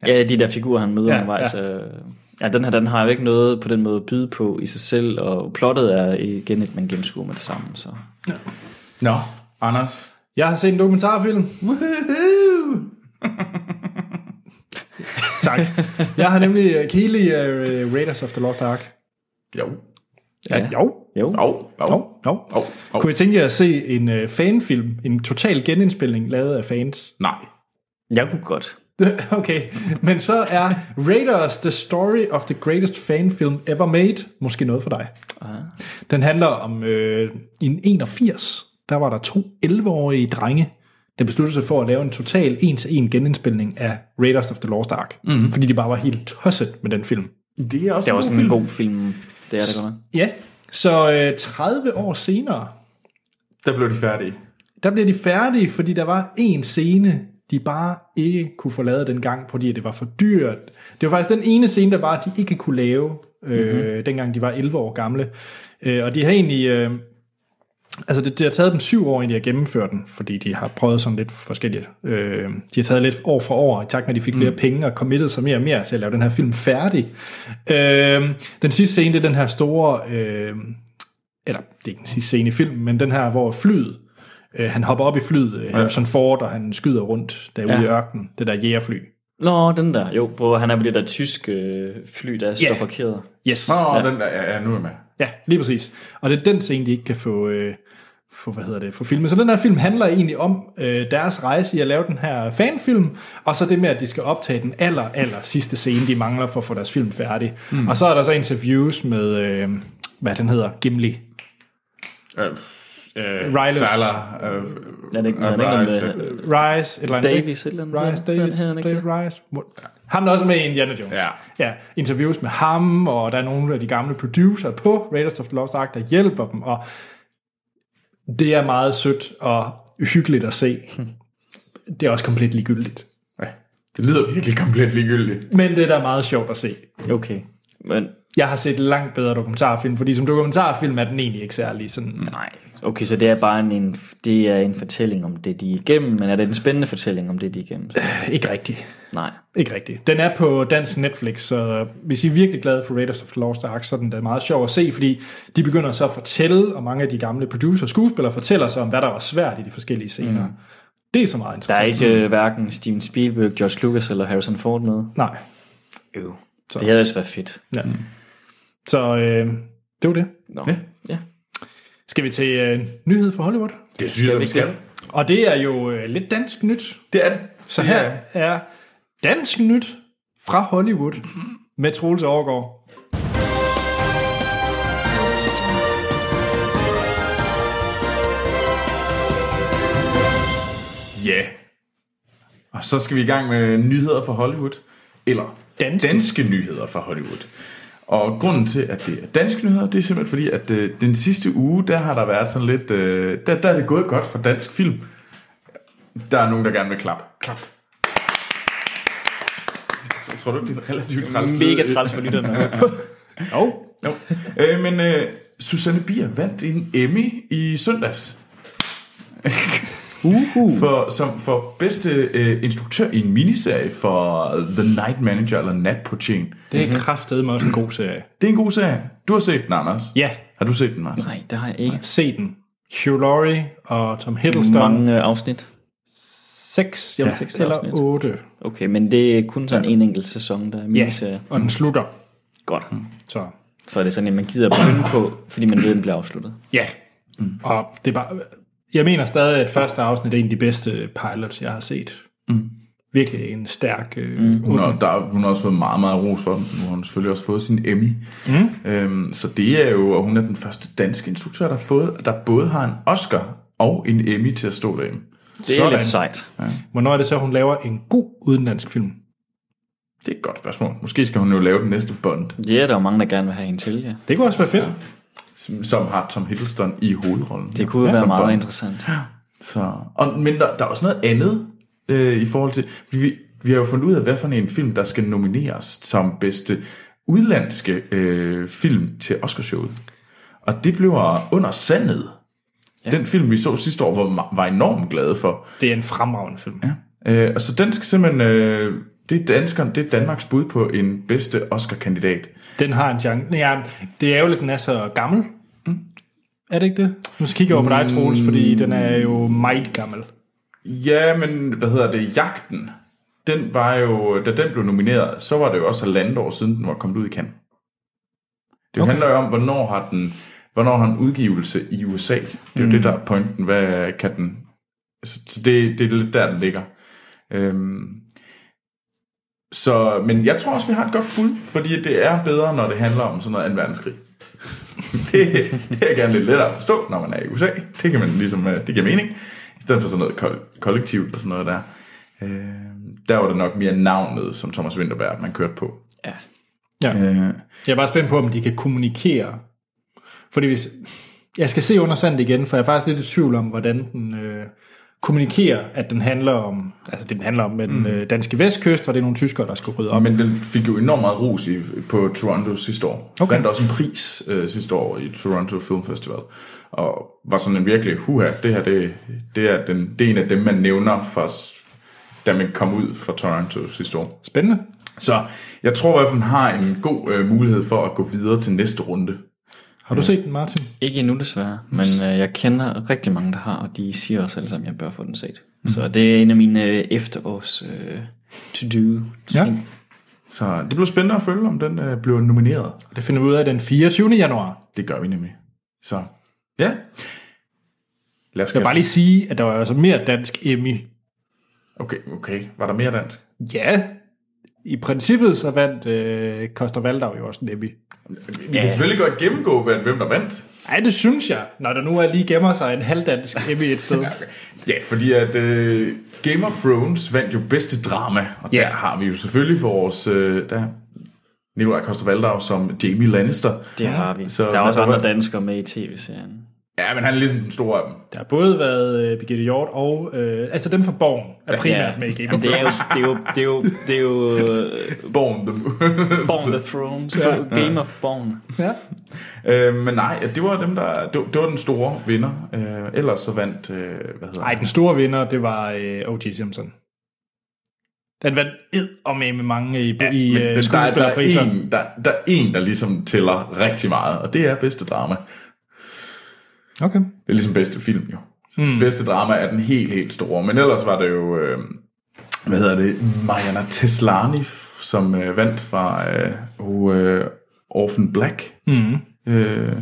Speaker 2: Ja, de der figurer, han møder
Speaker 1: Ja,
Speaker 2: ja, undervejs. Ja. Øh, ja, den her, den har jo ikke noget på den måde at byde på i sig selv, og plottet er igen et, man gennemskuer med det samme. Så.
Speaker 3: Nå, Anders.
Speaker 1: Jeg har set en dokumentarfilm. Woohoo! tak. Jeg har nemlig øh, kan I lide uh, Raiders of the Lost Ark.
Speaker 3: Jo.
Speaker 1: Ja,
Speaker 2: Ja.
Speaker 1: jo.
Speaker 2: Jo.
Speaker 3: Jo. Jo.
Speaker 1: Jo, jo.
Speaker 3: Jo. jo.
Speaker 1: Kunne I tænke jer at se en uh, fanfilm, en total genindspilning lavet af fans?
Speaker 3: Nej.
Speaker 2: Jeg kunne godt.
Speaker 1: Okay, men så er Raiders The Story of the Greatest Fan Film Ever Made måske noget for dig.
Speaker 3: Ah.
Speaker 1: Den handler om øh, i en 81, der var der to 11-årige drenge, der besluttede sig for at lave en total en-til-en genindspilning af Raiders of the Lost Ark. Mm. Fordi de bare var helt tosset med den film.
Speaker 3: Mhm. Det er også,
Speaker 2: Det er også
Speaker 3: en
Speaker 2: en
Speaker 3: god
Speaker 2: god film. Det er det godt nok.
Speaker 1: Ja, så øh, 30 år senere,
Speaker 3: Der blev de færdige.
Speaker 1: der blev de færdige, fordi der var en scene, de bare ikke kunne få lavet dengang, fordi det var for dyrt. Det var faktisk den ene scene, der bare de ikke kunne lave, øh, mm-hmm. dengang de var 11 år gamle. Øh, og de har egentlig... Øh, altså, det, det har taget dem syv år egentlig at gennemføre den, fordi de har prøvet sådan lidt forskelligt. Øh, de har taget lidt år for år, i takt med, at de fik mm. flere penge og committed sig mere og mere til at lave den her film færdig. Øh, den sidste scene, det er den her store... Øh, eller det er ikke den sidste scene i filmen, men den her, hvor flyet, øh, han hopper op i flyet, øh, Harrison Ford, og han skyder rundt derude ja.
Speaker 2: Ja.
Speaker 1: i ørkenen, det der jægerfly.
Speaker 2: Nå, den der. Jo, hvor han er på det der tyske øh, fly, der står
Speaker 1: Ja.
Speaker 2: parkeret.
Speaker 1: Yes.
Speaker 3: Nå,
Speaker 1: Oh.
Speaker 3: ja. den der, ja, ja, nu er jeg med.
Speaker 1: Ja, lige præcis. Og det er den scene, de ikke kan få, øh, få, hvad hedder det, få filmet. Så den her film handler egentlig om øh, deres rejse i at lave den her fanfilm, og så det med, at de skal optage den aller, aller sidste scene, de mangler for at få deres film færdig. Mm. Og så er der så interviews med, øh, hvad den hedder, Gimli.
Speaker 3: Øh, øh,
Speaker 1: Rylance.
Speaker 3: Sejler. Øh,
Speaker 2: Er det ikke, er det ikke noget med øh,
Speaker 1: Rice, et eller andet.
Speaker 2: Davis, et eller andet?
Speaker 1: Rice,
Speaker 2: Hvordan
Speaker 1: Davis,
Speaker 2: hedder han ikke
Speaker 1: David Rice. What- Ham der også er med i Indiana Jones.
Speaker 3: Ja.
Speaker 1: ja. Interviews med ham, og der er nogle af de gamle producer på Raiders of the Lost Ark, der hjælper dem, og det er meget sødt og hyggeligt at se. Det er også komplet ligegyldigt.
Speaker 3: Ja, det lyder virkelig komplet ligegyldigt.
Speaker 1: Men det er da meget sjovt at se.
Speaker 2: Okay. Men,
Speaker 1: Jeg har set langt bedre dokumentarfilm, fordi som dokumentarfilm er den egentlig ikke særlig sådan...
Speaker 2: nej. Okay, så det er bare en, en, det er en fortælling om det, de er igennem, men er det en spændende fortælling om det, de er igennem? Så,
Speaker 1: Ikke rigtig.
Speaker 2: nej.
Speaker 1: Ikke rigtigt. Den er på dansk Netflix, så hvis I er virkelig glade for Raiders of the Lost Ark, så er den da meget sjov at se, fordi de begynder så at fortælle, og mange af de gamle producer og skuespillere fortæller så om, hvad der var svært i de forskellige scener. Mm. Det er så meget
Speaker 2: Der er
Speaker 1: interessant.
Speaker 2: ikke øh, hverken Steven Spielberg, George Lucas eller Harrison Ford med.
Speaker 1: Nej.
Speaker 2: Jo. Det havde også været fedt.
Speaker 1: Ja. Mm. Så øh, det var det.
Speaker 2: Nå. Ja. ja.
Speaker 1: Skal vi til øh, nyhed fra Hollywood?
Speaker 3: Det synes jeg, vi skal.
Speaker 1: Og det er jo øh, lidt dansk nyt.
Speaker 3: Det er det.
Speaker 1: Så
Speaker 3: Det er-
Speaker 1: her er dansk nyt fra Hollywood med Troels Overgaard.
Speaker 3: Ja. Yeah. Og så skal vi i gang med nyheder fra Hollywood. Eller
Speaker 1: Danske.
Speaker 3: danske, danske nyheder fra Hollywood. Og grunden til, at det er danske nyheder, det er simpelthen fordi, at øh, den sidste uge, der har der været sådan lidt... Øh, der, der er det gået godt for dansk film. Der er nogen, der gerne vil klappe. Klap. Så tror du, ikke, det er en relativt træls lyd?
Speaker 2: Mega træls for lytterne.
Speaker 1: Jo.
Speaker 3: Jo. Øh, men øh, Susanne Bier vandt en Emmy i søndags.
Speaker 1: Uhuh.
Speaker 3: Uhu. For, som for bedste øh, instruktør i en miniserie for The Night Manager eller Nat på Chain.
Speaker 1: Det er kraftedeme også en god serie.
Speaker 3: Det er en god serie. Du har set den, Anders.
Speaker 1: Ja,
Speaker 3: Har du set den, Anders?
Speaker 2: nej, der har jeg ikke.
Speaker 1: se den. Hugh Laurie og Tom Hiddleston.
Speaker 2: Mange øh, afsnit.
Speaker 1: 6 ja,
Speaker 2: seks
Speaker 1: eller
Speaker 2: afsnit.
Speaker 1: 8.
Speaker 2: Okay, men det er kun sådan en enkelt sæson, der er
Speaker 1: Ja,
Speaker 2: miniserie.
Speaker 1: og den slutter.
Speaker 2: Godt.
Speaker 1: Så
Speaker 2: Så er det sådan, at man gider begynde på, fordi man ved, at den bliver afsluttet.
Speaker 1: ja, mm. og det er bare... Jeg mener stadig, at første afsnit er en af de bedste pilots, jeg har set. Mm. Virkelig en stærk... Øh, mm.
Speaker 3: Hun har, der, hun har også fået meget, meget ros for den. Nu har hun selvfølgelig også fået sin Emmy. Mm. Øhm, så det er jo, og hun er den første danske instruktør, der, har fået, der både har en Oscar og en Emmy til at stå derhjemme.
Speaker 2: Det er
Speaker 1: Sådan.
Speaker 2: lidt sejt.
Speaker 1: Hvornår er det så, at hun laver en god udenlandsk film?
Speaker 3: Det er et godt spørgsmål. Måske skal hun jo lave den næste Bond,
Speaker 2: Ja, der er jo mange, der gerne vil have hende til, ja.
Speaker 1: Det kunne også være fedt. Ja.
Speaker 3: som, som har Tom Hiddleston i hovedrollen.
Speaker 2: Det kunne jo
Speaker 3: Ja,
Speaker 2: være
Speaker 3: som
Speaker 2: meget
Speaker 3: Bond.
Speaker 2: interessant.
Speaker 3: Så, og, men der, der er også noget andet øh, i forhold til... Vi, vi har jo fundet ud af, hvad for en film, der skal nomineres som bedste udenlandske øh, film til Oscarshowet. Og det bliver Under Sandet. Ja. Den film, vi så sidste år, var, ma- var enormt glade for.
Speaker 1: Det er en fremragende film. Ja.
Speaker 3: Øh, og så den skal simpelthen... Øh, det er danskeren, det er Danmarks bud på en bedste Oscar-kandidat.
Speaker 1: Den har en chance. Ja, det er jo lidt, den er så gammel. Mm. Mm. Er det ikke det? Nu kigger jeg over på dig, Troels, fordi den er jo meget gammel.
Speaker 3: Ja, men hvad hedder det? Jagten. Den var jo, da den blev nomineret, så var det jo også halvandet år siden, den var kommet ud i Cannes. Det okay. handler jo om, hvornår har den, hvornår har en udgivelse i USA. Det er jo mm. det, der er pointen. Hvad kan den... Så så det, det er lidt der, den ligger. Øhm, så, men jeg tror også, vi har et godt bud, fordi det er bedre, når det handler om sådan noget 2. verdenskrig. det, det er gerne lidt lettere at forstå, når man er i USA. Det kan man ligesom, øh, det giver mening. I stedet for sådan noget kol- kollektivt og sådan noget der. Øh, der var det nok mere navnet, som Thomas Winterberg, man kørte på.
Speaker 2: Ja.
Speaker 3: Øh,
Speaker 1: Jeg er bare spændt på, om de kan kommunikere. Fordi hvis... Jeg skal se under sandet igen, for jeg er faktisk lidt i tvivl om, hvordan den øh, kommunikerer, at den handler om, altså det, den handler om med den øh, danske vestkyst, og det er nogle tyskere, der skal rydde op.
Speaker 3: men den fik jo enormt meget ros i, på Toronto sidste år.
Speaker 1: Okay.
Speaker 3: Okay. Fandt også en pris øh, sidste år i Toronto Film Festival. Og var sådan en virkelig, huha, det her det, det er, den, det er en af dem, man nævner, fra, s- da man kom ud fra Toronto sidste år.
Speaker 1: Spændende.
Speaker 3: Så jeg tror i hvert fald, hun har en god øh, mulighed for at gå videre til næste runde.
Speaker 1: Har du set den, Martin?
Speaker 2: Ikke endnu desværre, men øh, jeg kender rigtig mange, der har, og de siger også alle sammen, at jeg bør få den set. Så det er en af mine øh, efterårs øh, to-do ting.
Speaker 1: Ja.
Speaker 3: Så det bliver spændende at følge, om den øh, bliver nomineret.
Speaker 1: Det finder vi ud af den 24. januar.
Speaker 3: Det gør vi nemlig. Så ja. Lad os
Speaker 1: Jeg vil bare lige sige, at der var altså mere dansk Emmy.
Speaker 3: Okay, okay. Var der mere dansk?
Speaker 1: Ja, i princippet så vandt øh, Koster Valdau jo også en Emmy.
Speaker 3: Vi kan selvfølgelig godt gennemgå, hvem hvem der vandt.
Speaker 1: Ej, det synes jeg, når der nu er lige gemmer sig en halvdansk Emmy et sted.
Speaker 3: Ja, fordi at øh, Game of Thrones vandt jo bedste drama, og
Speaker 1: Ja.
Speaker 3: der har vi jo selvfølgelig for vores... Øh, der Nikolaj Koster-Valdau som Jamie Lannister.
Speaker 2: Det har vi.
Speaker 3: Så-
Speaker 2: Så, der er også
Speaker 3: der var-
Speaker 2: andre danskere med i tv-serien.
Speaker 3: Ja, men han er ligesom den store af dem.
Speaker 1: Der har både været øh, Birgitte Hjort og... Øh, altså dem fra Borgen er primært ja. med i Game of
Speaker 2: det er
Speaker 1: Thrones.
Speaker 2: jo, det er jo, det er jo, det er jo øh,
Speaker 3: Born the
Speaker 2: Born the Thrones, Game of Born.
Speaker 1: Ja.
Speaker 3: Øh, men nej, det var dem der, det, var- det var den store vinder. Øh, ellers så vandt, øh, hvad hedder
Speaker 1: Ej, den store vinder, det var øh, O.J. Simpson. Den vandt ed og med med mange i, ja, i
Speaker 3: Men,
Speaker 1: øh,
Speaker 3: men der, er, der, er
Speaker 1: skuespillerpriser.
Speaker 3: en, der, der er en, der ligesom tæller rigtig meget, og det er bedste drama.
Speaker 1: Okay.
Speaker 3: Det er ligesom bedste film jo.
Speaker 1: Hmm.
Speaker 3: Mm. Bedste drama er den helt, helt store. Men ellers var det jo, øh, hvad hedder det, Mariana Teslani, som øh, vandt fra øh, oh, øh, Orphan Black.
Speaker 1: Mm.
Speaker 3: Øh,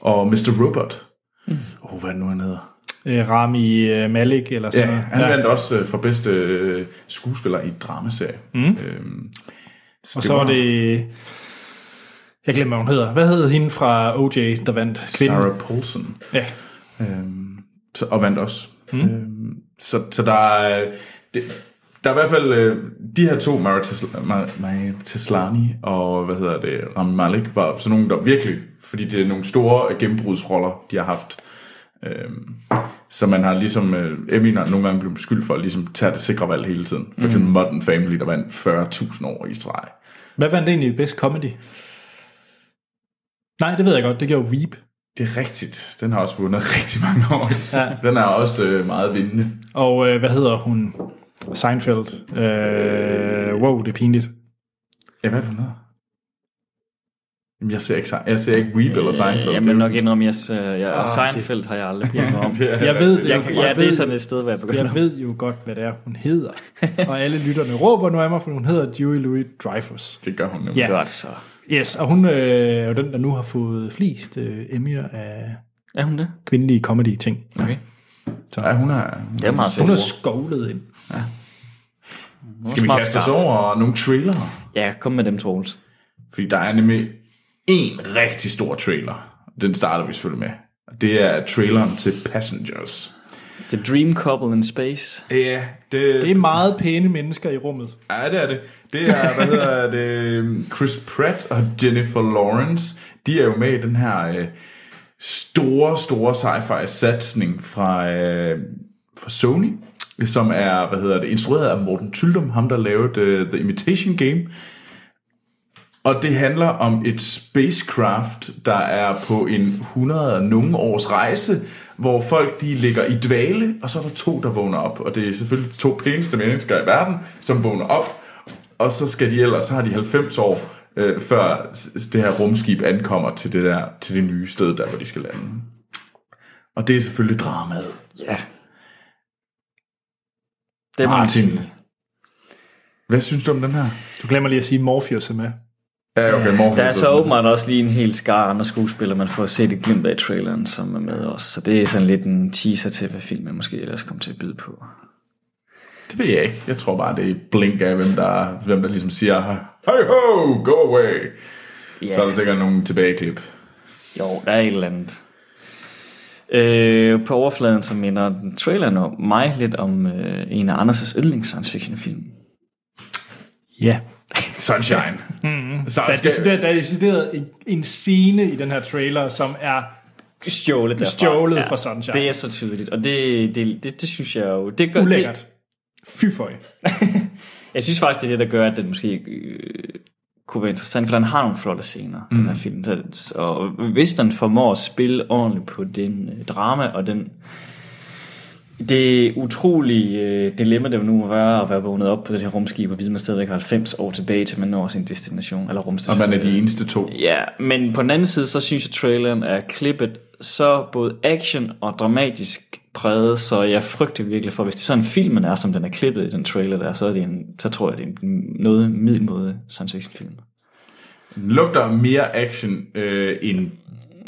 Speaker 3: og Mr. Robot. Åh, oh, hvad er det nu, han hedder?
Speaker 1: Øh, Rami øh, Malik eller
Speaker 3: Ja,
Speaker 1: sådan
Speaker 3: han
Speaker 1: noget.
Speaker 3: vandt også øh, for bedste øh, skuespiller i et dramaserie. Mm. Øhm, så
Speaker 1: Og så var det... Jeg glemmer, hvad hun hedder. Hvad hed hende fra O.J., der vandt? Kvinden?
Speaker 3: Sarah Paulson.
Speaker 1: Ja.
Speaker 3: Øhm, så, og vandt også. Mm. Øhm, så, så der er... øh, Det, der er i hvert fald øh, de her to, Mara Tesla- Ma- Mara Teslani og hvad hedder det, Rami Malek, var sådan nogle, der virkelig, fordi det er nogle store øh, gennembrudsroller, de har haft. Øhm, så man har ligesom, øh, Emmy har nogle gange blevet beskyldt for at ligesom tage det sikre valg hele tiden. For eksempel mm. Modern Family, der vandt 40.000 år i streg.
Speaker 1: Hvad vandt egentlig bedst comedy? Nej, det ved jeg godt. Det gjorde Weep.
Speaker 3: Det er rigtigt. Den har også vundet rigtig mange år.
Speaker 1: Ja.
Speaker 3: Ja. Den er også øh, meget vindende.
Speaker 1: Og øh, hvad hedder hun? Seinfeld. Øh, wow, det er pinligt.
Speaker 3: Ja, hvad er det noget? Jamen, jeg ser ikke, Sein- jeg ser ikke Weep eller Seinfeld.
Speaker 2: Øh, Jeg
Speaker 3: Det er
Speaker 2: må
Speaker 3: jo-
Speaker 2: nok indrømme, jeg, jeg, jeg
Speaker 1: Ah,
Speaker 2: og Seinfeld har jeg aldrig prøvet om.
Speaker 3: det er-
Speaker 1: Jeg ved det.
Speaker 2: Jeg, ja, det er sådan et sted, hvor jeg begynder.
Speaker 1: Jeg ved jo godt, hvad det er, hun hedder. Og alle lytterne råber nu af mig, for hun hedder Dewey Louis Dreyfus.
Speaker 3: Det gør hun nemlig.
Speaker 1: Ja.
Speaker 3: Ja.
Speaker 2: Godt, så.
Speaker 1: Yes, og hun øh, er jo den, der nu har fået flest øh, emmer af
Speaker 2: Er hun det?
Speaker 1: kvindelige comedy-ting.
Speaker 2: Okay.
Speaker 3: Ja, hun er... Hun
Speaker 2: Det er meget
Speaker 1: Hun
Speaker 2: fedt.
Speaker 1: er skovlet ind.
Speaker 3: Skal vi
Speaker 2: smart
Speaker 3: kaste os
Speaker 2: skarp.
Speaker 3: over nogle trailere?
Speaker 2: Ja, kom med dem, Troels.
Speaker 3: Fordi der er nemlig en rigtig stor trailer. Den starter vi selvfølgelig med. Og Det er traileren til Passengers.
Speaker 2: The Dream Couple in Space.
Speaker 3: Ja, det,
Speaker 1: Det er meget pæne mennesker i rummet.
Speaker 3: Ja, det er det. Det er, hvad hedder det, Chris Pratt og Jennifer Lawrence. De er jo med i den her øh, store, store sci-fi satsning fra, øh, fra Sony, som er, hvad hedder det, instrueret af Morten Tyldum, ham der lavede øh, The Imitation Game. Og det handler om et spacecraft, der er på en 100 og nogle års rejse, hvor folk de ligger i dvale, og så er der to, der vågner op. Og det er selvfølgelig de to pæneste mennesker i verden, som vågner op, og så skal de ellers, så har de 90 år, øh, før s- det her rumskib ankommer til det, der, til det nye sted, der hvor de skal lande. Og det er selvfølgelig dramaet.
Speaker 2: Ja. Det er
Speaker 3: Martin.
Speaker 2: Martin.
Speaker 3: Hvad synes du om den her?
Speaker 1: Du glemmer lige at sige, at Morpheus er med.
Speaker 3: Ja, okay, Morten,
Speaker 2: Der er så åbenbart også lige en hel skar andre skuespillere, man får set et glimt af i traileren, som er med også. Så det er sådan lidt en teaser til, hvad filmen måske ellers kommer til at byde på.
Speaker 3: Det ved jeg ikke. Jeg tror bare, det er blink af, hvem der, hvem der ligesom siger, hey ho, go away.
Speaker 2: Ja,
Speaker 3: Så er der sikkert nogle tilbageklip.
Speaker 2: jo, der er et eller andet. Øh, på overfladen, så minder traileren om mig lidt om øh, en af Anders' yndlings science fiction film.
Speaker 1: Ja.
Speaker 3: Sunshine. Mm-hmm. Så
Speaker 1: Der er,
Speaker 3: skal,
Speaker 1: decideret, der er decideret en, en scene i den her trailer, som er...
Speaker 2: Stjålet derfra.
Speaker 1: Stjålet fra Sunshine.
Speaker 2: Det er så tydeligt, og det, det, det, det synes jeg jo... Det gør,
Speaker 1: Ulækkert. Fy for
Speaker 2: Jeg synes faktisk, det er det, der gør, at den måske øh, kunne være interessant, for den har nogle flotte scener, mm. den her film. Så- Og hvis den formår at spille ordentligt på den øh, drama og den det utrolige øh, dilemma, det nu må være at være vågnet op på det her rumskib og vide, man stadigvæk har 90 år tilbage, til man når sin destination, eller
Speaker 3: og
Speaker 2: rumstation.
Speaker 3: man er de eneste to.
Speaker 2: Ja, men på den anden side, så synes jeg, traileren er klippet så både action og dramatisk præget, så jeg frygter virkelig for, hvis det er sådan filmen er, som den er klippet i den trailer der, så, er det en, så tror jeg, det er en noget middelmåde science fiction film.
Speaker 3: Den lugter mere action øh, end...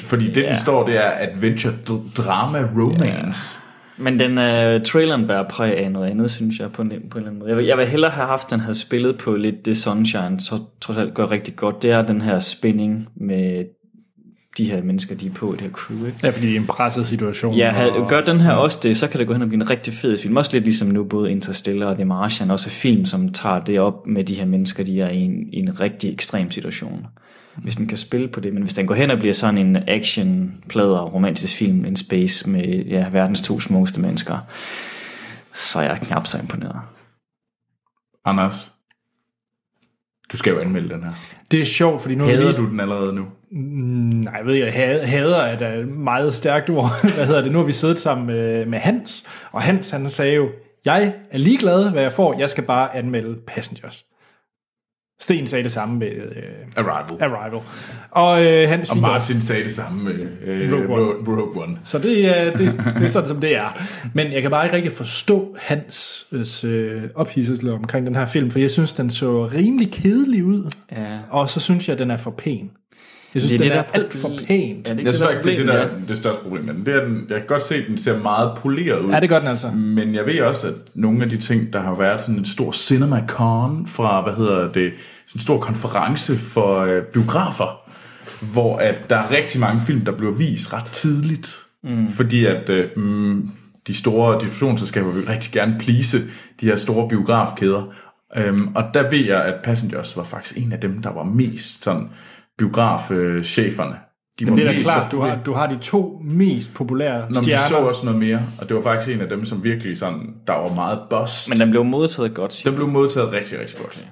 Speaker 3: Fordi det, den står, det er adventure, d- drama, romance.
Speaker 2: Men den uh, traileren bærer præg af noget andet, synes jeg, på en, på en eller anden måde. Jeg vil, jeg vil hellere have haft, at den havde spillet på lidt det Sunshine, så trods alt gør rigtig godt. Det er den her spænding med de her mennesker, de er på, i det her crew, ikke?
Speaker 1: Ja, fordi det er en presset situation.
Speaker 2: Ja, havde, gør den her også det, så kan det gå hen og blive en rigtig fed film. Også lidt ligesom nu både Interstellar og The Martian, også film, som tager det op med de her mennesker, de er i en, i en rigtig ekstrem situation. Hvis den kan spille på det, men hvis den går hen og bliver sådan en action, plader, romantisk film, en space med ja, verdens to smukkeste mennesker, så er jeg knap så imponeret.
Speaker 3: Anders, du skal jo anmelde den her.
Speaker 1: Det er sjovt, fordi nu... har vi
Speaker 3: Hader
Speaker 1: lige-
Speaker 3: du den allerede nu?
Speaker 1: Mm, Nej, jeg ved jeg, hader, hader er da et meget stærkt ord. Hvad hedder det? Nu har vi siddet sammen med, med Hans, og Hans han sagde jo, jeg er ligeglad, hvad jeg får, jeg skal bare anmelde Passengers. Sten sagde det samme med øh,
Speaker 3: Arrival.
Speaker 1: Arrival. Og øh, Hans
Speaker 3: Og
Speaker 1: fik
Speaker 3: Martin sagde det samme med øh,
Speaker 1: Rogue One.
Speaker 3: Rogue, Rogue One.
Speaker 1: Så det, er- det, det er sådan, som det er. Men jeg kan bare ikke rigtig forstå hans øh, ophidselse omkring den her film, for jeg synes, den så rimelig kedelig ud,
Speaker 2: Ja.
Speaker 1: og så synes jeg, den er for pæn. Jeg synes, det er den er,
Speaker 2: der
Speaker 1: alt for
Speaker 2: proble-
Speaker 1: pænt.
Speaker 2: Ja,
Speaker 1: Er
Speaker 2: det
Speaker 1: det,
Speaker 2: er
Speaker 3: Jeg synes
Speaker 2: ikke
Speaker 3: faktisk, det er det,
Speaker 2: der
Speaker 3: der
Speaker 2: er
Speaker 3: er det største problem med den. Det er den. Jeg kan godt se, at den ser meget poleret ud.
Speaker 1: er det godt, den altså?
Speaker 3: Men jeg ved også, at nogle af de ting, der har været sådan en stor CinemaCon fra, hvad hedder det, sådan en stor konference for øh, biografer, hvor at der er rigtig mange film, der bliver vist ret tidligt, mm. fordi at øh, mm, de store distributionsselskaber vil rigtig gerne plise de her store biografkæder. Øhm, og der ved jeg, at Passengers var faktisk en af dem, der var mest sådan biografcheferne. De var
Speaker 1: Det er da
Speaker 3: mest
Speaker 1: klart,
Speaker 3: så-
Speaker 1: du har, du har de to mest populære
Speaker 3: Nå, men de så
Speaker 1: stjerner.
Speaker 3: også noget mere, og det var faktisk en af dem, som virkelig sådan, der var meget bust.
Speaker 2: Men den blev modtaget godt. siger
Speaker 3: Den blev modtaget rigtig, rigtig godt.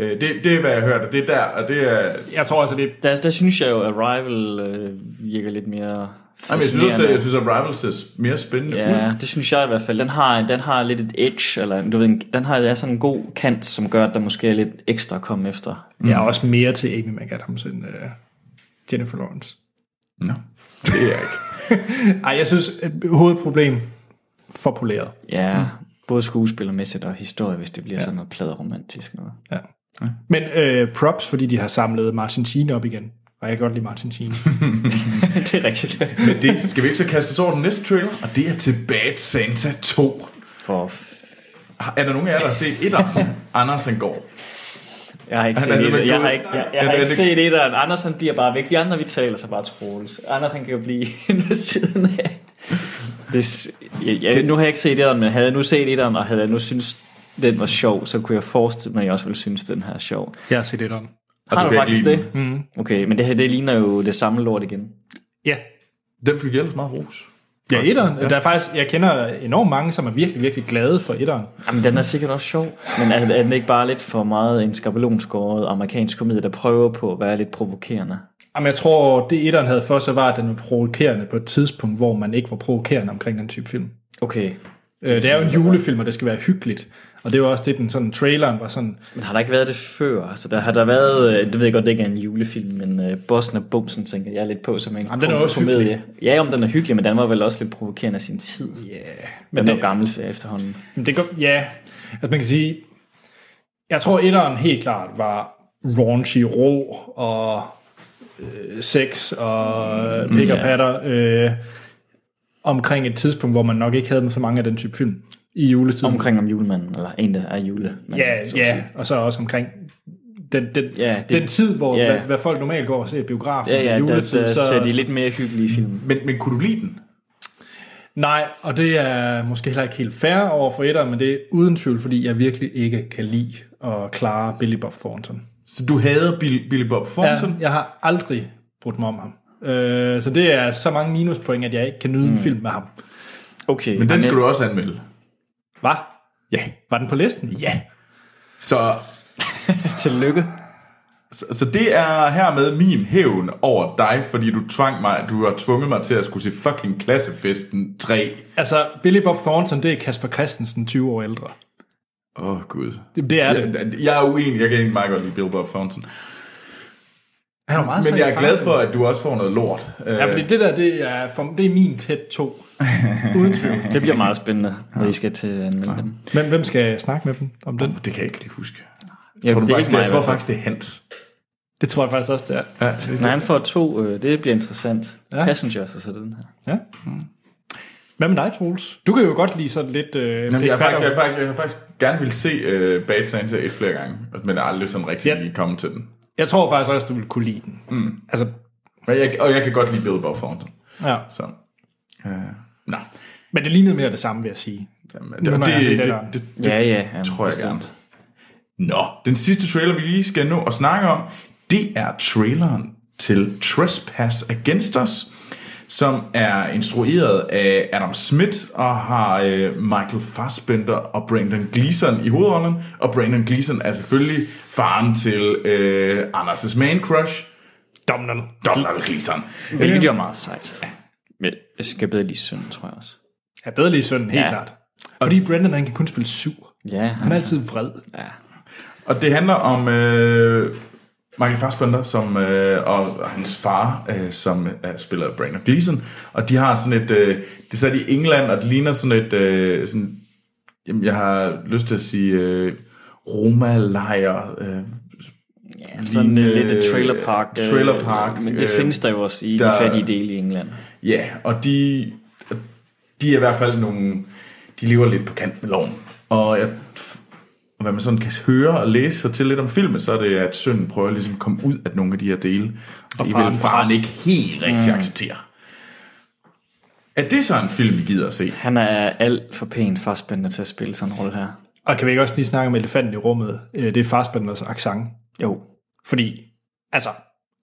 Speaker 3: Øh, Det, det er, hvad jeg hørte, og det er der, og det er...
Speaker 1: Jeg tror altså, det er
Speaker 2: Der, der synes jeg jo, at Arrival øh, virker lidt mere
Speaker 3: Jamen, jeg synes også, at, jeg synes, at Rivals ser mere spændende Mm. ud.
Speaker 2: Ja, det synes jeg i hvert fald. Den har, den har lidt et edge, eller en- du ved, en- den har er sådan en god kant, som gør, at der måske er lidt ekstra at komme efter.
Speaker 1: Jeg er også mere til Amy McAdams end uh, Jennifer Lawrence.
Speaker 3: Nå, det er jeg ikke.
Speaker 1: Ej, jeg synes, øh, hovedproblem for poleret.
Speaker 2: Ja, mm. både skuespillermæssigt og historie, hvis det bliver ja. sådan noget pladeromantisk noget.
Speaker 1: Ja. Men øh, props, fordi de har samlet Martin Sheen op igen. Og jeg kan godt lide Martin Sheen.
Speaker 2: det er rigtigt.
Speaker 3: Men det skal vi ikke så kaste os over den næste trailer, og det er til Bad Santa 2.
Speaker 2: For
Speaker 3: Er der nogen af jer, der har set etteren? Anders han går.
Speaker 2: Jeg har ikke
Speaker 3: Han er
Speaker 2: set
Speaker 3: det med
Speaker 2: det. Jeg har
Speaker 3: kød.
Speaker 2: ikke, jeg, jeg
Speaker 3: Han
Speaker 2: har
Speaker 3: er
Speaker 2: ikke
Speaker 3: det-
Speaker 2: set det, der. Anders han bliver bare væk. Vi andre, vi taler så bare Troels. Anders han kan jo blive inde ved siden af. Det, s- jeg, jeg, nu har jeg ikke set det, men havde jeg nu set det, og havde jeg nu synes den var sjov, så kunne jeg forestille mig, at jeg også ville synes, den her er sjov.
Speaker 1: Jeg har set det om.
Speaker 3: Og
Speaker 2: Har
Speaker 3: du
Speaker 2: du
Speaker 3: kan
Speaker 2: faktisk
Speaker 3: ikke lide
Speaker 2: det? Mm. Okay, men det her, det ligner jo det samme lort igen.
Speaker 1: Ja.
Speaker 3: Den fik ellers meget ros.
Speaker 1: Ja, etteren. Der er faktisk, jeg kender enormt mange, som er virkelig, virkelig glade for etteren.
Speaker 2: Jamen, den er sikkert også sjov, men er, er den ikke bare lidt for meget en skabelonskåret amerikansk komedie, der prøver på at være lidt provokerende?
Speaker 1: Jamen, jeg tror, det etteren havde for sig, var, at den var provokerende på et tidspunkt, hvor man ikke var provokerende omkring den type film.
Speaker 2: Okay,
Speaker 1: Øh, Det er jo en julefilm, og det skal være hyggeligt. Og det var også det, den sådan, traileren var sådan,
Speaker 2: Men har der ikke været det før? Altså, der har der været, øh, det ved jeg godt, det ikke er en julefilm, men øh, Bossen og Bumsen tænker jeg lidt på som en
Speaker 1: Jamen, den er
Speaker 2: kom-
Speaker 1: også
Speaker 2: Ja, om den er hyggelig, men den var vel også lidt provokerende af sin tid. Yeah, men den er jo
Speaker 1: det-
Speaker 2: gammel efterhånden.
Speaker 1: Men det går, ja, altså man kan sige, jeg tror etteren helt klart var raunchy, rå og øh, sex og øh, pik og
Speaker 2: ja.
Speaker 1: patter øh, omkring et tidspunkt, hvor man nok ikke havde så mange af den type film i juletiden.
Speaker 2: Omkring om julemanden, eller en, der er julemanden.
Speaker 1: ja,
Speaker 2: så at
Speaker 1: ja,
Speaker 2: sige.
Speaker 1: og så også omkring den, den,
Speaker 2: Ja,
Speaker 1: ja,
Speaker 2: det-
Speaker 1: det, den tid, hvor
Speaker 2: ja.
Speaker 1: ja. hvad, hvad folk normalt går og ser i biografen
Speaker 2: Ja, ja,
Speaker 1: i
Speaker 2: der, der
Speaker 1: juletid.
Speaker 2: ser de lidt mere hyggelige film.
Speaker 3: Men, men kunne du lide den?
Speaker 1: Nej, og det er måske heller ikke helt fair over for etteren, men det er uden tvivl, fordi jeg virkelig ikke kan lide at klare Billy Bob Thornton.
Speaker 3: Så du hader Bill, Billy Bob Thornton?
Speaker 1: Ja, jeg har aldrig brudt mig om ham. Øh, så det er så mange minuspoint, at jeg ikke kan nyde mm. en film med ham.
Speaker 2: Okay,
Speaker 3: Men
Speaker 2: og
Speaker 3: den skal
Speaker 2: næste-
Speaker 3: du også anmelde.
Speaker 1: Hvad?
Speaker 3: Ja.
Speaker 1: Var den på listen?
Speaker 3: Ja. Så,
Speaker 2: Tillykke.
Speaker 3: så, så det er hermed min hævn over dig, fordi du tvang mig, du har tvunget mig til at skulle se fucking klassefesten 3.
Speaker 1: Altså, Billy Bob Thornton, det er Kasper Christensen, 20 år ældre.
Speaker 3: Åh, oh, gud.
Speaker 1: Det, det er det.
Speaker 3: Jeg, jeg er uenig, jeg kan egentlig meget godt lide Bill Bob Thornton.
Speaker 1: Han er meget sej
Speaker 3: Men jeg
Speaker 1: i
Speaker 3: er glad
Speaker 1: farten.
Speaker 3: for, at du også får noget lort.
Speaker 1: Ja, fordi det der, det er, for, det er min tæt to. Uden tvivl.
Speaker 2: Det bliver meget spændende, når I skal til at anmelde dem.
Speaker 1: Hvem, hvem skal snakke med dem om den?
Speaker 3: Øh, det kan jeg ikke lige huske.
Speaker 2: Ja,
Speaker 3: tror du
Speaker 2: det er
Speaker 3: faktisk,
Speaker 2: ikke mig,
Speaker 3: jeg tror
Speaker 2: i hvert fald.
Speaker 3: faktisk, det er Hans.
Speaker 1: Det tror jeg faktisk også, det er.
Speaker 3: Ja.
Speaker 2: Når han får to, øh, det bliver interessant.
Speaker 1: Ja.
Speaker 2: Passengers og så den her.
Speaker 1: Ja.
Speaker 3: Mm.
Speaker 1: Hvad med dig, Troels? Du kan jo godt lide sådan lidt... Øh,
Speaker 3: Jamen,
Speaker 1: Big
Speaker 3: jeg, har
Speaker 1: Bang
Speaker 3: faktisk, jeg, har faktisk, jeg har faktisk gerne vil se uh, Bad Santa et flere gange, men er aldrig sådan rigtig
Speaker 1: Ja.
Speaker 3: lige kommet til den.
Speaker 1: jeg tror faktisk også, du vil kunne lide den. Mm. Altså,
Speaker 3: Men jeg, og jeg kan godt lide Bill Bob Thornton.
Speaker 1: ja.
Speaker 3: Så, uh, nej.
Speaker 1: Men det lignede mere det samme, vil jeg sige.
Speaker 3: Jamen,
Speaker 1: Nu, når jeg har set
Speaker 3: det,
Speaker 1: etteren.
Speaker 3: det, det
Speaker 2: Ja, ja. ja
Speaker 3: tror jeg gerne. Nå, den sidste trailer, vi lige skal nå at snakke om, det er traileren til Trespass Against Us, som er instrueret af Adam Smith og har øh, Michael Fassbender og Brandon Gleeson i hovedrollen. Og Brandon Gleeson er selvfølgelig faren til øh, Anders' man crush,
Speaker 1: Domnall.
Speaker 3: Donald Gleeson.
Speaker 2: Hvilket jo er meget sejt. Men jeg skal bedre lige søn, tror jeg også.
Speaker 1: Ja, bedre lige sønnen, helt
Speaker 2: Ja.
Speaker 1: ja. klart. Fordi Brandon, han kan kun spille syv.
Speaker 2: Ja,
Speaker 1: Han er
Speaker 2: han,
Speaker 1: altid vred.
Speaker 2: ja.
Speaker 3: Og det handler om øh, Michael Fassbender som, øh, og hans far, øh, som er spiller af Brandon Gleeson. Og de har sådan et... Øh, det er sat i England, og det ligner sådan et... Øh, sådan, jamen, jeg har lyst til at sige... Øh, Roma-lejr. Øh,
Speaker 2: ja sådan øh,
Speaker 3: Lignende-
Speaker 2: lidt et trailer park. øh,
Speaker 3: Trailer park,
Speaker 2: Men det
Speaker 3: øh,
Speaker 2: findes der jo også i de
Speaker 3: der-
Speaker 2: fattige dele i England.
Speaker 3: ja, og de, de er i hvert fald nogle... De lever lidt på kant med loven. Og jeg, og hvad man sådan kan høre og læse sig til lidt om filmen, så er det, at sønnen prøver ligesom at komme ud af nogle af de her dele. Og det
Speaker 1: faren
Speaker 3: vil faren ikke helt rigtig mm. acceptere. Er det så en film, vi gider at se?
Speaker 2: Han er alt for pæn fastspændende til at spille sådan en rolle her.
Speaker 1: Og kan vi ikke også lige snakke om elefanten i rummet? Øh, Det er Farsbenders accent.
Speaker 2: Jo.
Speaker 1: Fordi, altså,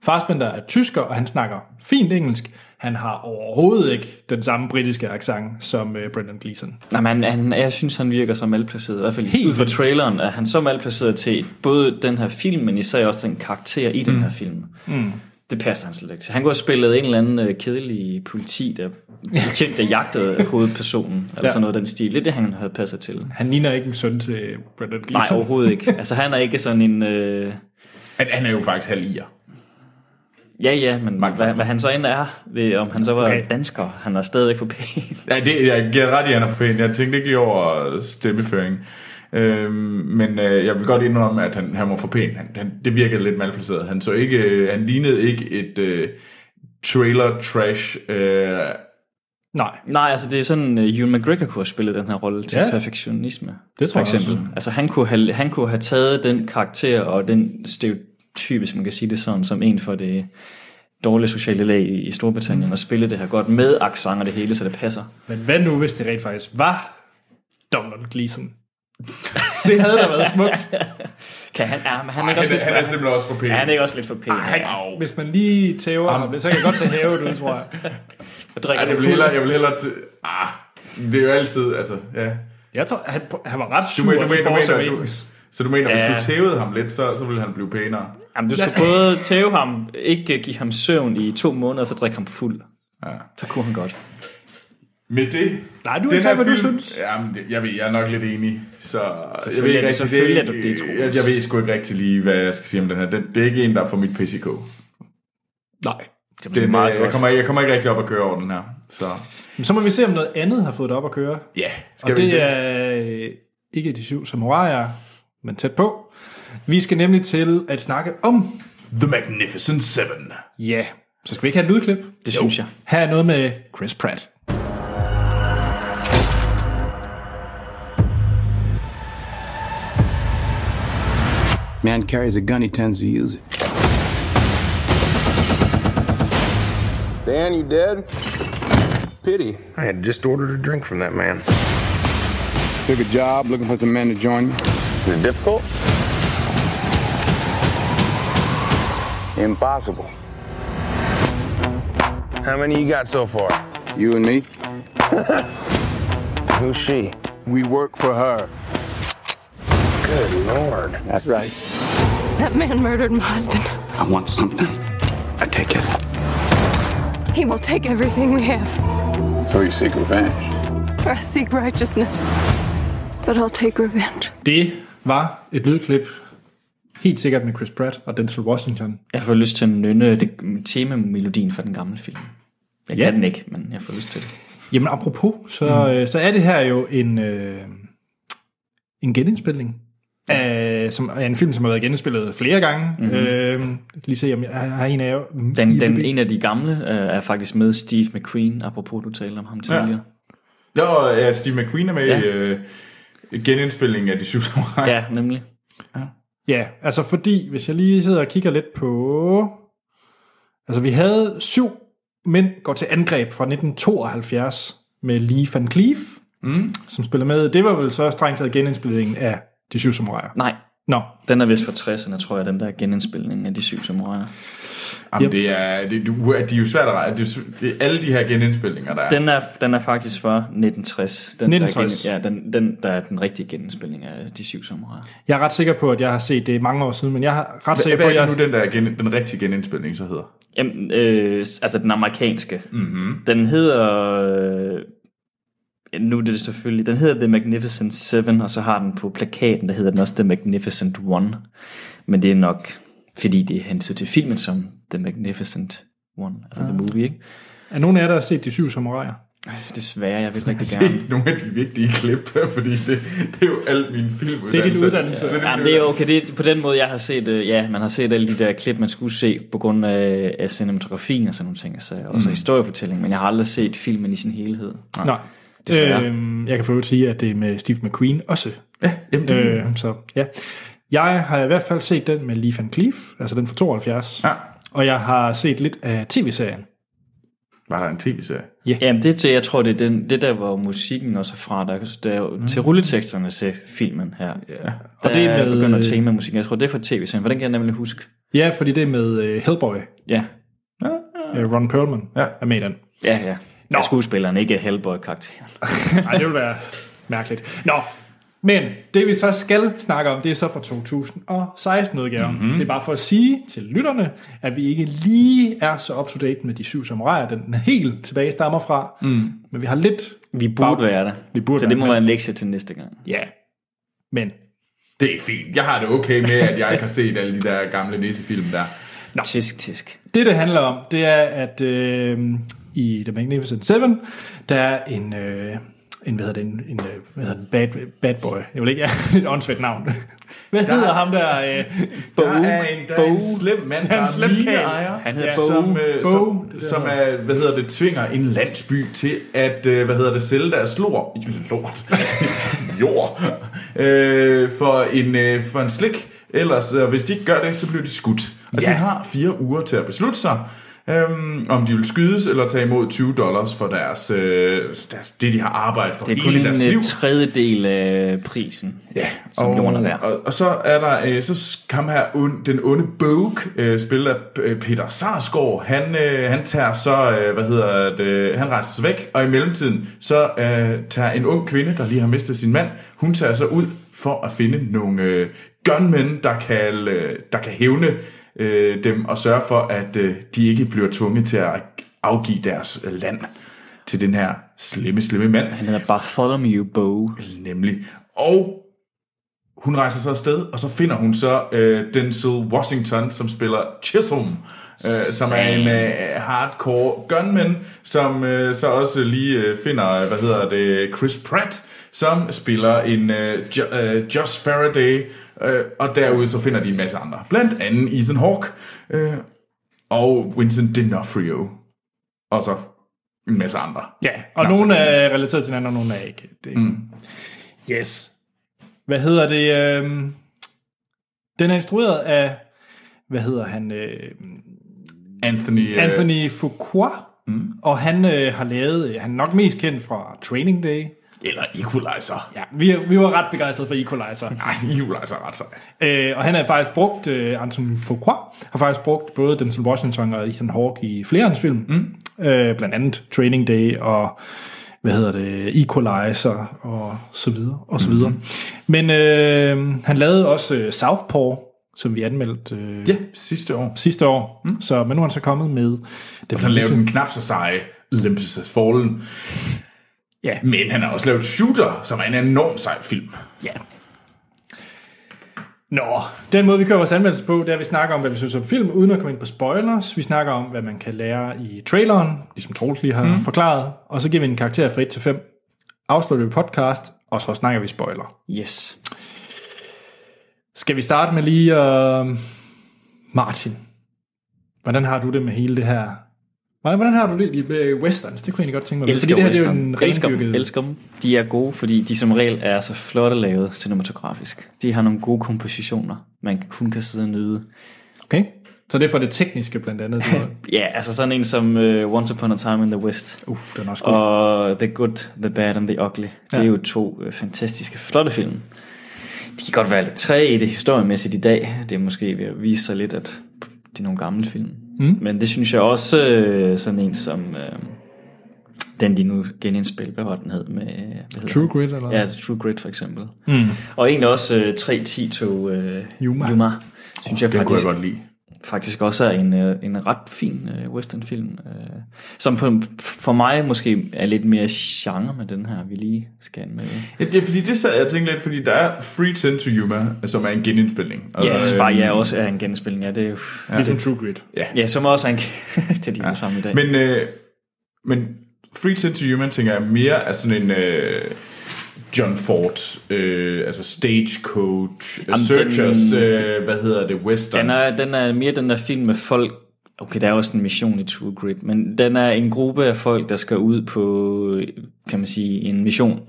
Speaker 1: Farsbender er tysker, og han snakker fint engelsk. Han har overhovedet ikke den samme britiske accent som øh, Brendan Gleeson.
Speaker 2: Nej, men han, han, jeg synes, han virker så malplaceret. I hvert fald helt ud fra traileren er han så malplaceret til både den her film, men især også den karakter i den her film. Mm. Det passer han slet ikke til. Han kunne have spillet en eller anden øh, kedelig politi, der, betjent, der jagtede hovedpersonen, eller ja. Ligesom-
Speaker 1: Ja.
Speaker 2: sådan noget af den stil. Det er det, han havde passet til.
Speaker 1: Han ligner ikke en søn til øh, Brendan
Speaker 2: Nej,
Speaker 1: Gleeson.
Speaker 2: overhovedet ikke. Altså, han er ikke sådan en... Øh...
Speaker 3: Han, han er jo faktisk halv irer.
Speaker 2: Ja, ja, men hvad, hvad han så end er, ved, om han så var okay.
Speaker 1: Okay.
Speaker 2: dansker, han er stadigvæk for pæn.
Speaker 3: Ja, det, jeg giver ret i, at han er for pæn. Jeg tænkte ikke lige over stemmeføringen. Øh, men øh, jeg vil godt indrømme, at han, han var for pæn. Han, han, det virkede lidt malplaceret. Han, så ikke, øh, han lignede ikke et øh, trailer-trash... Øh,
Speaker 1: Nej,
Speaker 2: Nej, altså det er sådan, uh, Ewan McGregor kunne have spillet den her rolle til
Speaker 1: Ja.
Speaker 2: ja. perfektionisme.
Speaker 1: Det tror
Speaker 2: for
Speaker 1: jeg
Speaker 2: eksempel.
Speaker 1: også.
Speaker 2: Altså han kunne, have, han kunne have taget den karakter og den stereotype, hvis man kan sige det sådan, som en for det dårlige sociale lag i, i Storbritannien, mm. og spille det her godt med accent og det hele, så det passer.
Speaker 1: men hvad nu, hvis det rent faktisk var Donald Gleason?
Speaker 3: det havde da været smukt.
Speaker 2: Kan han, ja, men han, er
Speaker 3: Ej,
Speaker 2: ikke også
Speaker 3: han,
Speaker 2: lidt
Speaker 3: han er
Speaker 2: for,
Speaker 3: simpelthen også for pæn.
Speaker 2: er han ikke også lidt for pæn?
Speaker 1: Ej, hvis man lige tæver ham lidt, så kan jeg godt tage hævet ud, tror jeg.
Speaker 2: Og drikker
Speaker 3: Ej, jeg
Speaker 2: det
Speaker 3: vil
Speaker 2: fuld.
Speaker 3: hellere... Jeg vil hellere t- ah, det er jo altid, altså, ja.
Speaker 1: Jeg tror, han, han var ret
Speaker 3: Du
Speaker 1: sur
Speaker 3: mener, du
Speaker 1: i
Speaker 3: mener,
Speaker 1: Force
Speaker 3: du mener, du,
Speaker 1: Awakens.
Speaker 3: så du mener,
Speaker 2: Ja.
Speaker 3: hvis du tævede ham lidt, så, så ville han blive pænere.
Speaker 2: Jamen, du skal både tæve ham, ikke øh, give ham søvn i to måneder, og så drikke ham fuld.
Speaker 3: Ja.
Speaker 2: Så kunne han godt.
Speaker 3: Med det...
Speaker 1: Nej, du er
Speaker 3: den
Speaker 1: ikke
Speaker 3: her
Speaker 1: hvad du
Speaker 3: film-
Speaker 1: synes.
Speaker 3: Jamen, det, jeg, ved, jeg er nok lidt enig. Så jeg
Speaker 2: Selvfølgelig
Speaker 3: ved
Speaker 2: er
Speaker 3: ikke
Speaker 2: du-
Speaker 3: rigtig,
Speaker 2: selvfølgelig
Speaker 3: det,
Speaker 2: er du det, Troels.
Speaker 3: jeg, jeg ved sgu ikke rigtig lige, hvad jeg skal sige om den her. Den, det er ikke en, der er for mit PCK.
Speaker 1: Nej.
Speaker 2: Det
Speaker 3: Den,
Speaker 2: er
Speaker 3: meget
Speaker 2: meget
Speaker 3: jeg,
Speaker 2: godt.
Speaker 3: kommer, jeg kommer ikke rigtig op at køre over den her. Så
Speaker 1: Men så må vi se, om noget andet har fået det op at køre.
Speaker 3: ja, yeah,
Speaker 1: Skal og
Speaker 3: vi
Speaker 1: det er øh, ikke de syv samuraier, men tæt på. Vi skal nemlig til at snakke om,
Speaker 3: The Magnificent Seven.
Speaker 1: ja, så skal vi ikke have et lydklip.
Speaker 2: Det synes jeg.
Speaker 1: Her er noget med Chris Pratt.
Speaker 4: Man carries a gun, he tends to use it.
Speaker 5: Dan, you dead? Pity.
Speaker 6: I had just ordered a drink from that man.
Speaker 4: Took a job looking for some men to join me.
Speaker 6: Is it difficult?
Speaker 4: Impossible.
Speaker 6: How many you got so far?
Speaker 4: You and me,
Speaker 6: Who's she?
Speaker 4: we work for her.
Speaker 6: Good lord.
Speaker 4: That's right.
Speaker 7: That man murdered my husband.
Speaker 4: I want something. I take it.
Speaker 7: He will take everything we have.
Speaker 4: So you seek revenge.
Speaker 7: I seek righteousness, but I'll take revenge.
Speaker 1: Det var et lydklip, helt sikkert med Chris Pratt og Denzel Washington.
Speaker 2: Jeg får lyst til at nynne det, temamelodien fra den gamle film. Jeg
Speaker 1: Ja.
Speaker 2: ja. kan den ikke, men jeg får lyst til det.
Speaker 1: Jamen apropos, så, mm. øh, så er det her jo en, øh, en genindspilning. Af, som er en film, som har været genindspillet flere gange. Mm-hmm. Øh, lige se, om jeg har har en af jer.
Speaker 2: Mhm. Den, den
Speaker 1: IMDb.
Speaker 2: en af de gamle øh, er faktisk med Steve McQueen, apropos du talte om ham tidligere.
Speaker 3: Jo, ja, Steve McQueen er med
Speaker 2: Ja.
Speaker 3: i øh, genindspillingen af De Syv Samurai.
Speaker 2: Ja, ja nemlig.
Speaker 1: Ja, altså fordi, hvis jeg lige sidder og kigger lidt på... Altså vi havde syv mænd går til angreb fra 1972 med Lee Van Cleef, mm. som spiller med. Det var vel så strengt taget genindspillingen af De Syv Samuraier.
Speaker 2: Nej,
Speaker 1: Nå,
Speaker 2: den er vist fra 60'erne, tror jeg, den der genindspilning af De Syv Samuraier.
Speaker 3: Jamen, det er, det, du, de er jo svært at regne. Det, er jo sv- det er alle de her genindspillinger, der er.
Speaker 2: Den er, den er faktisk fra 1960. Den,
Speaker 1: 1960.
Speaker 2: Der er, gen- ja, den, den der er den rigtige genindspilning af De Syv Samuraier.
Speaker 1: jeg er ret sikker på, at jeg har set det mange år siden, men jeg er ret
Speaker 3: Hvad
Speaker 1: sikker på,
Speaker 3: hvad
Speaker 1: at
Speaker 3: er
Speaker 1: jeg...
Speaker 3: det nu, den, der er gen, den rigtige genindspilning så hedder?
Speaker 2: Jamen, øh, altså den amerikanske. Mm-hmm. Den hedder... Øh, nu er det det selvfølgelig... Den hedder The Magnificent Seven, og så har den på plakaten, der hedder den også The Magnificent One. Men det er nok, fordi det er henset til filmen som The Magnificent One. Altså The Movie, ikke?
Speaker 1: Er nogen af jer, der har set De Syv Samuraier?
Speaker 2: Desværre, jeg vil rigtig gerne...
Speaker 3: Se nogle af de vigtige klip, fordi det, det er jo alt min filmuddannelse.
Speaker 1: Det er din uddannelse.
Speaker 3: Ja,
Speaker 2: Ja, men det er okay. Det er på den måde, jeg har set... Øh, ja, man har set alle de der klip, man skulle se på grund af, af cinematografien og sådan nogle ting. Altså, og så historiefortælling, men jeg har aldrig set filmen i sin helhed.
Speaker 1: Nej. Nej.
Speaker 2: Desværre.
Speaker 1: Øhm, jeg kan for øvrigt sige, at det er med Steve McQueen også. Ja,
Speaker 3: jamen
Speaker 1: øh, så, ja. Jeg har i hvert fald set den med Lee Van Cleef, altså den fra 72.
Speaker 3: Ja.
Speaker 1: Og jeg har set lidt af tv-serien.
Speaker 3: Var der en tv-serie?
Speaker 2: Jamen det er til, jeg tror det er den, det der, hvor musikken også er fra, der, der mm. til rulleteksterne til filmen her. Yeah. Der og det er med, begynder temamusikken, jeg tror det er fra tv-serien, hvordan kan jeg nemlig huske?
Speaker 1: Ja, fordi det er med uh, Hellboy,
Speaker 2: Ja,
Speaker 1: uh, Ron Perlman, ja. er med i den.
Speaker 2: ja, ja. Nå. Er skuespilleren, ikke Hellboy-karakteren.
Speaker 1: Nej, det vil være mærkeligt. Nå, men det vi så skal snakke om, det er så fra 2016-udgaven. Mm-hmm. Det er bare for at sige til lytterne, at vi ikke lige er så up-to-date med de syv samuraier, den er helt tilbage stammer fra. Mm. Men vi har lidt...
Speaker 2: Vi burde være der.
Speaker 1: Vi burde
Speaker 2: så det
Speaker 1: være
Speaker 2: må
Speaker 1: der.
Speaker 2: være en lektie til næste gang.
Speaker 1: Ja, men...
Speaker 3: Det er fint. Jeg har det okay med, at jeg ikke har set alle de der gamle nissefilm der.
Speaker 2: Nå. Tisk, tisk.
Speaker 1: Det, det handler om, det er, at øh, i The Magnificent Seven, der er en, øh, en, hvad hedder det, en, en øh, hvad hedder den, bad, bad boy. Jeg vil ikke, ja, et åndssvagt navn. Hvad der, hedder ham der? Øh, Bo,
Speaker 3: Der er en, der er en slem mand,
Speaker 1: Der
Speaker 3: der
Speaker 1: er en
Speaker 3: er
Speaker 1: slem
Speaker 3: mineejer,
Speaker 1: karl. Han
Speaker 2: hedder
Speaker 3: ja. som,
Speaker 1: Bo.
Speaker 3: øh,
Speaker 1: Bo,
Speaker 3: som,
Speaker 1: det
Speaker 3: som er, hvad hedder det, tvinger en landsby til at, øh, hvad hedder det, sælge deres lort, lort, jord, øh, for, en, øh, for en slik. Ellers, øh, hvis de ikke gør det, så bliver de skudt. Og ja. de har fire uger til at beslutte sig, Øhm, om de vil skydes eller tage imod 20 dollars for deres, øh, deres det de har arbejdet for
Speaker 2: Det er kun
Speaker 3: hele
Speaker 2: en
Speaker 3: deres
Speaker 2: øh,
Speaker 3: liv.
Speaker 2: tredjedel af prisen,
Speaker 3: Ja,
Speaker 2: som jorden er værd.
Speaker 3: Og, og så er der øh, så kom her ond, den onde Bogue, øh, spillet af øh, Peter Sarsgaard. Han øh, han tager så øh, hvad hedder det, øh, han rejser sig væk, og i mellemtiden så øh, tager en ung kvinde, der lige har mistet sin mand, hun tager så ud for at finde nogle øh, gunmen, der kan øh, der kan hævne øh, dem og sørge for at øh, de ikke bliver tvunget til at afgive deres øh, land til den her slemme, slemme mand
Speaker 2: Han hedder Bartholomew Bow.
Speaker 3: nemlig. Og hun rejser så afsted, og så finder hun så øh, Denzel Washington, som spiller Chisholm, øh, som er en øh, hardcore gunman, som øh, så også lige øh, finder, øh, hvad hedder det, Chris Pratt, som spiller en øh, jo, øh, Josh Faraday, øh, og derude så finder de en masse andre. Blandt andet Ethan Hawke øh, og Vincent D'Onofrio, og så en masse andre.
Speaker 1: Ja, og
Speaker 3: Nå,
Speaker 1: nogle
Speaker 3: så kan
Speaker 1: er relateret til hinanden, og nogle er ikke. Det, mm. Yes. Hvad hedder det? øhm, Den er instrueret af, hvad hedder han? øh,
Speaker 3: Anthony, øh,
Speaker 1: Anthony Fuqua. Mm. Og han øh, har lavet, øh, han er nok mest kendt fra Training Day.
Speaker 3: eller Equalizer.
Speaker 1: Ja, vi, vi var ret begejstrede for Equalizer.
Speaker 3: Nej, jul er altså ret sej.
Speaker 1: Øh, og han har faktisk brugt, øh, Anton Fuqua, har faktisk brugt både Denzel Washington og Ethan Hawke i flere af hans film. Mm. Øh, blandt andet Training Day og, hvad hedder det, Equalizer og så videre, og så videre. Mm. Men øh, han lavede også øh, Southpaw, som vi anmeldte øh,
Speaker 3: Ja, sidste år.
Speaker 1: sidste år. Mm. Så, men nu er han så kommet med... Det
Speaker 3: Så han lavede den knap så seje Olympus Has Fallen.
Speaker 1: Ja.
Speaker 3: Men han har også lavet Shooter, som er en enorm sej film.
Speaker 1: Ja. Nå, den måde vi kører vores anmeldelse på, det er, at vi snakker om, hvad vi synes om film, uden at komme ind på spoilers. Vi snakker om, hvad man kan lære i traileren, ligesom Troels lige har
Speaker 2: Mhm.
Speaker 1: mm. forklaret. Og så giver vi en karakter fra 1 til 5. Afslutter vi podcast, og så snakker vi spoiler.
Speaker 2: Yes.
Speaker 1: Skal vi starte med lige øh, Martin? Hvordan har du det med hele det her? Hvordan, hvordan har du det med westerns? Det kunne jeg egentlig godt tænke mig. at vide,
Speaker 2: Elsker
Speaker 1: fordi det her
Speaker 2: western.
Speaker 1: det er jo en
Speaker 2: elsker, dem,
Speaker 1: rendyrket-
Speaker 2: elsker dem. De er gode, fordi de som regel er så flotte lavet cinematografisk. De har nogle gode kompositioner, man kun kan sidde og nyde.
Speaker 1: Okay. Så det er for det tekniske blandt andet. du har-
Speaker 2: Ja, altså sådan en som uh, Once Upon a Time in the West.
Speaker 1: Uff, den er også god.
Speaker 2: Og The Good, The Bad and The Ugly. Det
Speaker 1: Ja.
Speaker 2: er jo to øh, fantastiske, flotte film. De kan godt være lidt træ i det historiemæssigt i dag. Det er måske ved at vise sig lidt, at det er nogle gamle film. Mm. Men det synes jeg også, øh, sådan en som øh, den, de nu genindspiller, hvad var den hed? Med, øh, hvad hedder
Speaker 1: True
Speaker 2: den?
Speaker 1: Grit, eller?
Speaker 2: Ja, True Grit for eksempel. Mm. Og egentlig også øh, 310-tog øh,
Speaker 1: Yuma.
Speaker 2: Yuma. Synes jeg
Speaker 3: Den kunne
Speaker 2: faktisk
Speaker 3: jeg godt lide.
Speaker 2: faktisk også er en, øh, en ret fin øh, westernfilm, øh, som på, for mig måske er lidt mere genre med den her, vi lige skal med.
Speaker 3: Ja, det er fordi det sad jeg og tænkte lidt, fordi der er Free 10 to Yuma, som er en genindspilning. Og,
Speaker 2: Ja,
Speaker 3: øh,
Speaker 2: øh, bare jeg også er en genspilning, ja, det er jo... Ja,
Speaker 1: Ligesom True Grit.
Speaker 2: ja som også er en... det er de ja. sammen i dag. Men,
Speaker 3: Men, øh, men Free 10 to Yuma, tænker jeg, mere er sådan en... Øh, John Ford, øh, altså Stagecoach, Jamen, Searchers, den, øh, hvad hedder det, Western.
Speaker 2: den, er, den er mere den der film med folk... Okay, der er også en mission i True Grit, men den er en gruppe af folk, der skal ud på, øh, kan man sige, en mission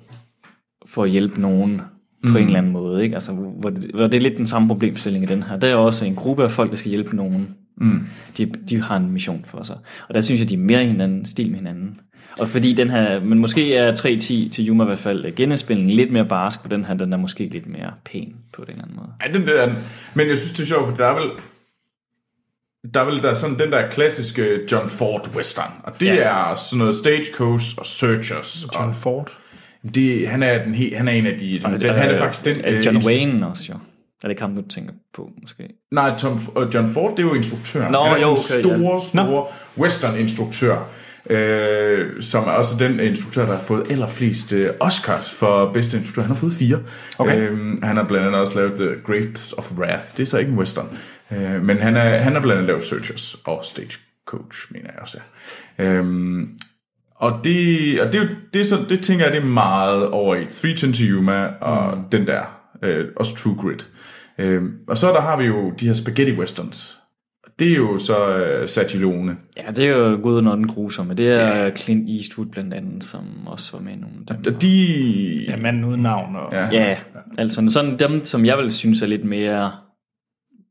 Speaker 2: for at hjælpe nogen på en eller anden måde. Ikke? Altså, hvor, det, hvor det er lidt den samme problemstilling i den her. Der er også en gruppe af folk, der skal hjælpe nogen. Mm. De, de har en mission for sig. Og der synes jeg, de er mere i hinanden, stil med hinanden. Og fordi den her, men måske er 3.10 til Juma i hvert fald genindspillingen lidt mere barsk på den her, den er måske lidt mere pæn på den eller anden måde.
Speaker 3: Ja, den der er den. Men jeg synes, det er sjovt, for der er vel... Der er vel der er sådan den der klassiske John Ford western, og det
Speaker 2: Ja.
Speaker 3: ja. er sådan noget Stagecoach og Searchers.
Speaker 1: John
Speaker 3: Og
Speaker 1: Ford.
Speaker 3: det, han, er den, he- han er en af de... Den, den, han er faktisk den...
Speaker 2: Øh,
Speaker 3: øh,
Speaker 2: John
Speaker 3: instru-
Speaker 2: Wayne også, jo. Er det ikke ham, du tænker på, måske?
Speaker 3: Nej, Tom, og John Ford, det er jo instruktøren.
Speaker 2: Nå,
Speaker 3: han er
Speaker 2: jo,
Speaker 3: den
Speaker 2: okay, ja.
Speaker 3: store, store western-instruktør, øh, som er også den instruktør, der har fået allerflest øh, Oscars for bedste instruktør. Han har fået fire. Okay. Øh, han har blandt andet også lavet The Great of Wrath. Det er så ikke en western. Øh, men han er, han har blandt andet lavet Searchers og Stagecoach, mener jeg også. Ja. Øh, Og det, og det, er jo- det, er så, det tænker jeg, det er meget over i 310 to Yuma og mm. den der, øh, også True Grit. Øh, og så der har vi jo de her spaghetti westerns. Det er jo så øh, Sagilone.
Speaker 2: Ja, det er jo Gud og den grusomme. Det er ja. Clint Eastwood blandt andet, som også var med i nogle af dem.
Speaker 3: Og de...
Speaker 1: Ja, manden uden navn. Og, ja.
Speaker 3: Ja.
Speaker 2: Ja, altså sådan dem, som jeg vil synes er lidt mere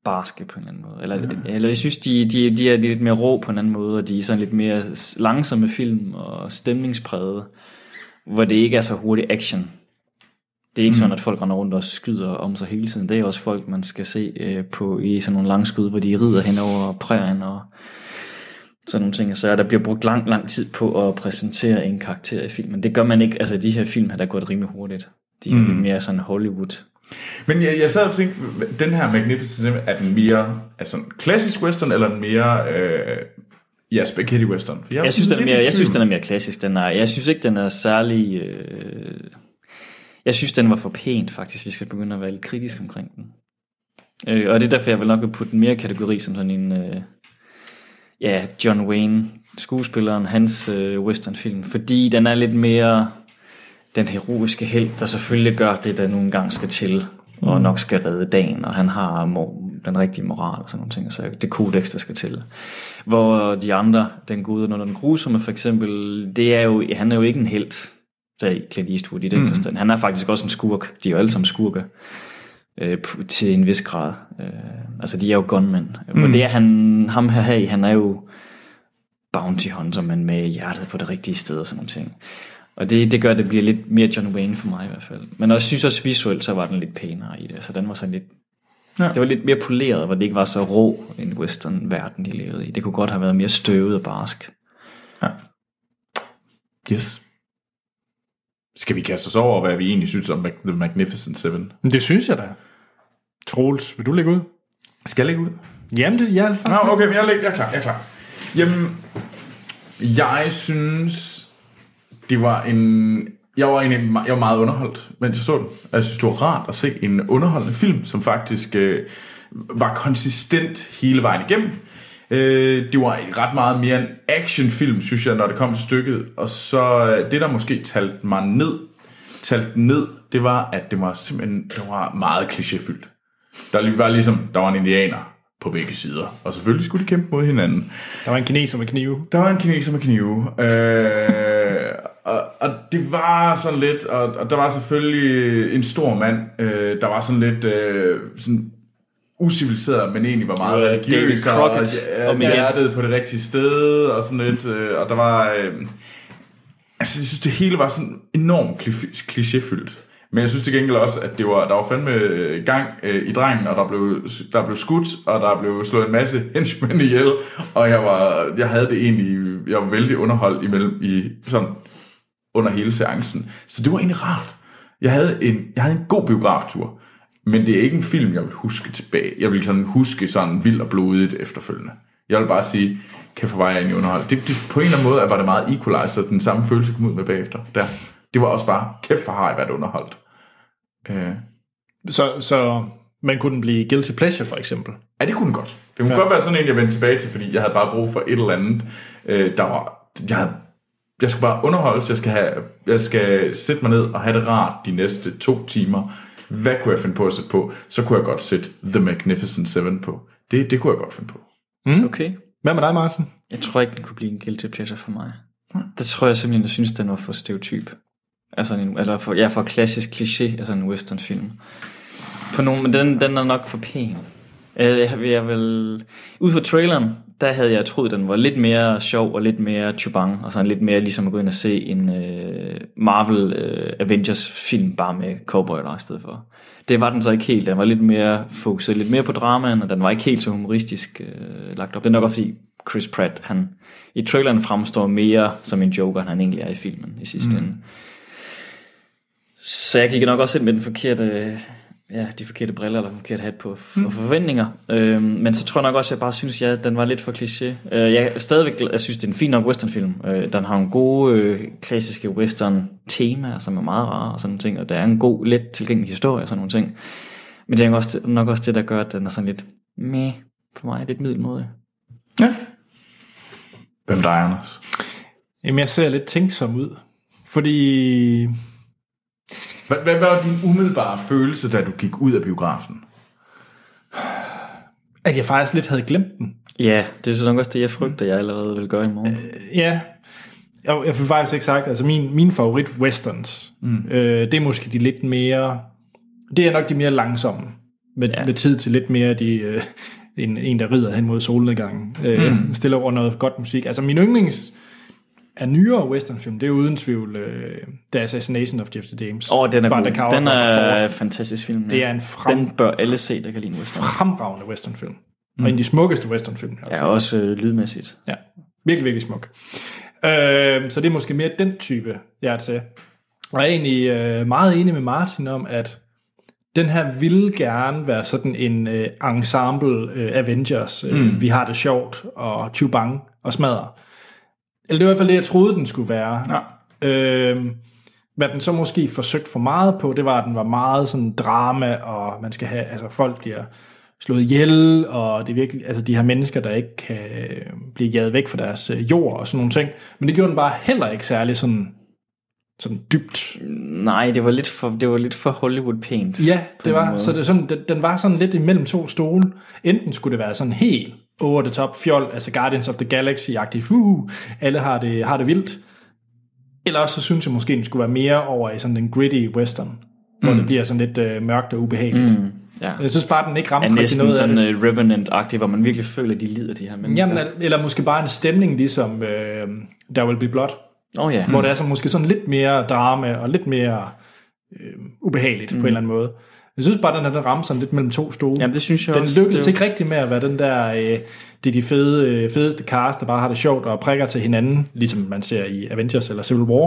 Speaker 2: barske på en eller anden måde. Eller, ja. eller jeg synes, de, de, de er lidt mere rå på en anden måde, og de er sådan lidt mere s- langsomme film og stemningspræget, hvor det ikke er så hurtig action. Det er ikke mm. sådan, at folk render rundt og skyder om sig hele tiden. Det er også folk, man skal se øh, på i sådan nogle langskud, hvor de rider henover prærien og sådan nogle ting. Så der bliver brugt lang, lang tid på at præsentere en karakter i filmen. Det gør man ikke. Altså, de her film har der gået rimelig hurtigt. De er mm. lidt mere sådan Hollywood.
Speaker 3: Men jeg, jeg sad og tænkte, den her Magnificent Seven, er den mere altså, en klassisk western, eller den mere øh, ja, spaghetti western? For
Speaker 2: Jeg synes, den er mere, jeg synes, den
Speaker 3: er...
Speaker 2: er mere klassisk. Den er, jeg synes ikke, den er særlig... Øh, jeg synes, den var for pæn, faktisk. Vi skal begynde at være lidt kritisk omkring den. Øh, og det er derfor, jeg vil nok vil putte den mere i kategori som sådan en... Øh, ja, John Wayne, skuespilleren, hans øh, westernfilm. Fordi den er lidt mere den heroiske held, der selvfølgelig gør det, der nogle gange skal til, og nok skal redde dagen, og han har mor- den rigtige moral og sådan nogle ting, så det kodex, der skal til. Hvor de andre, den gode og den grusomme for eksempel, det er jo, han er jo ikke en held, der Clint Eastwood i den mm. forstand. Han er faktisk også en skurk. De er jo alle sammen skurke øh, p- til en vis grad. Øh, altså, de er jo gunmen. Mm. Og det er han, ham her, her, i, han er jo bounty hunter, men med hjertet på det rigtige sted og sådan nogle ting. Og det, det gør, at det bliver lidt mere John Wayne for mig i hvert fald. Men jeg synes også visuelt, så var den lidt pænere i det. Så den var sådan lidt... Ja. Det var lidt mere poleret, hvor det ikke var så rå en western-verden, de levede i. Det kunne godt have været mere støvet og barsk.
Speaker 3: Yes. Skal vi kaste os over, hvad vi egentlig synes om Mag- The Magnificent Seven?
Speaker 1: Men det synes jeg da. Troels, vil du lægge ud?
Speaker 3: Skal jeg lægge ud?
Speaker 1: Jamen, det, jeg er faktisk...
Speaker 3: Nå, okay, men jeg, læg, jeg er klar, jeg er klar. Jamen, jeg synes, det var en... Jeg var egentlig me- jeg var meget underholdt, mens jeg så den. Og Jeg synes, det var rart at se en underholdende film, som faktisk øh, var konsistent hele vejen igennem. Øh, det var en ret meget mere en actionfilm, synes jeg, når det kom til stykket. Og så øh, det, der måske talte mig ned, talte den ned, det var, at det var simpelthen det var meget klichéfyldt. Der lige- var ligesom, der var en indianer på begge sider, og selvfølgelig skulle de kæmpe mod hinanden.
Speaker 1: Der var en kineser med knive.
Speaker 3: Der var en kineser med knive, øh, og, og det var sådan lidt, og, og der var selvfølgelig en stor mand, øh, der var sådan lidt øh, sådan usiviliseret, men egentlig var meget
Speaker 2: Det var
Speaker 3: religiøs,
Speaker 2: David
Speaker 3: og, og
Speaker 2: Crockett
Speaker 3: ja,
Speaker 2: om igen.
Speaker 3: hjertet på det rigtige sted, og sådan lidt, øh, og der var... Øh, Altså, jeg synes, det hele var sådan enormt kli- klichéfyldt. Men jeg synes til gengæld også, at det var, der var fandme øh, gang øh, i drengen, og der blev, der blev skudt, og der blev slået en masse henchmen ihjel, og jeg, var, jeg havde det egentlig, jeg var vældig underholdt imellem i, sådan, under hele seancen. Så det var egentlig rart. Jeg havde en, jeg havde en god biograftur, men det er ikke en film, jeg vil huske tilbage. Jeg vil sådan huske sådan vildt og blodigt efterfølgende. Jeg vil bare sige, kan var jeg egentlig underholdt. Det, det, på en eller anden måde var det meget equalizer, den samme følelse kom ud med bagefter. Der. Det var også bare, kæft for har jeg været underholdt. Øh.
Speaker 1: Så, så man kunne blive guilty pleasure, for eksempel.
Speaker 3: Ja, det kunne den godt. Det kunne ja. godt være sådan en, jeg vendte tilbage til, fordi jeg havde bare brug for et eller andet, øh, der var... Jeg, havde, jeg skulle bare underholdes, jeg skal, have, jeg skal sætte mig ned og have det rart de næste to timer. Hvad kunne jeg finde på at sætte på? Så kunne jeg godt sætte The Magnificent Seven på. Det, det kunne jeg godt finde på.
Speaker 2: Okay.
Speaker 1: Hvad med dig, Martin?
Speaker 2: Jeg tror ikke, den kunne blive en guilty pleasure for mig. Der tror jeg simpelthen, jeg synes, den var for stereotyp. Altså, en, eller for, ja, for klassisk kliché, altså en westernfilm. På nogen, men den, den er nok for pæn. Øh, Jeg, jeg vil, ud fra traileren, der havde jeg troet, den var lidt mere sjov og lidt mere chubang, og sådan lidt mere ligesom at gå ind og se en øh, Marvel øh, Avengers-film bare med cowboy der i stedet for. Det var den så ikke helt. Den var lidt mere fokuseret lidt mere på dramaen, og den var ikke helt så humoristisk øh, lagt op. Det er nok også fordi Chris Pratt, han i traileren fremstår mere som en joker, end han egentlig er i filmen i sidste mm. ende. Så jeg gik nok også ind med den forkerte, øh, ja, de forkerte briller eller forkerte hat på for mm. forventninger. Øhm, men så tror jeg nok også, at jeg bare synes, at den var lidt for kliché. Øh, jeg er stadigvæk, glad- jeg synes, det er en fin nok westernfilm. Øh, den har nogle gode øh, klassiske western temaer, som er meget rare og sådan nogle ting. Og der er en god, let tilgængelig historie og sådan nogle ting. Men det er nok også, nok også det, der gør, at den er sådan lidt meh for mig, lidt middelmodig.
Speaker 3: Hvem dig, Anders?
Speaker 1: Jamen, jeg ser lidt tænksom ud. Fordi...
Speaker 3: Hvad, hvad hvad var din umiddelbare følelse, da du gik ud af biografen?
Speaker 1: At jeg faktisk lidt havde glemt den.
Speaker 2: Ja, det er sådan også det, jeg frygter, jeg allerede vil gøre i morgen.
Speaker 1: Ja. Jeg, jeg får faktisk ikke sagt, altså min, min favorit westerns, mm. øh, det er måske de lidt mere, det er nok de mere langsomme, med, ja. med tid til lidt mere de, øh, en, en der rider hen mod solnedgangen, øh, mm. stille over noget godt musik. Altså min yndlings af nyere westernfilm, det er uden tvivl øh, The Assassination of Jeffrey James.
Speaker 2: Åh, oh, den er
Speaker 1: Bare
Speaker 2: god.
Speaker 1: der kan-
Speaker 2: Den er en fantastisk film. ja.
Speaker 1: Det er en frem-
Speaker 2: Den bør alle se, der kan lide en western.
Speaker 1: fremragende westernfilm. Mm. Og en af de smukkeste westernfilm. altså. jeg har
Speaker 2: Ja, også øh, lydmæssigt.
Speaker 1: Ja, virkelig, virkelig smuk. Øh, så det er måske mere den type, jeg er til. Og jeg er egentlig øh, meget enig med Martin om, at den her ville gerne være sådan en øh, ensemble øh, Avengers. Øh, Vi har det sjovt, og bang og smadrer. Eller det var i hvert fald det, jeg troede, den skulle være. Øh, hvad den så måske forsøgte for meget på, det var, at den var meget sådan drama, og man skal have, altså folk bliver slået ihjel, og det er virkelig, altså de her mennesker, der ikke kan øh, blive jaget væk fra deres øh, jord og sådan nogle ting. Men det gjorde den bare heller ikke særlig sådan, sådan dybt.
Speaker 2: Nej, det var lidt for, det var lidt for Hollywood-pænt.
Speaker 1: Ja, det var,
Speaker 2: måde.
Speaker 1: så det er sådan, den, den var sådan lidt imellem to stole. Enten skulle det være sådan helt over the top fjol, altså Guardians of the Galaxy-agtigt, uh, alle har det, har det vildt. Eller også så synes jeg måske, den skulle være mere over i sådan den gritty western, mm. hvor det bliver sådan lidt øh, mørkt og ubehageligt. Mm.
Speaker 2: ja.
Speaker 1: Jeg synes bare, den ikke
Speaker 2: Er
Speaker 1: ramte rigtig
Speaker 2: næsten
Speaker 1: noget af
Speaker 2: sådan
Speaker 1: det.
Speaker 2: uh, Revenant-agtig, hvor man virkelig føler, at de lider, de her mennesker.
Speaker 1: Jamen, al- eller måske bare en stemning, ligesom øh, Der Will Be Blood,
Speaker 2: Åh oh, ja.
Speaker 1: hvor det er så måske sådan lidt mere drama og lidt mere øh, ubehageligt mm. på en eller anden måde. Jeg synes bare, den her den ramte sådan lidt mellem to stole.
Speaker 2: Jamen, det synes jeg
Speaker 1: Den
Speaker 2: også.
Speaker 1: lykkedes
Speaker 2: det,
Speaker 1: ikke rigtig med at være den der, øh, det er de fede, øh, fedeste cast, der bare har det sjovt og prikker til hinanden, ligesom man ser i Avengers eller Civil War.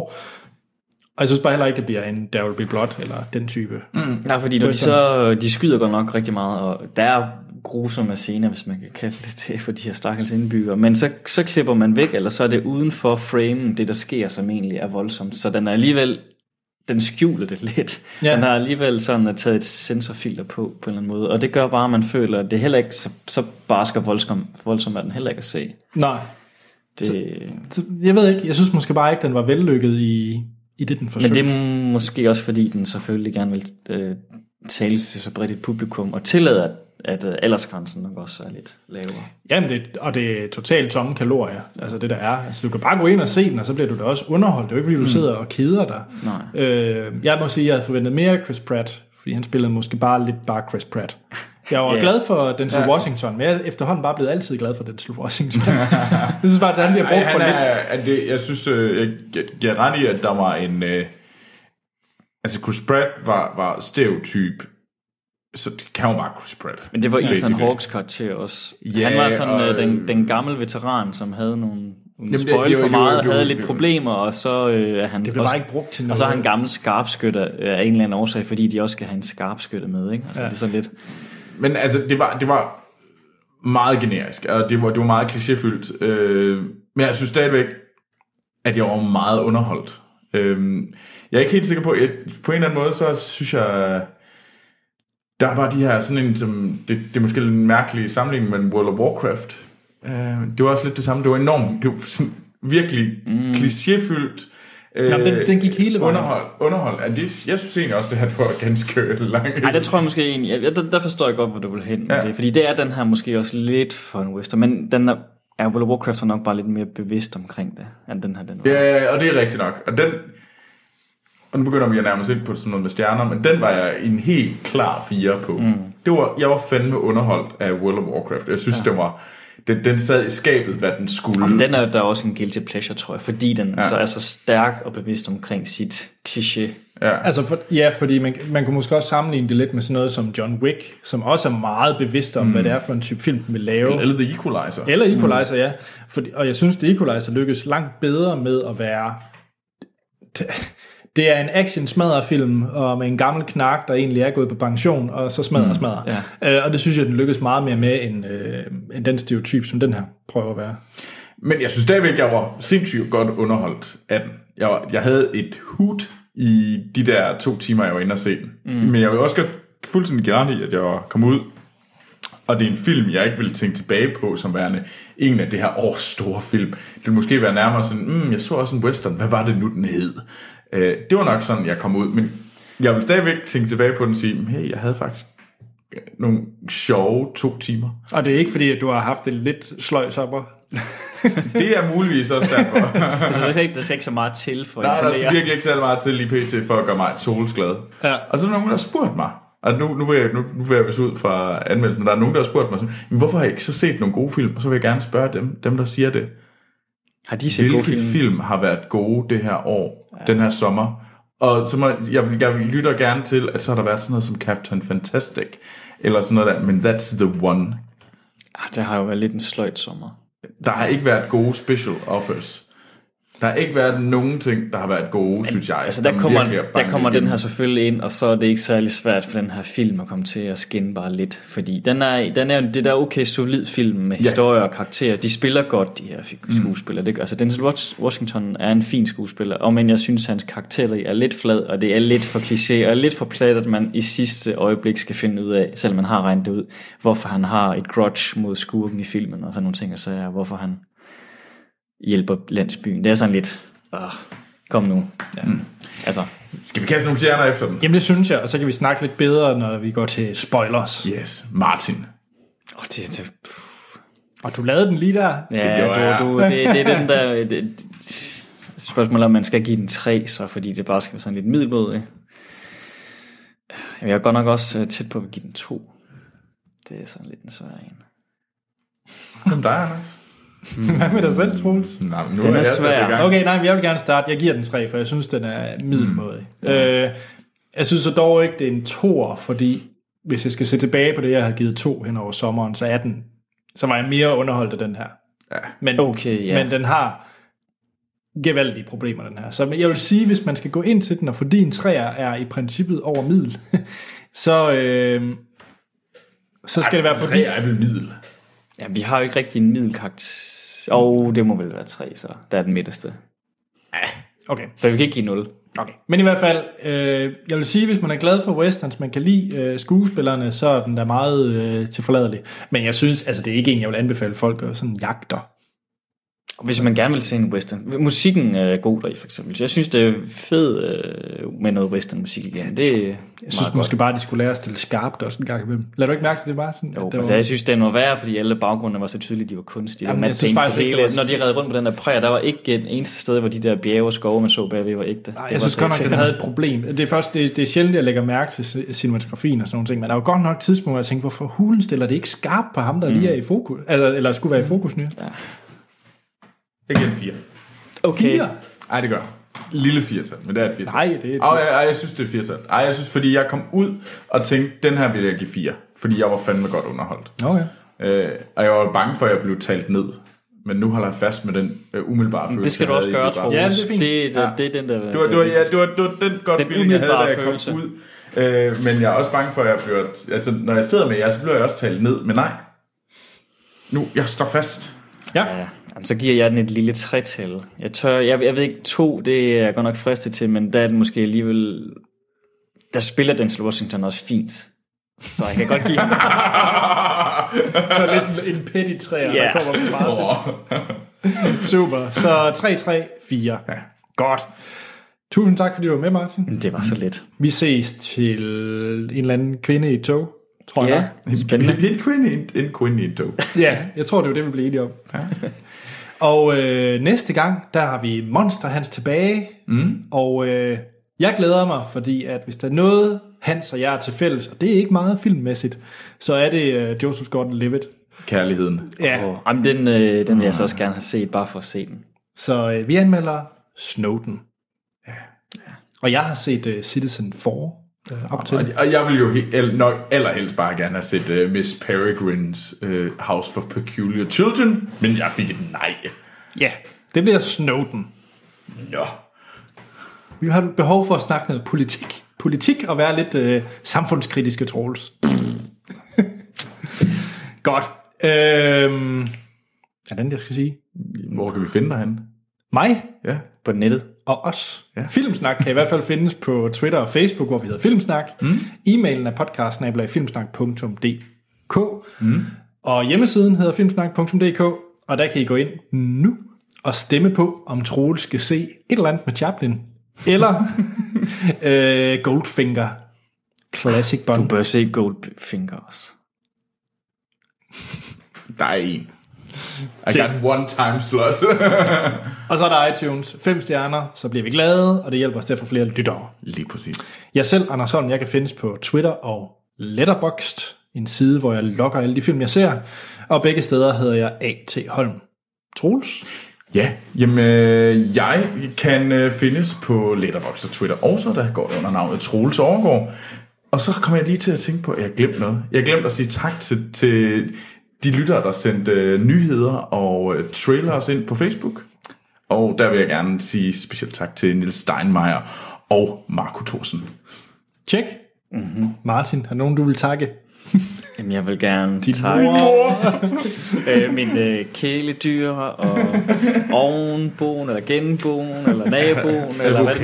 Speaker 1: Og jeg synes bare heller ikke, det bliver en There Will Be Blood eller den type. Mm.
Speaker 2: Nej, fordi når de, så, øh, de skyder godt nok rigtig meget, og der er grusomme scener, hvis man kan kalde det det, for de her stakkels indbyggere. Men så, så klipper man væk, eller så er det uden for framen, det der sker, som egentlig er voldsomt. Så den er alligevel, den skjuler det lidt.
Speaker 1: Ja.
Speaker 2: Ja. Den har alligevel sådan at taget et sensorfilter på, på en eller anden måde. Og det gør bare, at man føler, at det er heller ikke, så, så barsk og voldsom, voldsom er den heller ikke at se.
Speaker 1: Nej,
Speaker 2: Det,
Speaker 1: Så jeg ved ikke, jeg synes måske bare ikke, den var vellykket i, i det, den
Speaker 2: men
Speaker 1: forsøgte.
Speaker 2: det er måske også, fordi den selvfølgelig gerne vil øh, tale til så bredt et publikum, og tillader, at at øh, aldersgrænsen nok også er lidt lavere.
Speaker 1: Jamen, det, og det er totalt tomme kalorier, altså det der er. Altså, du kan bare gå ind og se den, og så bliver du da også underholdt. Det er jo ikke, fordi du mm. sidder og keder dig.
Speaker 2: Nej.
Speaker 1: Øh, jeg må sige, at jeg havde forventet mere af Chris Pratt, fordi han spillede måske bare lidt bare Chris Pratt. Jeg var
Speaker 2: Ja.
Speaker 1: glad for Denzel Washington, men jeg er efterhånden bare blevet altid glad for Denzel Washington. jeg synes bare, at han bliver brugt
Speaker 3: Ej,
Speaker 1: for
Speaker 3: han
Speaker 1: lidt.
Speaker 3: er, at det, jeg synes, øh, jeg gi- giver ret i, at der var en... Øh, altså, Chris Pratt var, var stereotyp. Så det kan jo bare Chris Pratt.
Speaker 2: Men det var Ethan
Speaker 3: Basically.
Speaker 2: Hawke's karakter også.
Speaker 3: Ja,
Speaker 2: Ja, han var sådan
Speaker 3: og-
Speaker 2: øh, den, den gamle veteran, som havde nogle, nogle
Speaker 3: det-
Speaker 2: spoil
Speaker 3: det
Speaker 2: for
Speaker 3: var- det var-
Speaker 2: meget,
Speaker 3: det var-
Speaker 2: havde
Speaker 3: det
Speaker 2: lidt
Speaker 3: var-
Speaker 2: problemer, og så øh, er han...
Speaker 1: Det blev
Speaker 2: også,
Speaker 1: bare ikke brugt til
Speaker 2: Og så er
Speaker 1: noget.
Speaker 2: han gammel skarpskytter øh, af en eller anden årsag, fordi de også skal have en skarpskytter med, ikke? Altså, ja. det er sådan lidt...
Speaker 3: Men altså, det var, det var meget generisk, og det var, det var meget klichéfyldt. Øh, men jeg synes stadigvæk, at jeg var meget underholdt. Øh, jeg er ikke helt sikker på, jeg, på en eller anden måde, så synes jeg, der er bare de her, sådan en, som, det, det er måske lidt en mærkelig sammenligning med World of Warcraft. Øh, det var også lidt det samme, det var enormt, det var sådan, virkelig mm. klichéfyldt. Øh,
Speaker 1: Jamen, den- den gik hele vejen.
Speaker 3: Underhold, underhold. Ja, det, jeg synes egentlig også, det her det var ganske langt.
Speaker 2: Nej, det tror jeg måske egentlig... Jeg, der, der forstår jeg godt, hvor du vil hen med
Speaker 3: Ja.
Speaker 2: ja. det. Fordi det er den her måske også lidt for en western, men den er, er World of Warcraft er nok bare lidt mere bevidst omkring det, end den her den var.
Speaker 3: Ja, og det er rigtigt nok. Og den... Og nu begynder vi at nærme os ind på sådan noget med stjerner, men den var jeg en helt klar fire på. Mm. Det var, jeg var fandme underholdt af World of Warcraft. Jeg synes, ja. det var... Den, den sad i skabet, hvad den skulle.
Speaker 2: Jamen, den er der er også en guilty pleasure, tror jeg, fordi den ja. så er så stærk og bevidst omkring sit kliché.
Speaker 1: Altså, for, ja, fordi man, man kunne måske også sammenligne det lidt med sådan noget som John Wick, som også er meget bevidst om, mm. hvad det er for en type film, den vil lave.
Speaker 3: Eller The Equalizer.
Speaker 1: Eller Equalizer, mm. ja. Fordi, og jeg synes, det Equalizer lykkes langt bedre med at være... Det er en action smadrerfilm og med en gammel knark, der egentlig er gået på pension, og så smadrer og smadrer. Øh, og det synes jeg, den lykkes meget mere med, end, øh, end den stereotyp, som den her prøver at være.
Speaker 3: Men jeg synes stadigvæk, jeg var sindssygt godt underholdt af den. Jeg, var, jeg havde et hut i de der to timer, jeg var inde og se den. Mm. Men jeg vil også godt fuldstændig gerne i, at jeg kom ud Og det er en film, jeg ikke vil tænke tilbage på som værende en af det her års store film. Det ville måske være nærmere sådan, mm, jeg så også en western, hvad var det nu, den hed? Øh, det var nok sådan, jeg kom ud, men jeg vil stadigvæk tænke tilbage på den og sige, hey, jeg havde faktisk øh, nogle sjove to timer.
Speaker 1: Og det er ikke fordi, at du har haft det lidt sløjt opper.
Speaker 3: Det er muligvis også derfor.
Speaker 2: Altså, der, skal ikke, der skal ikke så meget til for
Speaker 3: Nej,
Speaker 2: at
Speaker 3: der skal
Speaker 2: imponere.
Speaker 3: virkelig ikke særlig meget til lige pt. for at gøre mig solsglad.
Speaker 1: Ja.
Speaker 3: Og så er der nogen, der har spurgt mig, og nu, nu, vil jeg, nu, nu vil jeg vist ud fra anmeldelsen, men der er nogen, der har spurgt mig, sådan, "Men hvorfor har I ikke så set nogle gode film? Og så vil jeg gerne spørge dem, dem der siger det.
Speaker 2: Har de set
Speaker 3: Hvilke
Speaker 2: gode
Speaker 3: film?
Speaker 2: film?
Speaker 3: film har været gode det her år, ja. den her sommer? Og så må, jeg, vil, jeg lytter gerne til, at så har der været sådan noget som Captain Fantastic, eller sådan noget der, men that's the one.
Speaker 2: Ah, det har jo været lidt en sløjt sommer.
Speaker 3: Der har ikke været gode special offers. Der har ikke været nogen ting, der har været gode, men, synes jeg.
Speaker 2: Altså, der kommer,
Speaker 3: virkelig er
Speaker 2: der
Speaker 3: banket
Speaker 2: kommer den
Speaker 3: igennem.
Speaker 2: her selvfølgelig ind, og så er det ikke særlig svært for den her film at komme til at skinne bare lidt. Fordi den er, den er jo det der okay solid film med historie og karakterer. De spiller godt, de her
Speaker 3: Mm.
Speaker 2: fi- skuespillere. Det, gør- altså, Denzel Wash- Washington er en fin skuespiller, og men jeg synes, hans karakter er lidt flad, og det er lidt for kliché, og lidt for plat, at man i sidste øjeblik skal finde ud af, selvom man har regnet det ud, hvorfor han har et grudge mod skurken i filmen, og sådan nogle ting, og så er hvorfor han hjælper landsbyen. Det er sådan lidt, åh, kom nu. Ja. Mm. Altså,
Speaker 3: Skal vi kaste nogle stjerner efter den?
Speaker 1: Jamen det synes jeg, og så kan vi snakke lidt bedre, når vi går til spoilers. Yeah.
Speaker 3: Yes, Martin.
Speaker 2: åh, det, det,
Speaker 1: Og du lavede den lige der.
Speaker 3: gjorde
Speaker 2: ja,
Speaker 3: jeg.
Speaker 2: du, du, det, det er den der... Det, det- spørgsmålet er, om man skal give den tre, så fordi det bare skal være sådan lidt middelmåde. Jeg er godt nok også øh, tæt på at give den to. Det er sådan lidt en svær en.
Speaker 3: Hvem dig, Anders?
Speaker 1: Hvad med dig selv, Troels?
Speaker 3: Nej, men nu
Speaker 2: Den er
Speaker 3: jeg sat
Speaker 2: svær.
Speaker 3: i gang.
Speaker 1: Okay, nej, men jeg vil gerne starte. Jeg giver den 3, for jeg synes, den er middelmådig. Mm. Øh, jeg synes så dog ikke, det er en toer, fordi hvis jeg skal se tilbage på det, jeg havde givet to hen over sommeren, så er den, så var jeg mere underholdt af den her.
Speaker 3: Ja.
Speaker 1: Men,
Speaker 2: Okay, ja.
Speaker 1: men den har gevaldige problemer, den her. Så jeg vil sige, hvis man skal gå ind til den, og fordi en træer er i princippet over middel, så, øh, så skal Ej, det være
Speaker 3: Tre
Speaker 1: fordi...
Speaker 3: er vel middel.
Speaker 2: Ja, vi har jo ikke rigtig en middelkarakter. Og oh, det må vel være tre, så. Der er den midterste.
Speaker 1: Okay.
Speaker 2: For vi kan ikke give 0.
Speaker 1: Okay. Men i hvert fald, øh, jeg vil sige, hvis man er glad for westerns, man kan lide øh, skuespillerne, så er den da meget øh, tilforladelig. Men jeg synes, altså det er ikke en, jeg vil anbefale folk at sådan jagter.
Speaker 2: Og Hvis man gerne vil se en western. Musikken er god deri, for eksempel. Så jeg synes, det er fedt øh, med noget western musik igen. Det, er
Speaker 1: Jeg synes
Speaker 2: meget
Speaker 1: måske bare, at de skulle lære at stille skarpt også en gang imellem. Lad du ikke mærke til det bare sådan?
Speaker 2: Jo,
Speaker 1: at det
Speaker 2: altså, jeg synes, den var værre, fordi alle baggrundene var så tydelige, de var kunstige.
Speaker 1: Jamen,
Speaker 2: Jamen,
Speaker 1: jeg
Speaker 2: man
Speaker 1: synes
Speaker 2: synes
Speaker 1: faktisk
Speaker 2: det
Speaker 1: ikke,
Speaker 2: hele.
Speaker 1: det var-
Speaker 2: Når de redde rundt på den der præger, der var ikke en eneste sted, hvor de der bjerge og skove, man så bagved, var ægte.
Speaker 1: Nej, jeg synes godt nok, at den havde et problem. Det er, først, det, det er sjældent, jeg lægger mærke til c- cinematografien og sådan nogle ting, men der er jo godt nok tidspunkter, hvor jeg tænker, hvorfor hulen stiller det ikke skarpt på ham, der mm. lige er i fokus, eller, eller skulle være i fokus nu? Ja.
Speaker 3: Jeg giver en fire.
Speaker 2: Okay,
Speaker 3: Ej, det gør jeg. Lille firtal, men det er et firtal.
Speaker 1: Nej, det er et
Speaker 3: Ej, ej, ej, jeg synes, det er et firtal. Ej, jeg synes, fordi jeg kom ud og tænkte, den her vil jeg give fire. Fordi jeg var fandme godt underholdt.
Speaker 1: Okay.
Speaker 3: Øh, og jeg var bange for, at jeg blev talt ned. Men nu holder jeg fast med den øh, umiddelbare følelse.
Speaker 2: det skal du
Speaker 3: jeg
Speaker 2: også
Speaker 3: havde i
Speaker 2: gøre,
Speaker 3: biografen.
Speaker 2: Troels.
Speaker 1: Ja, det er fint.
Speaker 2: Det, det, det er den, der...
Speaker 3: Det var, det var, ja, det var, det var den godt
Speaker 2: Den
Speaker 3: den feeling, jeg havde, da
Speaker 2: umiddelbare
Speaker 3: jeg kom
Speaker 2: følelse.
Speaker 3: ud. Øh, men jeg er også bange for, at jeg bliver... Altså, når jeg sidder med jer, så bliver jeg også talt ned. Men nej. Nu, jeg står fast.
Speaker 2: Ja, jamen, så giver jeg den et lille tretal. Jeg tør, jeg, jeg ved ikke, to, det er jeg godt nok fristet til, men der er den måske alligevel... Der spiller Denzel Washington også fint. Så jeg kan godt give den.
Speaker 1: Så lidt en- en petit træer,
Speaker 2: Ja.
Speaker 1: der kommer på bare
Speaker 3: Åh.
Speaker 1: Super. Så 3, 3, 4. Ja. Godt. Tusind tak, fordi du var med, Martin.
Speaker 2: Det var så let.
Speaker 1: Vi ses til en eller anden kvinde i et tog, tror jeg.
Speaker 2: Ja,
Speaker 1: nok.
Speaker 2: spændende.
Speaker 3: Det bliver en kvinde, i en, en kvinde i en tog.
Speaker 1: Ja, jeg tror, det var det, vi blev enige om. Ja. og øh, næste gang, der har vi Monster Hans tilbage. Mm. Og øh, jeg glæder mig, fordi at hvis der er noget, Hans og jeg er til fælles, og det er ikke meget filmmæssigt, så er det øh, Joseph Gordon-Levitt.
Speaker 3: Kærligheden.
Speaker 1: Ja,
Speaker 2: Og, jamen, den, øh, den vil jeg så også gerne have set, bare for at se den.
Speaker 1: så øh, vi anmelder Snowden. Og jeg har set øh, Citizen 4 øh, op til.
Speaker 3: Og, og jeg vil jo he- el- nok allerhelst bare gerne have set uh, Miss Peregrines uh, House for Peculiar Children, men jeg fik et nej.
Speaker 1: Ja, det bliver Snowden.
Speaker 3: Nå.
Speaker 1: Vi har behov for at snakke noget politik. Politik og være lidt øh, samfundskritiske trolls. Godt. Øhm, er den, jeg skal sige?
Speaker 3: Hvor kan vi finde dig henne?
Speaker 1: Mig
Speaker 3: Ja.
Speaker 2: På nettet.
Speaker 1: og os. Ja.
Speaker 3: Ja.
Speaker 1: Filmsnak kan i hvert fald findes på Twitter og Facebook, hvor vi hedder Filmsnak. Mm. E-mailen er podcast filmsnak.dk filmsnak.dk. Mm. Og hjemmesiden hedder filmsnak.dk, og der kan I gå ind nu og stemme på, om Troel skal se et eller andet med Chaplin, eller øh, Goldfinger Classic Bond.
Speaker 2: Du bør se Goldfinger også.
Speaker 3: Der er en. I got one time slot.
Speaker 1: Og så er der iTunes. Fem stjerner, så bliver vi glade, og det hjælper os til at få flere lyttere.
Speaker 3: Lige præcis.
Speaker 1: Jeg selv, Anders Holm, jeg kan findes på Twitter og Letterboxd, en side, hvor jeg logger alle de film, jeg ser. Og begge steder hedder jeg A.T. Holm. Troels?
Speaker 3: Ja, jamen øh, jeg kan øh, findes på Letterboxd og Twitter også, der går jeg under navnet Troels Overgaard. Og så kommer jeg lige til at tænke på, at jeg glemte noget. Jeg glemte at sige tak til, til de lyttere, der sendte øh, nyheder og øh, trailers ind på Facebook. Og der vil jeg gerne sige specielt tak til Nils Steinmeier og Marco Thorsen.
Speaker 1: Tjek. Mm-hmm. Martin, er nogen, du vil takke?
Speaker 2: Jamen, jeg vil gerne Din takke øh, mine øh, kæledyr og ovenboen, eller genboen, eller naboen, eller hvad det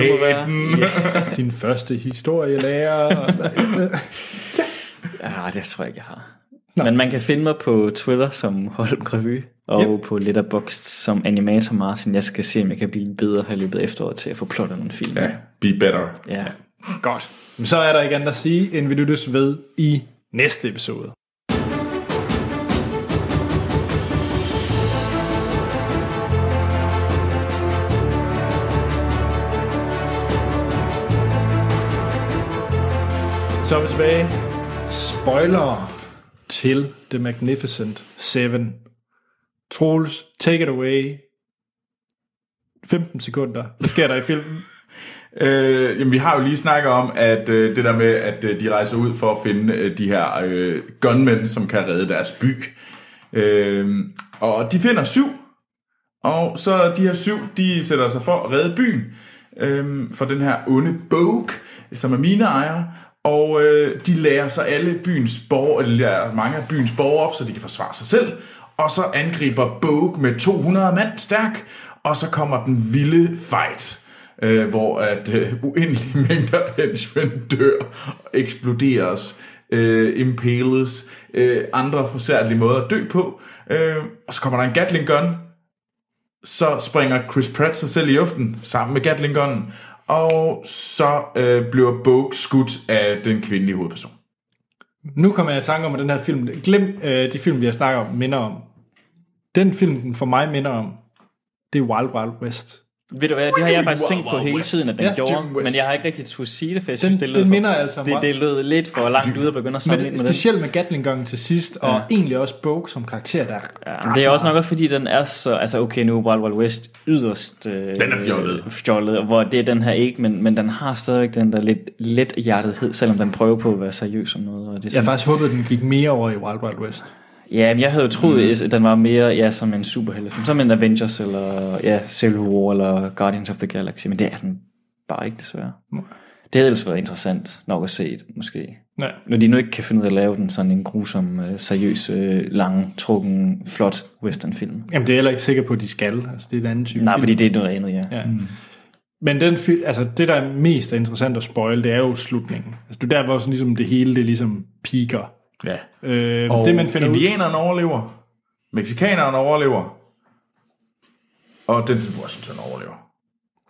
Speaker 2: nu må være.
Speaker 1: Din første historielærer.
Speaker 2: Ja, ah, det tror jeg ikke, jeg har. Nå. Men man kan finde mig på Twitter som Holm Grevy, og yep. på Letterboxd som Animator Martin. Jeg skal se, om jeg kan blive bedre her i løbet af efteråret til at få plottet nogle film.
Speaker 3: Ja, be better.
Speaker 2: ja.
Speaker 1: Godt. Men Så er der ikke andet at sige, end vi lyttes ved i næste episode. Så er vi tilbage. Spoiler til The Magnificent Seven. Troels, take it away. 15 sekunder. Hvad sker der i filmen?
Speaker 3: Øh, jamen, vi har jo lige snakket om, at øh, det der med, at øh, de rejser ud for at finde øh, de her øh, gunmen, som kan redde deres by. Øh, og de finder syv, og så de her syv, de sætter sig for at redde byen øh, for den her onde Boke, som er mine ejer. Og øh, de lærer så alle byens borgere, eller de lærer mange af byens borgere op, så de kan forsvare sig selv. Og så angriber Boke med 200 mand stærk, og så kommer den vilde fight øh, hvor at øh, uendelige mængder henchmen dør, eksploderes, øh, impales, øh, andre forsærlige måder at dø på. Øh, og så kommer der en Gatling gun, så springer Chris Pratt sig selv i luften sammen med Gatling gunnen, og så øh, bliver Bogue skudt af den kvindelige hovedperson.
Speaker 1: Nu kommer jeg i tanke om, at den her film... Glem øh, de film, vi har snakket om, minder om. Den film, den for mig minder om, det er Wild Wild West.
Speaker 2: Ved du hvad, det har jeg faktisk
Speaker 3: Wow,
Speaker 2: tænkt på
Speaker 3: wow,
Speaker 2: hele
Speaker 3: West.
Speaker 2: tiden, at den
Speaker 1: Ja,
Speaker 2: gjorde,
Speaker 3: Jim West.
Speaker 2: men jeg har ikke rigtig turde sige det, for jeg
Speaker 1: Den-
Speaker 2: synes, det lød
Speaker 1: den
Speaker 2: for-
Speaker 1: minder altså
Speaker 2: det,
Speaker 1: meget-
Speaker 2: det lød lidt
Speaker 3: Ah,
Speaker 2: for langt ude at begynde at sammenligne
Speaker 1: Men
Speaker 2: med den.
Speaker 1: specielt med Gatling Gun til sidst, og egentlig også Bogue som karakter der.
Speaker 2: Ja, det er også nok også fordi, den er så... Altså okay, nu er Wild Wild West yderst... Øh,
Speaker 3: Den er fjollet.
Speaker 2: øh, Fjollet, hvor det er den her ikke, men, men den har stadigvæk den der lidt let hjertethed, selvom den prøver på at være seriøs om noget. Og det er
Speaker 1: Jeg
Speaker 2: sådan-
Speaker 1: har faktisk håbet, at den gik mere over i Wild Wild West.
Speaker 2: Ja, men jeg havde jo troet, at den var mere ja, som en superheltefilm, som en Avengers eller ja, Civil War eller Guardians of the Galaxy, men det er den bare ikke desværre. Det havde ellers været interessant nok at se, måske.
Speaker 1: Ja.
Speaker 2: Når de nu ikke kan finde ud af at lave den sådan en grusom, øh, seriøs, øh, lang, trukken, flot westernfilm.
Speaker 1: Jamen, det er jeg heller ikke sikker på, at de skal. Altså, det er en anden type
Speaker 2: Nej,
Speaker 1: film.
Speaker 2: fordi det er noget andet, ja.
Speaker 1: Ja. Mm. Men den, fi- altså, det, der er mest er interessant at spoil, det er jo slutningen. Altså, det er der, hvor sådan, ligesom det hele det ligesom piker.
Speaker 3: Ja.
Speaker 1: Øh, det, man finder ud
Speaker 3: indianerne overlever, mexikanerne overlever, og Denzel Washington overlever.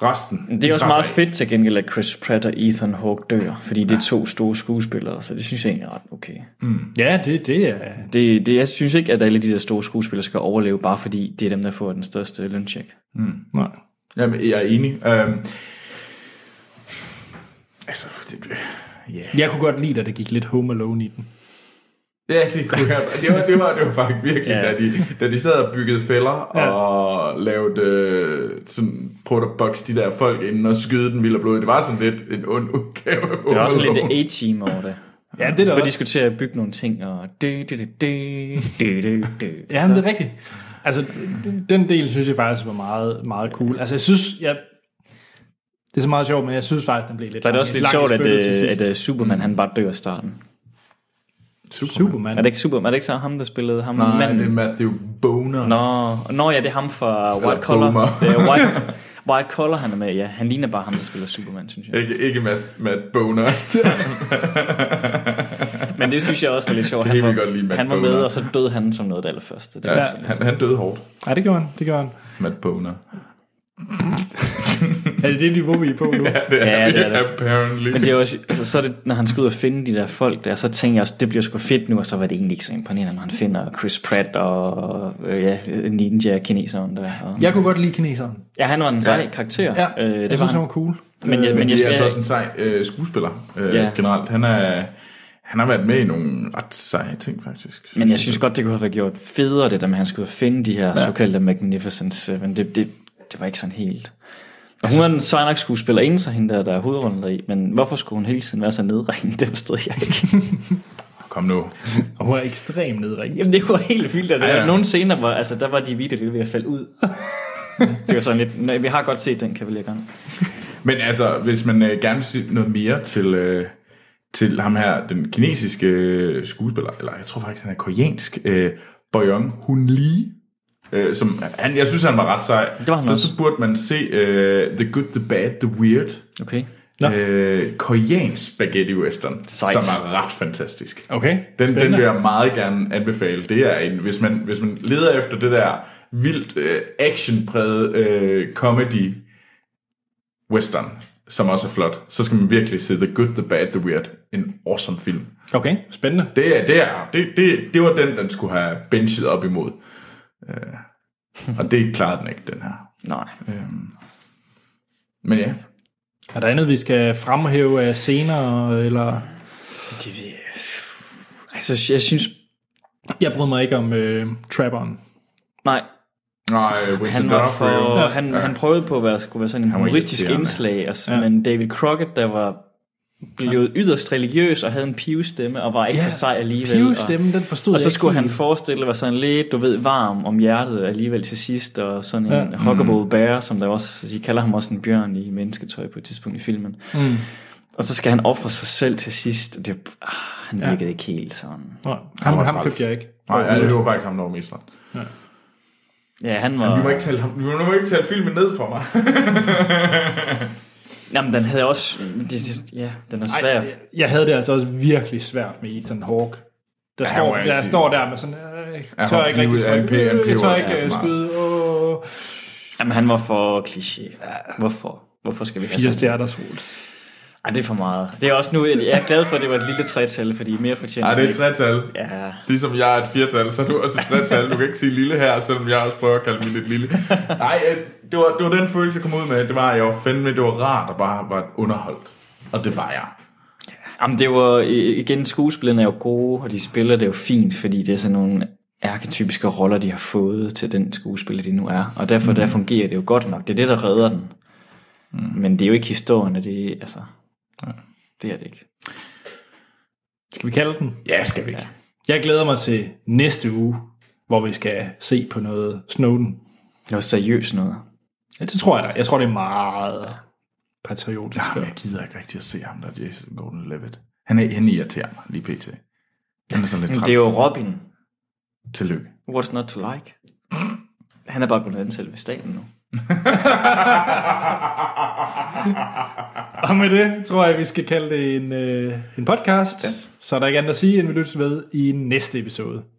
Speaker 3: Resten.
Speaker 2: Det er også
Speaker 3: krasser
Speaker 2: meget
Speaker 3: af.
Speaker 2: fedt til gengæld, at Chris Pratt og Ethan Hawke dør, fordi det er to store skuespillere, så det synes jeg egentlig er ret okay.
Speaker 1: Ja, det, det er...
Speaker 2: Det, det, jeg synes ikke, at alle de der store skuespillere skal overleve, bare fordi det er dem, der får den største løncheck.
Speaker 1: Nej.
Speaker 3: Jamen, jeg er enig. Øhm, altså, det, ja.
Speaker 1: Jeg kunne godt lide, at det gik lidt home alone i den.
Speaker 3: Ja, det kunne jeg. Det var, det var, det var faktisk virkelig,
Speaker 2: Ja.
Speaker 3: ja. da, de, da de sad og byggede fælder ja. og lavede øh, sådan, prøvede at bokse de der folk inden og skyde den vildt og blodigt. Det var sådan lidt en ond udgave.
Speaker 2: Det er også lidt A-team over det.
Speaker 1: Ja, det er der
Speaker 2: Hvor
Speaker 1: også.
Speaker 2: de skulle til at bygge nogle ting, og... Dø, dø, dø, dø, dø, dø, dø.
Speaker 1: Ja, men det er rigtigt. Altså, den del synes jeg faktisk var meget, meget cool. Altså, jeg synes, jeg... Det er så meget sjovt, men jeg synes faktisk, den blev lidt
Speaker 2: Så er det også lidt sjovt, at,
Speaker 1: spyttet til
Speaker 2: øh,
Speaker 1: sidst.
Speaker 2: at øh, Superman han bare dør i starten.
Speaker 1: Superman.
Speaker 2: Er det ikke Superman? Er det ikke så ham, der spillede ham?
Speaker 3: Nej,
Speaker 2: manden?
Speaker 3: det er Matthew Boner.
Speaker 2: Nå, nå ja, det er ham fra White
Speaker 3: Boomer.
Speaker 2: Collar. Det er White, White Collar, han er med. Ja, han ligner bare ham, der spiller Superman, synes jeg.
Speaker 3: Ikke, ikke Matt, Matt Boner.
Speaker 2: Men det synes jeg også var lidt sjovt.
Speaker 3: Det kan
Speaker 2: Han
Speaker 3: jeg
Speaker 2: var,
Speaker 3: godt lide, Matt
Speaker 2: han var med,
Speaker 3: Boner.
Speaker 2: og så døde han som noget af det allerførste. Det var
Speaker 3: Ja,
Speaker 2: sådan lidt-
Speaker 3: Altså, han, han døde hårdt,
Speaker 1: Nej, det gjorde han. Det gjorde han.
Speaker 3: Matt Boner.
Speaker 1: Er det det niveau, vi er på nu?
Speaker 3: Ja, det er,
Speaker 2: Ja,
Speaker 3: han,
Speaker 2: det er det.
Speaker 3: apparently.
Speaker 2: Men det er jo også, altså, så er det, når han skal ud og finde de der folk der, så tænker jeg også, det bliver sgu fedt nu, og så var det egentlig ikke så imponerende, når han finder Chris Pratt og øh, ja, Ninja kineseren der. Og,
Speaker 1: Jeg kunne godt lide kineseren.
Speaker 2: ja, han var en sej karakter.
Speaker 1: Ja,
Speaker 2: øh,
Speaker 1: jeg
Speaker 2: det
Speaker 1: synes,
Speaker 2: var
Speaker 1: han
Speaker 2: han.
Speaker 1: var cool.
Speaker 2: Men jeg, men
Speaker 3: Men
Speaker 2: jeg,
Speaker 3: det er
Speaker 2: jeg,
Speaker 3: altså også en sej øh, skuespiller øh,
Speaker 2: Ja.
Speaker 3: generelt. Han er han har været med i nogle ret seje ting, faktisk.
Speaker 2: men jeg synes godt, det kunne have været gjort federe, det der med, at han skulle finde de her ja. såkaldte Magnificent Seven. Det, det, det var ikke sådan helt... Og hun er en sej nok skuespiller inden sig, hende der, der er hovedrollen der i, men hvorfor skulle hun hele tiden være så nedringende, det forstod jeg ikke.
Speaker 3: Kom nu.
Speaker 1: Og hun er ekstremt nedringet.
Speaker 2: Jamen, det var helt vildt. Altså,
Speaker 3: Ja,
Speaker 2: ja,
Speaker 3: ja.
Speaker 2: ja. Nogle scener, hvor, altså, der var de hvide lidt ved at falde ud. det var sådan lidt, nej, vi har godt set den kavaliergang.
Speaker 3: Men altså, hvis man øh, gerne vil se noget mere til, øh, til ham her, den kinesiske øh, skuespiller, eller jeg tror faktisk, han er koreansk, øh, Boyong Hun Lee, øh, som han, jeg synes, han var ret sej.
Speaker 2: var han
Speaker 3: så,
Speaker 2: også.
Speaker 3: så burde man se øh, The Good, The Bad, The Weird,
Speaker 2: Okay.
Speaker 1: Nå.
Speaker 3: øh, koreansk spaghetti western,
Speaker 2: Sejt.
Speaker 3: som er ret fantastisk.
Speaker 1: Okay,
Speaker 3: Den, den
Speaker 1: spændende.
Speaker 3: vil jeg meget gerne anbefale. Det er en, hvis man, hvis man leder efter det der vildt øh, actionpræget øh, comedy western, som også er flot, så skal man virkelig se The Good, The Bad, The Weird. En awesome film.
Speaker 1: Okay, spændende.
Speaker 3: Det, er, det, er, det, det, det var den, den skulle have benchet op imod. Øh, og det klarede den ikke, den her.
Speaker 2: Nej.
Speaker 3: Men ja,
Speaker 1: Er der andet, vi skal fremhæve af scener? Eller...
Speaker 2: Det, altså, jeg synes...
Speaker 1: Jeg bryder mig ikke om øh, Trapperen.
Speaker 2: Nej,
Speaker 3: nej, øh, Winston
Speaker 2: han, var
Speaker 3: D'Onofrio.
Speaker 2: for, han, han prøvede på at være, skulle være sådan en
Speaker 3: var
Speaker 2: humoristisk
Speaker 3: irriterende.
Speaker 2: indslag, og, så- men David Crockett, der var blevet yderst religiøs og havde en pivstemme og var ikke så sej alligevel. og-
Speaker 1: Pive-stemmen, den forstod
Speaker 2: Og så
Speaker 1: jeg
Speaker 2: skulle
Speaker 1: ikke.
Speaker 2: han forestille at være sådan lidt, du ved, varm om hjertet alligevel til sidst, og sådan en
Speaker 3: Mm.
Speaker 2: ja. huggable bear, som der også, de kalder ham også en bjørn i mennesketøj på et tidspunkt i filmen. Mm. Og så skal han ofre sig selv til sidst, og det, ah, han virkede ikke helt sådan.
Speaker 1: Nej, ham,
Speaker 3: var
Speaker 1: ham
Speaker 3: træls.
Speaker 1: købte jeg ikke.
Speaker 3: Nej, ja, det var faktisk ham, der var mest
Speaker 2: Ja, han var...
Speaker 3: Vi må ikke tale, ham- vi må ikke tale filmen ned for mig.
Speaker 2: Jamen, den havde også... Det, det, ja, den er svær. Ej,
Speaker 1: Jeg havde det altså også virkelig svært med Ethan Hawke. Der
Speaker 3: Ja,
Speaker 1: står,
Speaker 3: hvor er
Speaker 1: jeg
Speaker 3: det-
Speaker 1: står der med sådan, øh, jeg tør
Speaker 3: han
Speaker 1: ikke rigtig
Speaker 3: pivet- han
Speaker 1: trykke,
Speaker 3: pivet-
Speaker 1: øh,
Speaker 3: han
Speaker 1: jeg
Speaker 3: pivet
Speaker 1: tør
Speaker 3: også
Speaker 1: ikke
Speaker 3: alt
Speaker 1: øh,
Speaker 3: for
Speaker 1: skyde, åh.
Speaker 2: Jamen, han var for kliché. Hvorfor? Hvorfor skal vi have
Speaker 1: Fire
Speaker 2: sådan
Speaker 1: stjerner, Troels.
Speaker 2: Ej, det er for meget. Det er også nu... Jeg er glad for, at det var et lille tretal, fordi mere fortjener
Speaker 3: Nej, det er et
Speaker 2: ikke.
Speaker 3: tretal.
Speaker 2: Ja,
Speaker 3: Ligesom jeg er et firtal, så er du også et tretal. Du kan ikke sige lille her, selvom jeg også prøver at kalde mit et lille. Nej, øh, det var, det var den følelse, jeg kom ud med. Det var, at jeg var fandme, det var rart og bare var underholdt. Og det var jeg.
Speaker 2: Jamen, det var, igen, skuespillerne er jo gode, og de spiller det jo fint, fordi det er sådan nogle arketypiske roller, de har fået til den skuespiller, de nu er. Og derfor, mm. der fungerer det jo godt nok. Det er det, der redder den. Mm. Men det er jo ikke historien, og det er, altså, det er det ikke.
Speaker 1: Skal vi kalde den?
Speaker 3: Ja, skal vi ikke.
Speaker 1: Jeg glæder mig til næste uge, hvor vi skal se på noget Snowden.
Speaker 2: Noget seriøst noget.
Speaker 1: Ja, det tror jeg da. Jeg tror, det er meget patriotisk.
Speaker 3: Jamen, Ah, jeg gider ikke rigtig at se ham der, Jason Gordon-Levitt. Han, er, han irriterer mig lige pt. Han er sådan lidt
Speaker 2: Men
Speaker 3: træt.
Speaker 2: det er jo Robin.
Speaker 3: Tillykke.
Speaker 2: What's not to like? Han er bare blevet ansat ved staten nu.
Speaker 1: Og med det tror jeg, vi skal kalde det en, øh, en podcast. Ja. Så er der ikke andet at sige, end vi lyttes ved i næste episode.